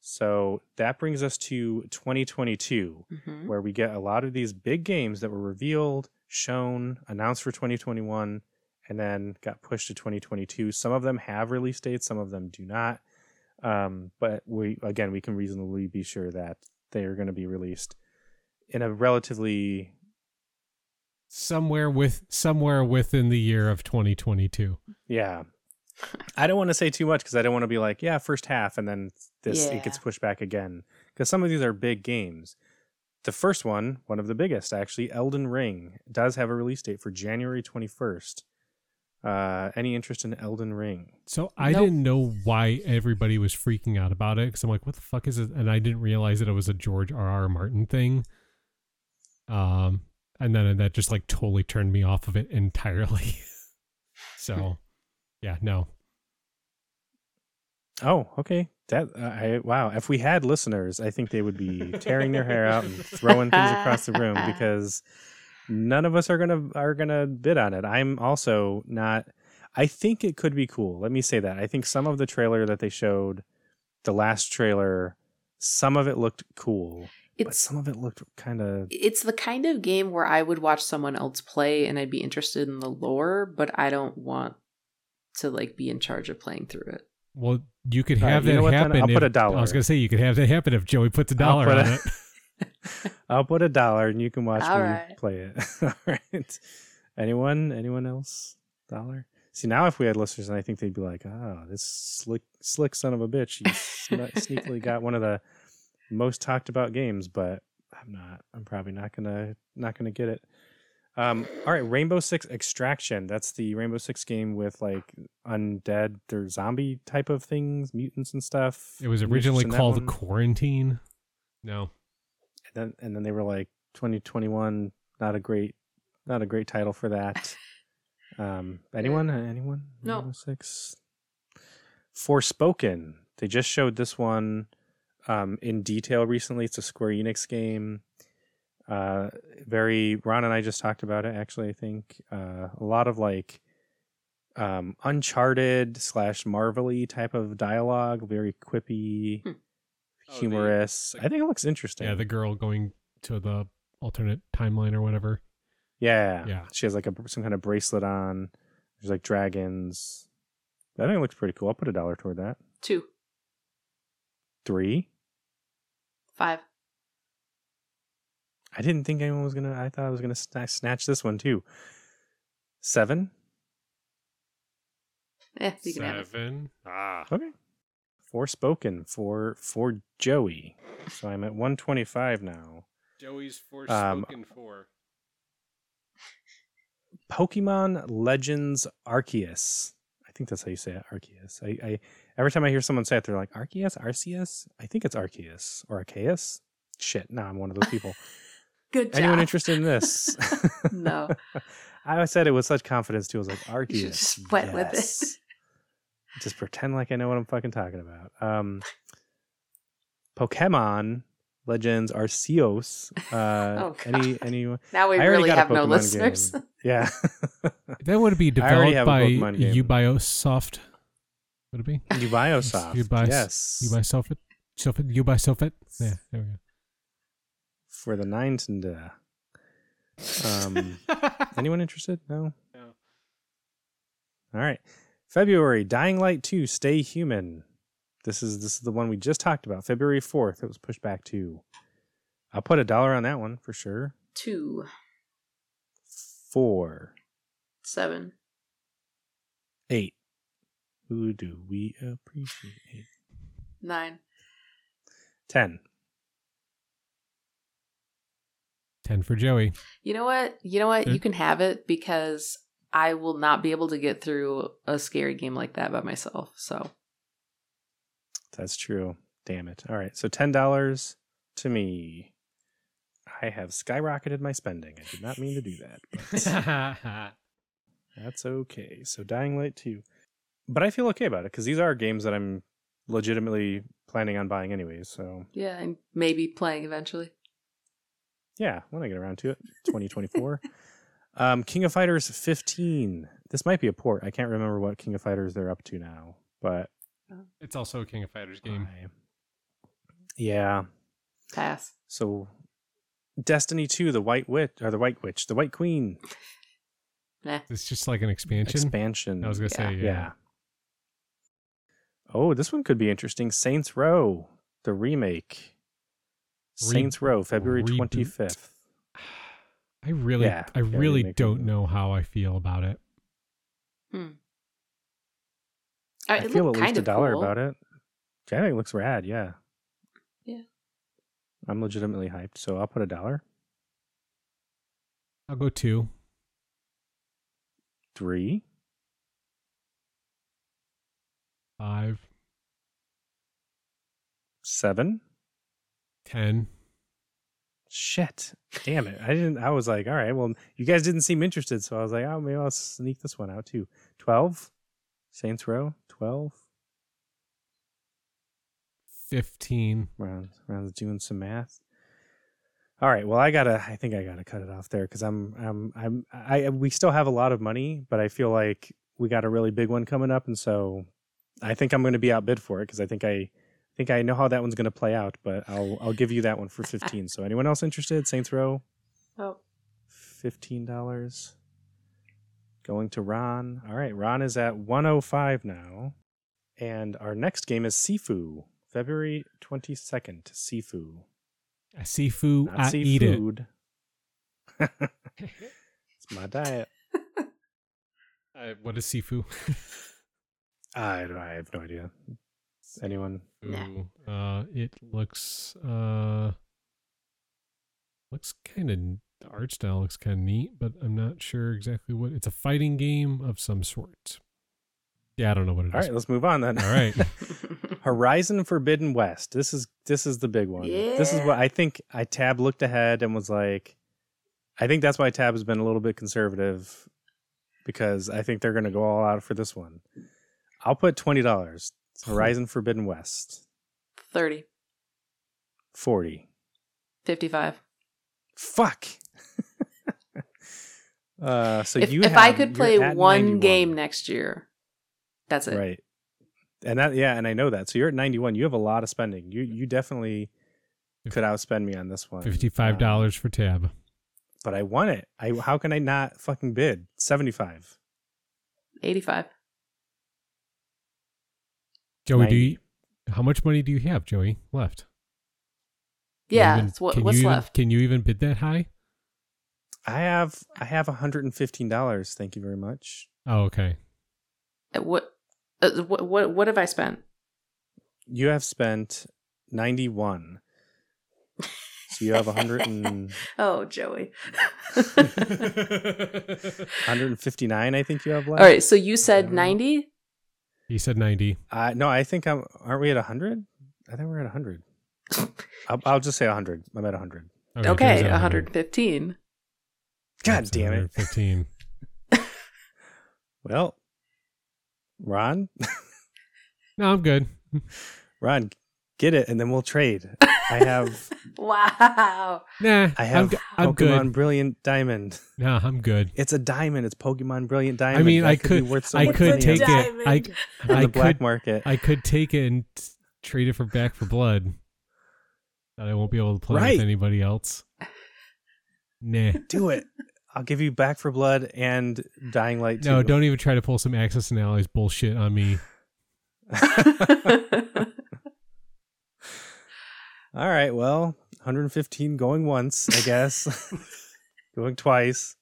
[SPEAKER 1] So that brings us to 2022
[SPEAKER 2] Mhm.
[SPEAKER 1] where we get a lot of these big games that were revealed, shown, announced for 2021, and then got pushed to 2022. Some of them have release dates, some of them do not. Um, but we again, we can reasonably be sure that they are going to be released in a relatively
[SPEAKER 3] Somewhere with somewhere within the year of 2022.
[SPEAKER 1] yeah. I don't want to say too much because I don't want to be like yeah first half and then this
[SPEAKER 2] Yeah.
[SPEAKER 1] it gets pushed back again because some of these are big games. The first one, one of the biggest actually, Elden Ring, does have a release date for January 21st. Uh, any interest in Elden Ring?
[SPEAKER 3] So I
[SPEAKER 2] Nope.
[SPEAKER 3] didn't know why everybody was freaking out about it because I'm like, what the fuck is it? And I didn't realize that it was a George R. R. Martin thing. Um, and then that just like totally turned me off of it entirely. so, yeah, no,
[SPEAKER 1] Oh, okay. That uh, I wow. If we had listeners, I think they would be tearing their hair out and throwing things across the room because none of us are gonna are gonna bid on it. I'm also not. I think it could be cool. Let me say that. I think some of the trailer that they showed, the last trailer, some of it looked cool, but
[SPEAKER 2] It's
[SPEAKER 1] some of it looked kind of
[SPEAKER 2] it's the kind of game where I would watch someone else play and I'd be interested in the lore, but I don't want to like be in charge of playing through it.
[SPEAKER 3] Well, you could
[SPEAKER 1] All right,
[SPEAKER 3] have
[SPEAKER 1] you know
[SPEAKER 3] that
[SPEAKER 1] what, then?
[SPEAKER 3] happen.
[SPEAKER 1] I'll put
[SPEAKER 3] if-
[SPEAKER 1] a dollar.
[SPEAKER 3] I was gonna say you could have that happen if Joey puts a dollar
[SPEAKER 1] put
[SPEAKER 3] on
[SPEAKER 1] a-
[SPEAKER 3] it.
[SPEAKER 1] I'll put a dollar and you can watch
[SPEAKER 2] All
[SPEAKER 1] me
[SPEAKER 2] right.
[SPEAKER 1] play it. All right. Anyone? Anyone else? Dollar? See, now if we had listeners, and I think they'd be like, oh, this slick, sneak son of a bitch. You sn- sneakily got one of the most talked about games, but I'm not. I'm probably not gonna not gonna get it. Um, all right, Rainbow Six Extraction. That's the Rainbow Six game with like undead or zombie type of things, mutants and stuff.
[SPEAKER 3] It was
[SPEAKER 1] Any interest
[SPEAKER 3] originally
[SPEAKER 1] in that
[SPEAKER 3] called
[SPEAKER 1] one?
[SPEAKER 3] Quarantine. No,
[SPEAKER 1] and then and then they were like 2021 not a great not a great title for that um anyone anyone
[SPEAKER 2] No.
[SPEAKER 1] Rainbow six forspoken they just showed this one um in detail recently it's a square enix game uh very ron and i just talked about it actually i think uh a lot of like um uncharted slash marvelly type of dialogue very quippy
[SPEAKER 2] Hmm.
[SPEAKER 4] Oh, the-
[SPEAKER 1] humorous
[SPEAKER 4] like-
[SPEAKER 1] i think it looks interesting
[SPEAKER 3] yeah, the girl going to the alternate timeline or whatever.
[SPEAKER 1] Yeah.
[SPEAKER 3] Yeah.
[SPEAKER 1] She has like a some kind of bracelet on. There's like dragons. I think it looks pretty cool. I'll put a dollar toward that.
[SPEAKER 2] Two,
[SPEAKER 1] Three.
[SPEAKER 2] five.
[SPEAKER 1] I didn't think anyone was gonna. I thought I was gonna sna- snatch this one too. Seven.
[SPEAKER 2] Eh, you can have it.
[SPEAKER 3] Seven. Ah,
[SPEAKER 1] Okay. Four spoken for for Joey. So I'm at 125 now.
[SPEAKER 4] Joey's for
[SPEAKER 1] Um,
[SPEAKER 4] spoken for.
[SPEAKER 1] Pokemon Legends Arceus. I think that's how you say it, Arceus. I, I every time I hear someone say it, they're like Arceus, Arceus. I think it's Arceus or Arceus. Shit, no, I'm one of those people.
[SPEAKER 2] Good job.
[SPEAKER 1] Anyone interested in this?
[SPEAKER 2] no.
[SPEAKER 1] I said it with such confidence too. I was like, Arceus.
[SPEAKER 2] You should just wet with it.
[SPEAKER 1] yes." just pretend like I know what I'm fucking talking about. Um, Pokemon Legends Arceus. Uh,
[SPEAKER 2] Oh, God.
[SPEAKER 1] any anyone?
[SPEAKER 2] Now we
[SPEAKER 1] I already
[SPEAKER 2] really
[SPEAKER 1] got a
[SPEAKER 2] have no
[SPEAKER 1] Pokemon
[SPEAKER 2] listeners.
[SPEAKER 1] game. Yeah.
[SPEAKER 3] that would be
[SPEAKER 1] I already
[SPEAKER 3] developed
[SPEAKER 1] have a
[SPEAKER 3] by
[SPEAKER 1] Pokemon game.
[SPEAKER 3] Ubiosoft. Would it be
[SPEAKER 1] Ubiosoft.
[SPEAKER 3] Ubisoft.
[SPEAKER 1] Yes.
[SPEAKER 3] Ubisoft? Ubisoft? Ubisoft? Yeah, there we go.
[SPEAKER 1] for the nines and uh, um, anyone interested? No.
[SPEAKER 4] No.
[SPEAKER 1] All right. February, Dying Light 2, Stay Human. This is this is the one we just talked about. February 4th, it was pushed back to. I'll put a dollar on that one for sure.
[SPEAKER 2] Two,
[SPEAKER 1] Four,
[SPEAKER 2] seven,
[SPEAKER 1] eight. Who do we appreciate?
[SPEAKER 2] nine,
[SPEAKER 1] Ten.
[SPEAKER 3] Ten for Joey.
[SPEAKER 2] You know what? You know what?
[SPEAKER 1] Hmm?
[SPEAKER 3] Okay.
[SPEAKER 2] You can have it because I will not be able to get through a scary game like that by myself. So
[SPEAKER 1] That's true. Damn it. All right. So ten dollars to me. I have skyrocketed my spending. I did not mean to do that. But that's okay. So Dying Light 2. But I feel okay about it because these are games that I'm legitimately planning on buying anyways. So
[SPEAKER 2] yeah, and maybe playing eventually.
[SPEAKER 1] yeah, when I get around to it, 2024. um, King of Fighters 15. This might be a port. I can't remember what King of Fighters they're up to now, but
[SPEAKER 3] it's also a King of Fighters game.
[SPEAKER 1] I- yeah.
[SPEAKER 2] Pass.
[SPEAKER 1] So Destiny 2, the White Witch or the White Witch, the White Queen
[SPEAKER 2] Nah.
[SPEAKER 3] It's just like an expansion.
[SPEAKER 1] expansion.
[SPEAKER 3] I was gonna say
[SPEAKER 1] yeah.
[SPEAKER 3] yeah.
[SPEAKER 1] Oh, this one could be interesting. Saints Row, the remake. Saints Row, February
[SPEAKER 3] reboot.
[SPEAKER 1] twenty fifth.
[SPEAKER 3] I really,
[SPEAKER 1] Yeah,
[SPEAKER 3] I
[SPEAKER 1] yeah, they
[SPEAKER 3] really
[SPEAKER 1] make
[SPEAKER 3] don't
[SPEAKER 1] them.
[SPEAKER 3] know how I feel about it.
[SPEAKER 2] I,
[SPEAKER 1] I feel at least a dollar about it. Janet looks rad. Yeah.
[SPEAKER 2] Yeah.
[SPEAKER 1] I'm legitimately hyped, so I'll put a dollar.
[SPEAKER 3] I'll go two.
[SPEAKER 1] Three.
[SPEAKER 3] Five,
[SPEAKER 1] Seven.
[SPEAKER 3] ten.
[SPEAKER 1] Shit. Damn it. I didn't I was like, all right, well, you guys didn't seem interested, so I was like, oh maybe I'll sneak this one out too. Twelve? Saints Row? Twelve?
[SPEAKER 3] 15.
[SPEAKER 1] Ron's, Ron's doing some math. All right. Well, I gotta. I think I gotta cut it off there because I'm. I'm. I'm. I. We still have a lot of money, but I feel like we got a really big one coming up, and so I think I'm going to be outbid for it because I think I. I think I know how that one's going to play out, but I'll. I'll give you that one for fifteen. so anyone else interested? Saints Row,
[SPEAKER 2] Oh,
[SPEAKER 1] fifteen dollars. Going to Ron. All right, Ron is at 105 now. And our next game is Sifu, February 22nd. Sifu.
[SPEAKER 3] I see food.
[SPEAKER 1] Not
[SPEAKER 3] I eat it.
[SPEAKER 1] seafood. it's my diet.
[SPEAKER 3] Uh, what is Sifu?
[SPEAKER 1] I don't, I have no idea. Anyone?
[SPEAKER 2] Nah.
[SPEAKER 3] Ooh, Uh, it looks uh, looks kind of the art style looks kind of neat, but I'm not sure exactly what. It's a fighting game of some sort. Yeah, I don't know what it is.
[SPEAKER 1] All right, let's move on then.
[SPEAKER 3] All right.
[SPEAKER 1] Horizon Forbidden West. This is this is the big one. This is what I think. I tab looked ahead and was like, I think that's why tab has been a little bit conservative because I think they're going to go all out for this one. I'll put twenty dollars. Horizon Forbidden West.
[SPEAKER 2] 30,
[SPEAKER 1] Forty.
[SPEAKER 2] 55.
[SPEAKER 1] Fuck. uh, so
[SPEAKER 2] if
[SPEAKER 1] you.
[SPEAKER 2] if I
[SPEAKER 1] have-
[SPEAKER 2] could
[SPEAKER 1] you're
[SPEAKER 2] play
[SPEAKER 1] at
[SPEAKER 2] one
[SPEAKER 1] 91.
[SPEAKER 2] game next year, that's it.
[SPEAKER 1] right? And that, yeah, and I know that. So you're at 91. You have a lot of spending. You you definitely could outspend me on this one.
[SPEAKER 3] Fifty-five
[SPEAKER 1] Um,
[SPEAKER 3] dollars for tab.
[SPEAKER 1] but I want it. I how can I not fucking bid 75?
[SPEAKER 2] 85.
[SPEAKER 3] Joey, do
[SPEAKER 1] 90.
[SPEAKER 3] you, how much money do you have, Joey, left? Can you
[SPEAKER 2] Yeah,
[SPEAKER 3] even-
[SPEAKER 2] it's what,
[SPEAKER 3] can
[SPEAKER 2] what's
[SPEAKER 3] you even-
[SPEAKER 2] left?
[SPEAKER 3] Can you even bid that high?
[SPEAKER 1] I have I have 115 dollars. Thank you very much.
[SPEAKER 3] Oh, okay.
[SPEAKER 2] Uh, What, uh, what, what, what have I spent?
[SPEAKER 1] You have spent 91. So you have 100 and,
[SPEAKER 2] Oh, Joey.
[SPEAKER 1] 159. I think you have
[SPEAKER 2] All
[SPEAKER 1] left.
[SPEAKER 2] right, so you said
[SPEAKER 1] Whatever.
[SPEAKER 2] 90?
[SPEAKER 3] He said ninety.
[SPEAKER 1] Uh, no, I think I'm. Aren't we at 100? I think we're at 100. I'll, I'll just say 100. I'm at 100.
[SPEAKER 2] Okay,
[SPEAKER 3] Joey's at
[SPEAKER 2] 115.
[SPEAKER 1] God
[SPEAKER 3] Tab's at
[SPEAKER 1] damn it.
[SPEAKER 3] 115.
[SPEAKER 1] Well, Ron,
[SPEAKER 3] No, I'm good.
[SPEAKER 1] Ron, get it, and then we'll trade. I have,
[SPEAKER 2] Wow.
[SPEAKER 3] Nah,
[SPEAKER 1] I have
[SPEAKER 3] I'm, g-
[SPEAKER 1] Pokemon
[SPEAKER 3] I'm good.
[SPEAKER 1] Brilliant Diamond.
[SPEAKER 3] Nah, I'm good.
[SPEAKER 1] It's a diamond. It's Pokemon Brilliant Diamond.
[SPEAKER 3] mean,
[SPEAKER 1] That
[SPEAKER 3] I
[SPEAKER 1] be
[SPEAKER 3] could-
[SPEAKER 1] worth so
[SPEAKER 3] I
[SPEAKER 1] much
[SPEAKER 3] could
[SPEAKER 1] money
[SPEAKER 3] take
[SPEAKER 1] on
[SPEAKER 3] it. I-
[SPEAKER 1] the
[SPEAKER 3] I
[SPEAKER 1] black
[SPEAKER 3] could-
[SPEAKER 1] market.
[SPEAKER 3] I could take it and t- trade it for Back for Blood. That I won't be able to play
[SPEAKER 1] Right.
[SPEAKER 3] with anybody else. Nah.
[SPEAKER 1] Do it. I'll give you Back for Blood and Dying Light.
[SPEAKER 3] No,
[SPEAKER 1] 2.
[SPEAKER 3] don't even try to pull some Access and Allies bullshit on me.
[SPEAKER 1] All right. Well, 115 going once, I guess. going twice.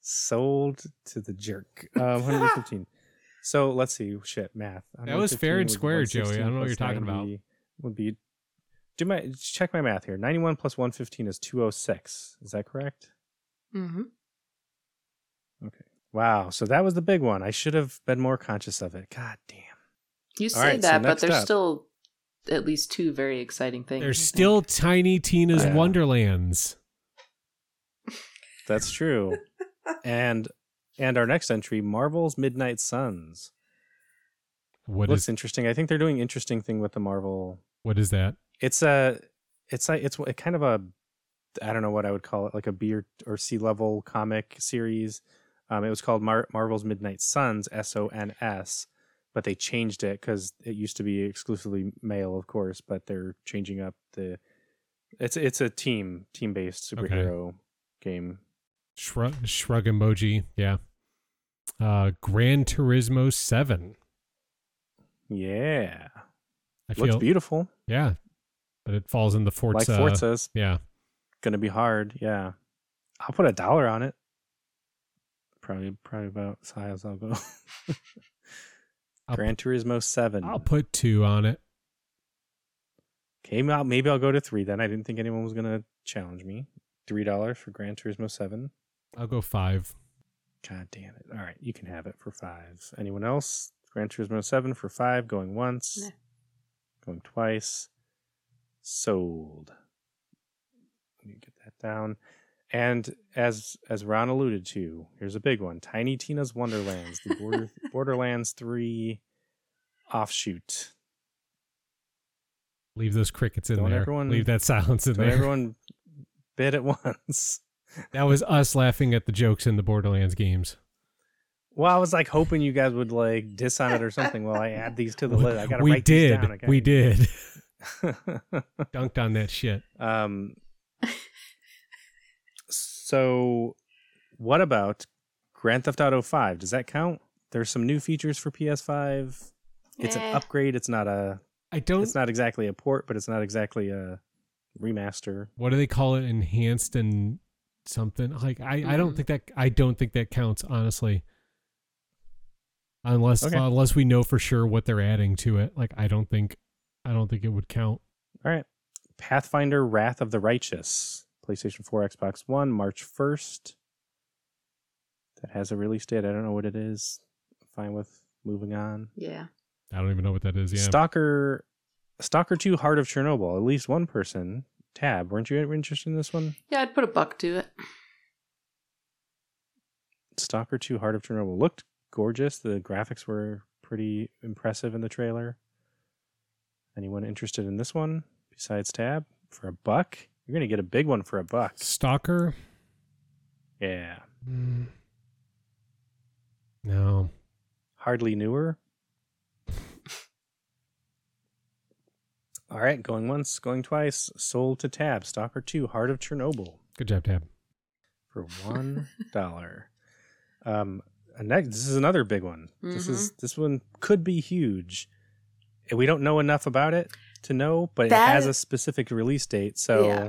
[SPEAKER 1] Sold to the jerk. Um, 115. so let's see. Shit, math.
[SPEAKER 3] That was fair
[SPEAKER 1] 115
[SPEAKER 3] and square,
[SPEAKER 1] would-
[SPEAKER 3] Joey. I don't know
[SPEAKER 1] 116
[SPEAKER 3] what you're talking
[SPEAKER 1] plus
[SPEAKER 3] about.
[SPEAKER 1] 90 Would be do my check my math here. 91 plus 115 is 206. Is that correct?
[SPEAKER 2] Mm-hmm.
[SPEAKER 1] Wow. So that was the big one. I should have been more conscious of it. God damn.
[SPEAKER 2] You say
[SPEAKER 1] right, so
[SPEAKER 2] that, but
[SPEAKER 1] next
[SPEAKER 2] there's
[SPEAKER 1] up-
[SPEAKER 2] still at least two very exciting things.
[SPEAKER 3] There's
[SPEAKER 2] I think.
[SPEAKER 3] still Tiny Tina's
[SPEAKER 1] Yeah.
[SPEAKER 3] Wonderlands.
[SPEAKER 1] That's true. and and our next entry, Marvel's Midnight Suns.
[SPEAKER 3] What
[SPEAKER 1] Looks
[SPEAKER 3] is
[SPEAKER 1] interesting. I think they're doing interesting thing with the Marvel.
[SPEAKER 3] what is that?
[SPEAKER 1] It's a it's like it's a kind of a I don't know what I would call it, like a B or, or C level comic series. Um, it was called Mar- Marvel's Midnight Suns, S O N S, but they changed it because it used to be exclusively male, of course. But they're changing up the. It's it's a team team based
[SPEAKER 3] Okay.
[SPEAKER 1] superhero game.
[SPEAKER 3] Shrug, shrug emoji. Yeah. Uh, Gran Turismo Seven.
[SPEAKER 1] Yeah,
[SPEAKER 3] I
[SPEAKER 1] looks
[SPEAKER 3] feel
[SPEAKER 1] beautiful.
[SPEAKER 3] yeah, but it falls in the Forza.
[SPEAKER 1] like Forza's
[SPEAKER 3] Yeah,
[SPEAKER 1] gonna be hard. Yeah, I'll put a dollar on it. Probably probably about as high as I'll go.
[SPEAKER 3] I'll-
[SPEAKER 1] Gran Turismo Seven.
[SPEAKER 3] I'll put two on it.
[SPEAKER 1] Came out. Maybe I'll go to three. Then I didn't think anyone was gonna challenge me. Three dollars for Gran Turismo Seven.
[SPEAKER 3] I'll go five.
[SPEAKER 1] God damn it! All right, you can have it for five. Anyone else? Gran Turismo Seven for five. Going once.
[SPEAKER 2] Nah.
[SPEAKER 1] Going twice. Sold. Let me get that down. And as as Ron alluded to, here's a big one: Tiny Tina's Wonderlands, the Border, Borderlands Three offshoot.
[SPEAKER 3] Leave those crickets in
[SPEAKER 1] Don't
[SPEAKER 3] there.
[SPEAKER 1] everyone-
[SPEAKER 3] Leave that silence in
[SPEAKER 1] So
[SPEAKER 3] there.
[SPEAKER 1] everyone bid at once.
[SPEAKER 3] That was us laughing at the jokes in the Borderlands games.
[SPEAKER 1] Well, I was like hoping you guys would like diss on it or something while I add these to the
[SPEAKER 3] We-
[SPEAKER 1] list. I gotta
[SPEAKER 3] we
[SPEAKER 1] write
[SPEAKER 3] did.
[SPEAKER 1] these down. I gotta-
[SPEAKER 3] We did. Dunked on that shit.
[SPEAKER 1] um, so, what about Grand Theft Auto Five? Does that count? There's some new features for PS5. It's an
[SPEAKER 2] Eh.
[SPEAKER 1] upgrade. It's not a.
[SPEAKER 3] I don't.
[SPEAKER 1] It's not exactly a port, but it's not exactly a remaster.
[SPEAKER 3] what do they call it? Enhanced and something like I. I don't
[SPEAKER 2] Mhm.
[SPEAKER 3] think that. I don't think that counts honestly. Unless
[SPEAKER 1] Okay.
[SPEAKER 3] unless we know for sure what they're adding to it, like I don't think, I don't think it would count.
[SPEAKER 1] All right. Pathfinder Wrath of the Righteous, PlayStation 4, Xbox One, March 1st. That has a release date. I don't know what it is. Fine with moving on.
[SPEAKER 2] Yeah.
[SPEAKER 3] I don't even know what that is. Yeah.
[SPEAKER 1] Stalker Stalker 2 Heart of Chernobyl. At least one person. Tab, weren't you interested in this one?
[SPEAKER 2] Yeah, I'd put a buck to it.
[SPEAKER 1] Stalker 2 Heart of Chernobyl looked gorgeous. The graphics were pretty impressive in the trailer. Anyone interested in this one besides Tab for a buck? You're going to get a big one for a buck.
[SPEAKER 3] Stalker.
[SPEAKER 1] Yeah.
[SPEAKER 3] Mm. No.
[SPEAKER 1] hardly knew her. All right, going once, going twice. Sold to Tab, Stalker 2, Heart of Chernobyl
[SPEAKER 3] Good job, Tab.
[SPEAKER 1] for one dollar. um, and next, this is another big one. This is
[SPEAKER 2] Mm-hmm.
[SPEAKER 1] this one could be huge. And We don't know enough about it to know, but it has
[SPEAKER 2] That-
[SPEAKER 1] a specific release date. So,
[SPEAKER 2] Yeah.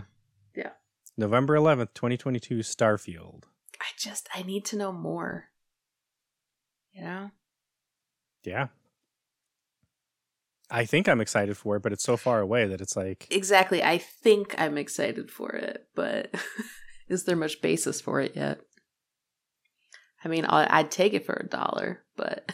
[SPEAKER 2] Yeah.
[SPEAKER 1] November eleventh, twenty twenty two, Starfield.
[SPEAKER 2] I just I need to know more. You know?
[SPEAKER 1] Yeah. I think I'm excited for it, but it's so far away that it's like
[SPEAKER 2] Exactly. I think I'm excited for it, but is there much basis for it yet? I mean, I- I'd take it for a dollar, but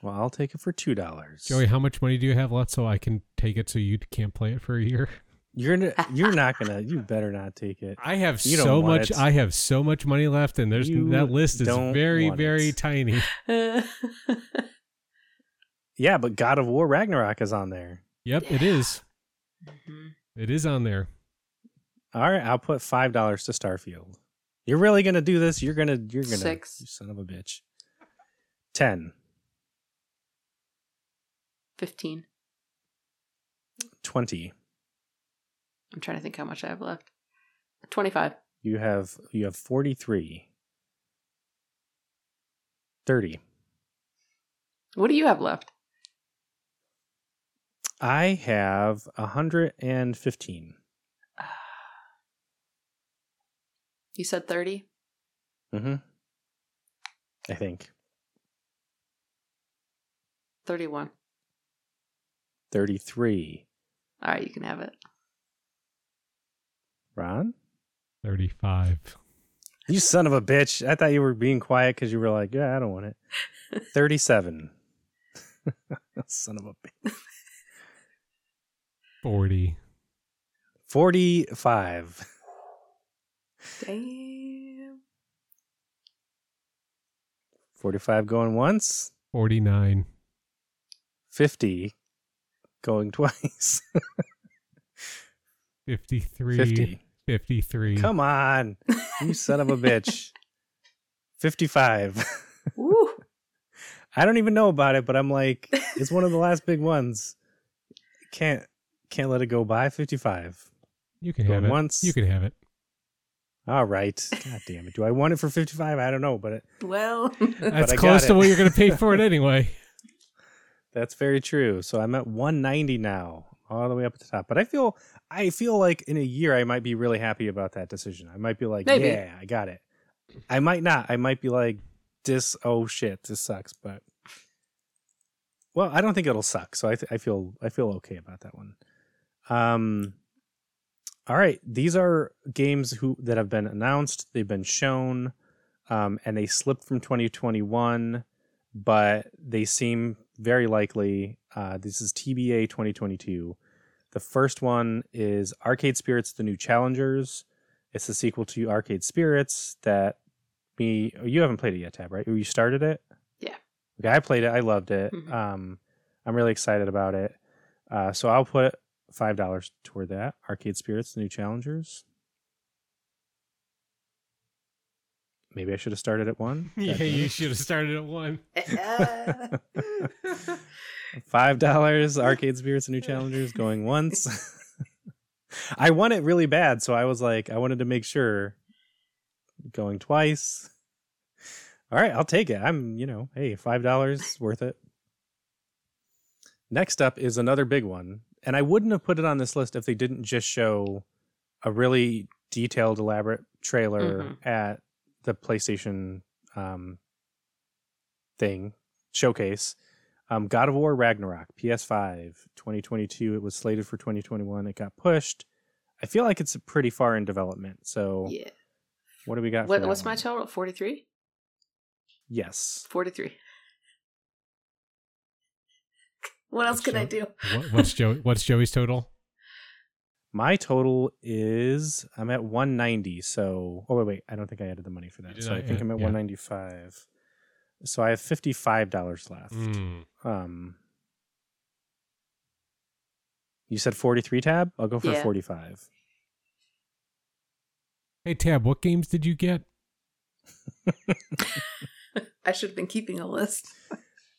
[SPEAKER 1] Well, I'll take it for two dollars.
[SPEAKER 3] Joey, how much money do you have left so I can take it so you can't play it for a year?
[SPEAKER 1] you're n- you're not gonna. You better not take it.
[SPEAKER 3] I have
[SPEAKER 1] You don't
[SPEAKER 3] so
[SPEAKER 1] want
[SPEAKER 3] much.
[SPEAKER 1] it.
[SPEAKER 3] I have so much money left, and there's
[SPEAKER 1] You
[SPEAKER 3] that list is
[SPEAKER 1] don't
[SPEAKER 3] very,
[SPEAKER 1] want
[SPEAKER 3] very
[SPEAKER 1] it.
[SPEAKER 3] tiny.
[SPEAKER 2] Mm-hmm.
[SPEAKER 1] Yeah, but God of War Ragnarok is on there.
[SPEAKER 3] Yep, it is.
[SPEAKER 2] Mhm.
[SPEAKER 3] It is on there.
[SPEAKER 1] All right, I'll put five dollars to Starfield. You're really gonna do this? You're gonna you're gonna
[SPEAKER 2] Six.
[SPEAKER 1] You son of a bitch. Ten.
[SPEAKER 2] 15.
[SPEAKER 1] Twenty.
[SPEAKER 2] I'm trying to think how much I have left. 25.
[SPEAKER 1] You have you have forty three. Thirty.
[SPEAKER 2] What do you have left?
[SPEAKER 1] I have hundred and fifteen.
[SPEAKER 2] You said 30?
[SPEAKER 1] Mm-hmm. I think
[SPEAKER 2] 31.
[SPEAKER 1] thirty three.
[SPEAKER 2] All right, you can have it.
[SPEAKER 1] Ron?
[SPEAKER 3] 35.
[SPEAKER 1] You son of a bitch. I thought you were being quiet because you were like, yeah, I don't want it. 37. son of a bitch.
[SPEAKER 3] 40.
[SPEAKER 1] 45.
[SPEAKER 2] Damn.
[SPEAKER 1] 45 going once.
[SPEAKER 3] 49.
[SPEAKER 1] 50 going twice.
[SPEAKER 3] 53.
[SPEAKER 1] 50.
[SPEAKER 3] 53.
[SPEAKER 1] Come on. You son of a bitch. 55.
[SPEAKER 2] Woo.
[SPEAKER 1] I don't even know about it, but I'm like, it's one of the last big ones. Can't can't let it go by. 55.
[SPEAKER 3] You can
[SPEAKER 1] Go
[SPEAKER 3] have it.
[SPEAKER 1] once.
[SPEAKER 3] You can have it.
[SPEAKER 1] All right. God damn it. Do I want it for 55? I don't know, but it,
[SPEAKER 2] Well,
[SPEAKER 3] That's
[SPEAKER 1] I got
[SPEAKER 3] close
[SPEAKER 1] it.
[SPEAKER 3] to what you're going to pay for it anyway.
[SPEAKER 1] That's very true. So I'm at 190 now, all the way up at the top. But I feel I feel like in a year I might be really happy about that decision. I might be like,
[SPEAKER 2] Maybe.
[SPEAKER 1] yeah, I got it. I might not. I might be like, this oh shit, this sucks. But well, I don't think it'll suck. So I th- I feel I feel okay about that one. Um. All right, these are games who that have been announced. They've been shown, um, and they slipped from 2021 but they seem very likely. Uh, this is TBA 2022. The first one is Arcade Spirits: The New Challengers. It's the sequel to Arcade Spirits that me oh, you haven't played it yet, Tab, right? You started it.
[SPEAKER 2] Yeah.
[SPEAKER 1] Okay, I played it. I loved it.
[SPEAKER 2] Mhm.
[SPEAKER 1] Um, I'm really excited about it. Uh, so I'll put five dollars toward that. Arcade Spirits: The New Challengers. Maybe I should have started at one. God
[SPEAKER 3] yeah,
[SPEAKER 1] damn
[SPEAKER 3] you
[SPEAKER 1] it.
[SPEAKER 3] should have started at one.
[SPEAKER 1] Five dollars, arcade spirits and new challengers going once. I won it really bad, so I was like, I wanted to make sure. Going twice. All right, I'll take it. I'm, you know, hey, five dollars worth it. Next up is another big one, and I wouldn't have put it on this list if they didn't just show a really detailed, elaborate trailer
[SPEAKER 2] Mhm.
[SPEAKER 1] at the PlayStation um, thing showcase. Um, God of War Ragnarok, PS5, 2022. It was slated for 2021. It got pushed. I feel like it's pretty far in development. So
[SPEAKER 2] yeah.
[SPEAKER 1] what do we got? for
[SPEAKER 2] What,
[SPEAKER 1] that
[SPEAKER 2] what's my
[SPEAKER 1] one?
[SPEAKER 2] total? 43?
[SPEAKER 1] Yes.
[SPEAKER 2] 43. What else can I do?
[SPEAKER 3] What, what's Joe? What's Joey's total?
[SPEAKER 1] My total is I'm at 190. So oh wait, wait, I don't think I added the money for
[SPEAKER 3] You
[SPEAKER 1] that.
[SPEAKER 3] did
[SPEAKER 1] So I
[SPEAKER 3] not
[SPEAKER 1] think
[SPEAKER 3] add-
[SPEAKER 1] I'm at
[SPEAKER 3] yeah.
[SPEAKER 1] 195. So I have fifty-five dollars left.
[SPEAKER 3] Mm.
[SPEAKER 1] Um, you said forty-three tab. I'll go for
[SPEAKER 2] Yeah.
[SPEAKER 1] forty-five.
[SPEAKER 3] Hey Tab, what games did you get?
[SPEAKER 2] I should have been keeping a list.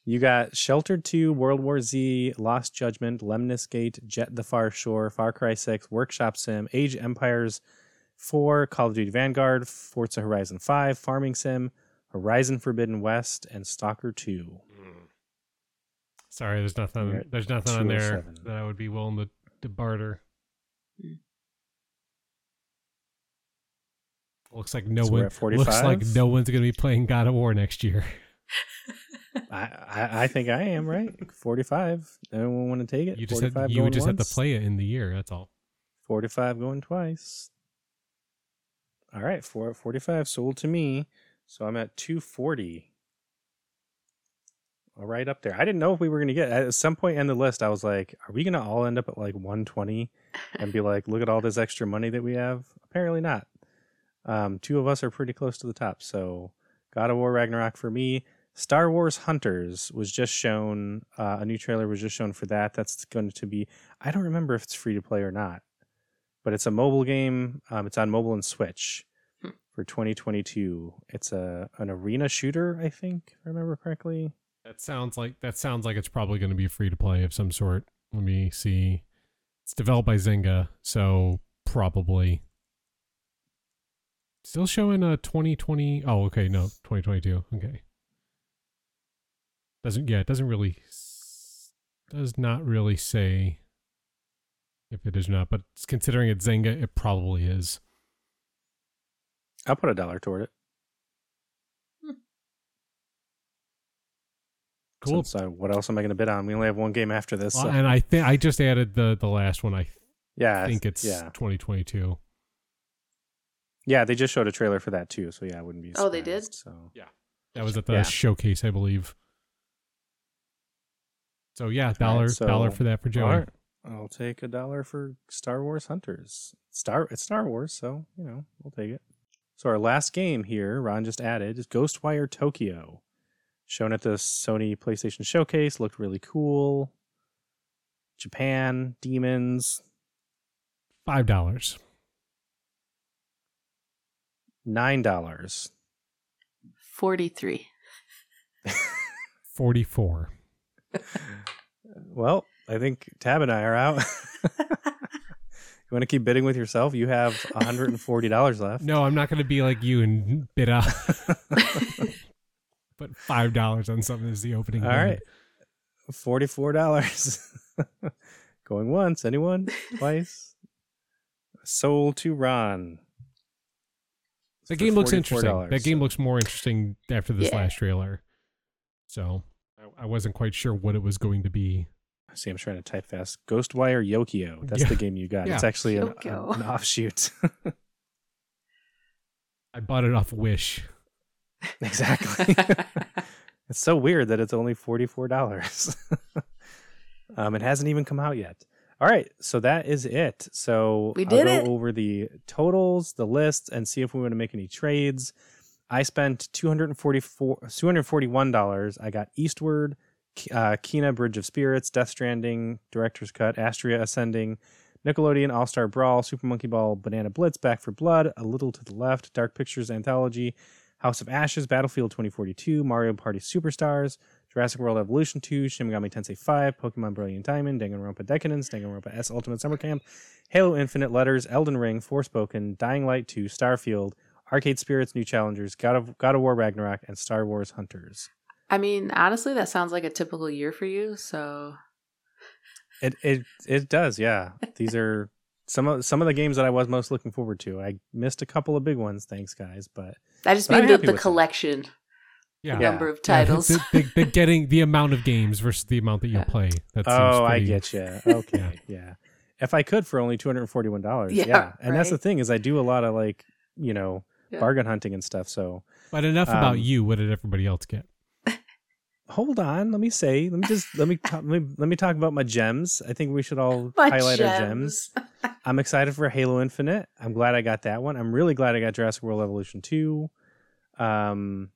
[SPEAKER 1] You got Sheltered 2, World War Z, Lost Judgment, Lemnis Gate, Jet the Far Shore, Far Cry 6, Workshop Sim, Age of Empires 4, Call of Duty Vanguard, Forza Horizon 5, Farming Sim, Horizon Forbidden West, and Stalker 2.
[SPEAKER 3] Hmm. Sorry, there's
[SPEAKER 1] You're
[SPEAKER 3] nothing.
[SPEAKER 1] at
[SPEAKER 3] There's nothing on there
[SPEAKER 1] 207.
[SPEAKER 3] that I would be willing to, to barter.
[SPEAKER 2] Hmm.
[SPEAKER 3] Looks like no
[SPEAKER 1] So we're
[SPEAKER 3] one.
[SPEAKER 1] at
[SPEAKER 3] Looks like
[SPEAKER 1] 45?
[SPEAKER 3] no one's going to be playing God of War next year.
[SPEAKER 1] I, I, I think I am, right? 45. Anyone want to take it?
[SPEAKER 3] You just
[SPEAKER 1] 45
[SPEAKER 3] had, you would just have to play it in the year. That's all.
[SPEAKER 1] 45 going twice. All right, four, 45 sold to me. So I'm at 240. All right, up there. I didn't know if we were going to get at some point in the list. I was like, are we going to all end up at like 120 and be like, look at all this extra money that we have? Apparently not. Um, two of us are pretty close to the top. So God of War Ragnarok for me. Star Wars Hunters was just shown. Uh, a new trailer was just shown for that. That's going to be, I don't remember if it's free to play or not, but it's a mobile game. Um, it's on mobile and Switch
[SPEAKER 2] Hmm.
[SPEAKER 1] for 2022. It's a an arena shooter, I think, if I remember correctly.
[SPEAKER 3] That sounds like that sounds like it's probably going to be free to play of some sort. Let me see. It's developed by Zynga, so probably still showing a 2020. Oh, okay, no, 2022. Okay. Doesn't yeah, it doesn't really s- does not really say if it is or not, but considering it's Zynga, it probably is.
[SPEAKER 1] I'll put a dollar toward it.
[SPEAKER 3] Cool.
[SPEAKER 1] So, so what else am I going to bid on? We only have one game after this.
[SPEAKER 3] Well,
[SPEAKER 1] so-
[SPEAKER 3] and I think I just added the the last one. I
[SPEAKER 1] yeah,
[SPEAKER 3] think it's
[SPEAKER 1] yeah,
[SPEAKER 3] 2022.
[SPEAKER 1] yeah. They just showed a trailer for that too. So yeah, I wouldn't be.
[SPEAKER 2] Oh, they did?
[SPEAKER 1] surprised, So
[SPEAKER 3] That was at the
[SPEAKER 1] Yeah.
[SPEAKER 3] showcase, I believe. So yeah,
[SPEAKER 1] right,
[SPEAKER 3] dollar dollar
[SPEAKER 1] so-
[SPEAKER 3] for that for Joey.
[SPEAKER 1] All right. I'll take a dollar for Star Wars Hunters. Star it's Star Wars, so you know we'll take it. So our last game here, Ron just added, is Ghostwire Tokyo, shown at the Sony PlayStation Showcase. Looked really cool. Japan demons
[SPEAKER 3] Five dollars.
[SPEAKER 1] nine dollars.
[SPEAKER 2] 43.
[SPEAKER 3] Forty four.
[SPEAKER 1] Well, I think Tab and I are out. you want to keep bidding with yourself? You have one hundred and forty dollars left.
[SPEAKER 3] No, I'm not gonna be like you and bid out but five dollars on something is the opening.
[SPEAKER 1] All right. Forty-four dollars. Going once. Anyone? Twice. Sold to Ron.
[SPEAKER 3] The
[SPEAKER 1] For
[SPEAKER 3] game looks
[SPEAKER 1] $44.
[SPEAKER 3] interesting. That game looks more interesting after this
[SPEAKER 2] Yeah.
[SPEAKER 3] last trailer. So I, I wasn't quite sure what it was going to be.
[SPEAKER 1] See, I'm trying to type fast. Ghostwire Yokio. That's
[SPEAKER 3] Yeah.
[SPEAKER 1] the game you got. It's
[SPEAKER 3] Yeah.
[SPEAKER 1] actually an,
[SPEAKER 2] Yokio.
[SPEAKER 1] an offshoot.
[SPEAKER 3] I bought it off Wish.
[SPEAKER 1] exactly. it's so weird that it's only forty-four dollars. um, it hasn't even come out yet. All right, so that is it. So
[SPEAKER 2] We did
[SPEAKER 1] I'll
[SPEAKER 2] it.
[SPEAKER 1] go over the totals, the lists, and see if we want to make any trades. I spent two hundred and forty-four, two hundred forty-one dollars. I got Eastward, K- uh, Kena, Bridge of Spirits, Death Stranding, Director's Cut, Astria Ascending, Nickelodeon All Star Brawl, Super Monkey Ball, Banana Blitz, Back for Blood, A Little to the Left, Dark Pictures Anthology, House of Ashes, Battlefield 2042, Mario Party Superstars, Jurassic World Evolution 2, Shin Megami Tensei 5, Pokemon Brilliant Diamond, Danganronpa Decadence, Danganronpa S Ultimate Summer Camp, Halo Infinite Letters, Elden Ring, Forspoken, Dying Light 2, Starfield, Arcade Spirits, New Challengers, God of, God of War Ragnarok, and Star Wars Hunters.
[SPEAKER 2] I mean, honestly, that sounds like a typical year for you. So,
[SPEAKER 1] It it it does, yeah. These are some of some of the games that I was most looking forward to. I missed a couple of big ones, thanks guys, but
[SPEAKER 2] I just
[SPEAKER 1] But I'm
[SPEAKER 2] mean the,
[SPEAKER 1] happy
[SPEAKER 2] the
[SPEAKER 1] with that.
[SPEAKER 2] collection
[SPEAKER 3] Yeah.
[SPEAKER 1] Yeah.
[SPEAKER 2] number of
[SPEAKER 3] Yeah,
[SPEAKER 2] titles.
[SPEAKER 3] the, the, the getting the amount of games versus the amount that you
[SPEAKER 2] Yeah.
[SPEAKER 3] play. That seems
[SPEAKER 1] oh, I
[SPEAKER 3] pretty-
[SPEAKER 1] get you. Okay, yeah. If I could for only two hundred and forty-one dollars,
[SPEAKER 2] Yeah,
[SPEAKER 1] yeah. And that's the
[SPEAKER 2] right.
[SPEAKER 1] thing is, I do a lot of like you know
[SPEAKER 2] Yeah.
[SPEAKER 1] bargain hunting and stuff. So
[SPEAKER 3] But enough about
[SPEAKER 1] Um,
[SPEAKER 3] you. What did everybody else get?
[SPEAKER 1] hold on, let me say, let me just let me talk, let me let me talk about my gems. I think we should all
[SPEAKER 2] My
[SPEAKER 1] highlight our gems. I'm excited for Halo Infinite. I'm glad I got that one. I'm really glad I got Jurassic World Evolution 2. Um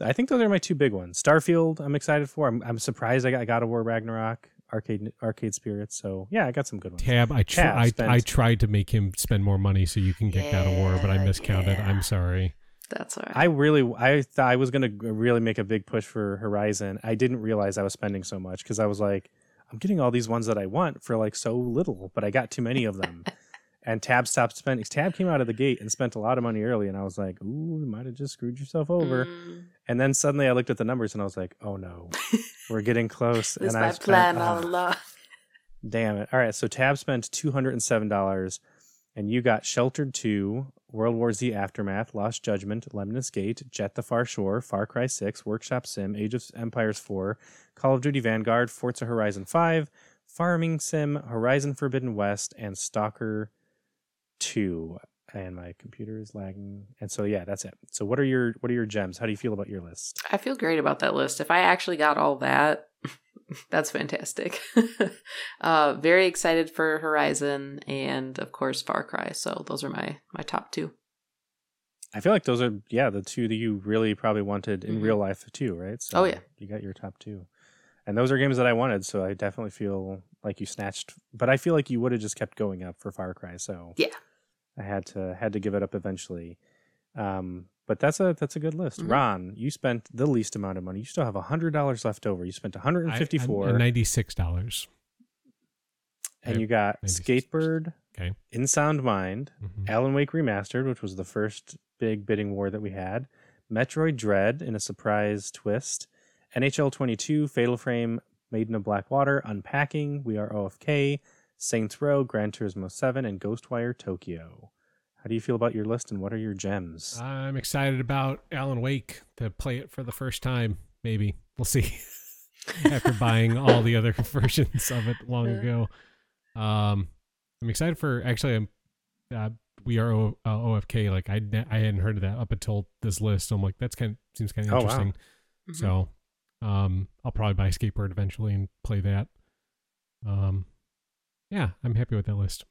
[SPEAKER 1] I think those are my two big ones. Starfield, I'm excited for. I'm, I'm surprised I got God of War Ragnarok, Arcade Arcade Spirits. So yeah, I got some good ones.
[SPEAKER 3] Tab, I tr-
[SPEAKER 1] Tab
[SPEAKER 3] I,
[SPEAKER 1] spent-
[SPEAKER 3] I tried to make him spend more money so you can get God of War, but I
[SPEAKER 2] Yeah,
[SPEAKER 3] miscounted.
[SPEAKER 2] yeah.
[SPEAKER 3] I'm sorry.
[SPEAKER 2] That's all right.
[SPEAKER 1] I really, I th- I was gonna g- really make a big push for Horizon. I didn't realize I was spending so much because I was like, I'm getting all these ones that I want for like so little, but I got too many of them. and Tab stopped spending. Tab came out of the gate and spent a lot of money early, and I was like, ooh, you might have just screwed yourself over.
[SPEAKER 2] Mm,
[SPEAKER 1] And then suddenly I looked at the numbers and I was like, oh no, we're getting close.
[SPEAKER 2] this is
[SPEAKER 1] and I
[SPEAKER 2] my
[SPEAKER 1] spent- oh, uh,
[SPEAKER 2] plan all
[SPEAKER 1] ugh.
[SPEAKER 2] along.
[SPEAKER 1] Damn it. All right. So Tab spent $207 and you got Sheltered 2, World War Z Aftermath, Lost Judgment, Lemnis Gate, Jet the Far Shore, Far Cry 6, Workshop Sim, Age of Empires 4, Call of Duty Vanguard, Forza Horizon 5, Farming Sim, Horizon Forbidden West, and Stalker 2. And my computer is lagging. And so yeah, that's it. So what are your what are your gems? How do you feel about your list?
[SPEAKER 2] I feel great about that list. If I actually got all that, that's fantastic. uh, very excited for Horizon and of course Far Cry. So those are my my top two.
[SPEAKER 1] I feel like those are yeah the two that you really probably wanted in
[SPEAKER 2] Mhm.
[SPEAKER 1] real life too, right? So
[SPEAKER 2] Oh, yeah.
[SPEAKER 1] you got your top two, and those are games that I wanted. So I definitely feel like you snatched, but I feel like you would have just kept going up for Far Cry. So
[SPEAKER 2] Yeah.
[SPEAKER 1] I had to had to give it up eventually. Um, but that's a that's a good list.
[SPEAKER 2] Mhm.
[SPEAKER 1] Ron, you spent the least amount of money. You still have hundred dollars left over. You spent one hundred and
[SPEAKER 3] I-
[SPEAKER 1] fifty four,
[SPEAKER 3] I'm- I'm $96.
[SPEAKER 1] and you got
[SPEAKER 3] Maybe six
[SPEAKER 1] Skatebird,
[SPEAKER 3] Okay.
[SPEAKER 1] In Sound Mind,
[SPEAKER 3] Mhm.
[SPEAKER 1] Alan Wake Remastered, which was the first big bidding war that we had, Metroid Dread in a surprise twist, NHL 22, Fatal Frame, Maiden of Black Water, Unpacking, We Are OFK, Saints Row, Gran Turismo 7, and Ghostwire Tokyo. How do you feel about your list and what
[SPEAKER 3] Uh,
[SPEAKER 1] are your gems?
[SPEAKER 3] I'm excited about Alan Wake to play it for the first time, maybe. We'll see. After buying all the other versions of it long ago, um, I'm excited for. Actually, I'm. Uh, we are o- uh, OFK. Like I, ne- I hadn't heard of that up until this list. So I'm like, that's kind of seems kind of
[SPEAKER 1] Oh, wow.
[SPEAKER 3] interesting.
[SPEAKER 2] Mhm.
[SPEAKER 3] So, um, I'll probably buy Skateboard eventually and play that. Um, yeah, I'm happy with that list.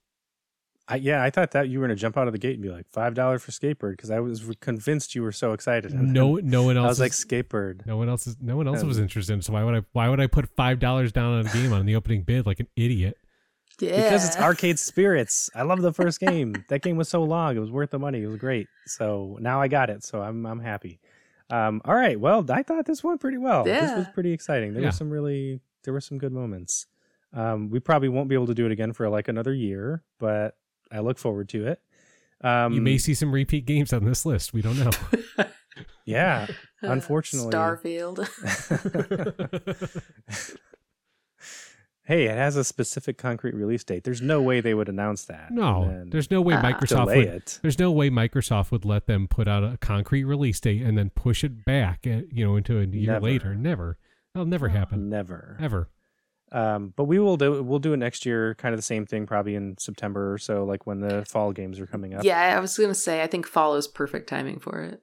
[SPEAKER 1] I, yeah, I thought that you were going to jump out of the gate and be like five dollars for skateboard because I was convinced you were so excited. And
[SPEAKER 3] No,
[SPEAKER 1] then
[SPEAKER 3] no one
[SPEAKER 1] I was
[SPEAKER 3] else.
[SPEAKER 1] like
[SPEAKER 3] is-
[SPEAKER 1] skateboard.
[SPEAKER 3] No one else is no one else
[SPEAKER 1] Um,
[SPEAKER 3] was interested. in it, So why would I why would I put five dollars down on a game on the opening bid like an idiot?
[SPEAKER 2] Mm-hmm. Yeah.
[SPEAKER 1] Because it's Arcade Spirits. I love the first game. that game was so long; it was worth the money. It was great. So now I got it. So I'm I'm happy. Um, all right. Well, I thought this went pretty well. This was
[SPEAKER 2] Yeah.
[SPEAKER 1] pretty exciting. There
[SPEAKER 3] Yeah.
[SPEAKER 1] were some really there were some good moments. Um, we probably won't be able to do it again for like another year, but I look forward to it. Um,
[SPEAKER 3] you may see some repeat games on this list. We don't know.
[SPEAKER 1] yeah. Unfortunately-
[SPEAKER 2] Starfield.
[SPEAKER 1] hey, it has a specific concrete release date. There's no way they would announce that. and
[SPEAKER 3] no,
[SPEAKER 1] then
[SPEAKER 3] there's no way
[SPEAKER 2] Ah.
[SPEAKER 3] Microsoft
[SPEAKER 1] delay
[SPEAKER 3] would.
[SPEAKER 1] it.
[SPEAKER 3] There's no way Microsoft would let them put out a concrete release date and then push it back, at, you know, into a year
[SPEAKER 1] Never.
[SPEAKER 3] later. Never. That'll never
[SPEAKER 2] No.
[SPEAKER 3] happen.
[SPEAKER 1] Never.
[SPEAKER 3] Ever.
[SPEAKER 1] Um, but we will do we'll do it next year, kind of the same thing, probably in September or so, like when the fall games are coming up.
[SPEAKER 2] Yeah, I was gonna say I think fall is perfect timing for it.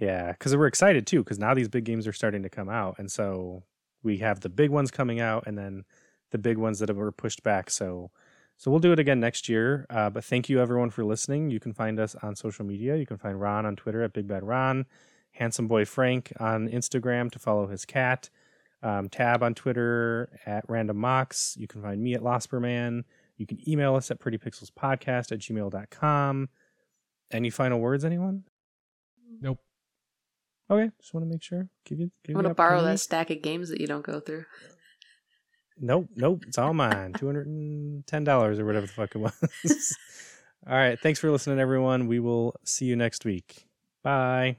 [SPEAKER 1] Yeah, because we're excited too, because now these big games are starting to come out, and so we have the big ones coming out, and then the big ones that were pushed back. So, so we'll do it again next year. Uh, but thank you everyone for listening. You can find us on social media. You can find Ron on Twitter at Big Bad Ron, Handsome Boy Frank on Instagram to follow his cat, um, Tab on Twitter at Random Mox. You can find me at Losperman. You can email us at PrettyPixelsPodcast at gmail.com. Any final words, anyone?
[SPEAKER 3] Nope.
[SPEAKER 1] Okay, just want to make sure. Give you. Give
[SPEAKER 2] I'm
[SPEAKER 1] you
[SPEAKER 2] gonna
[SPEAKER 1] the
[SPEAKER 2] borrow
[SPEAKER 1] opportunity.
[SPEAKER 2] that stack of games that you don't go through.
[SPEAKER 1] Nope, nope. It's all mine. Two hundred and ten dollars or whatever the fuck it was. all right. Thanks for listening, everyone. We will see you next week. Bye.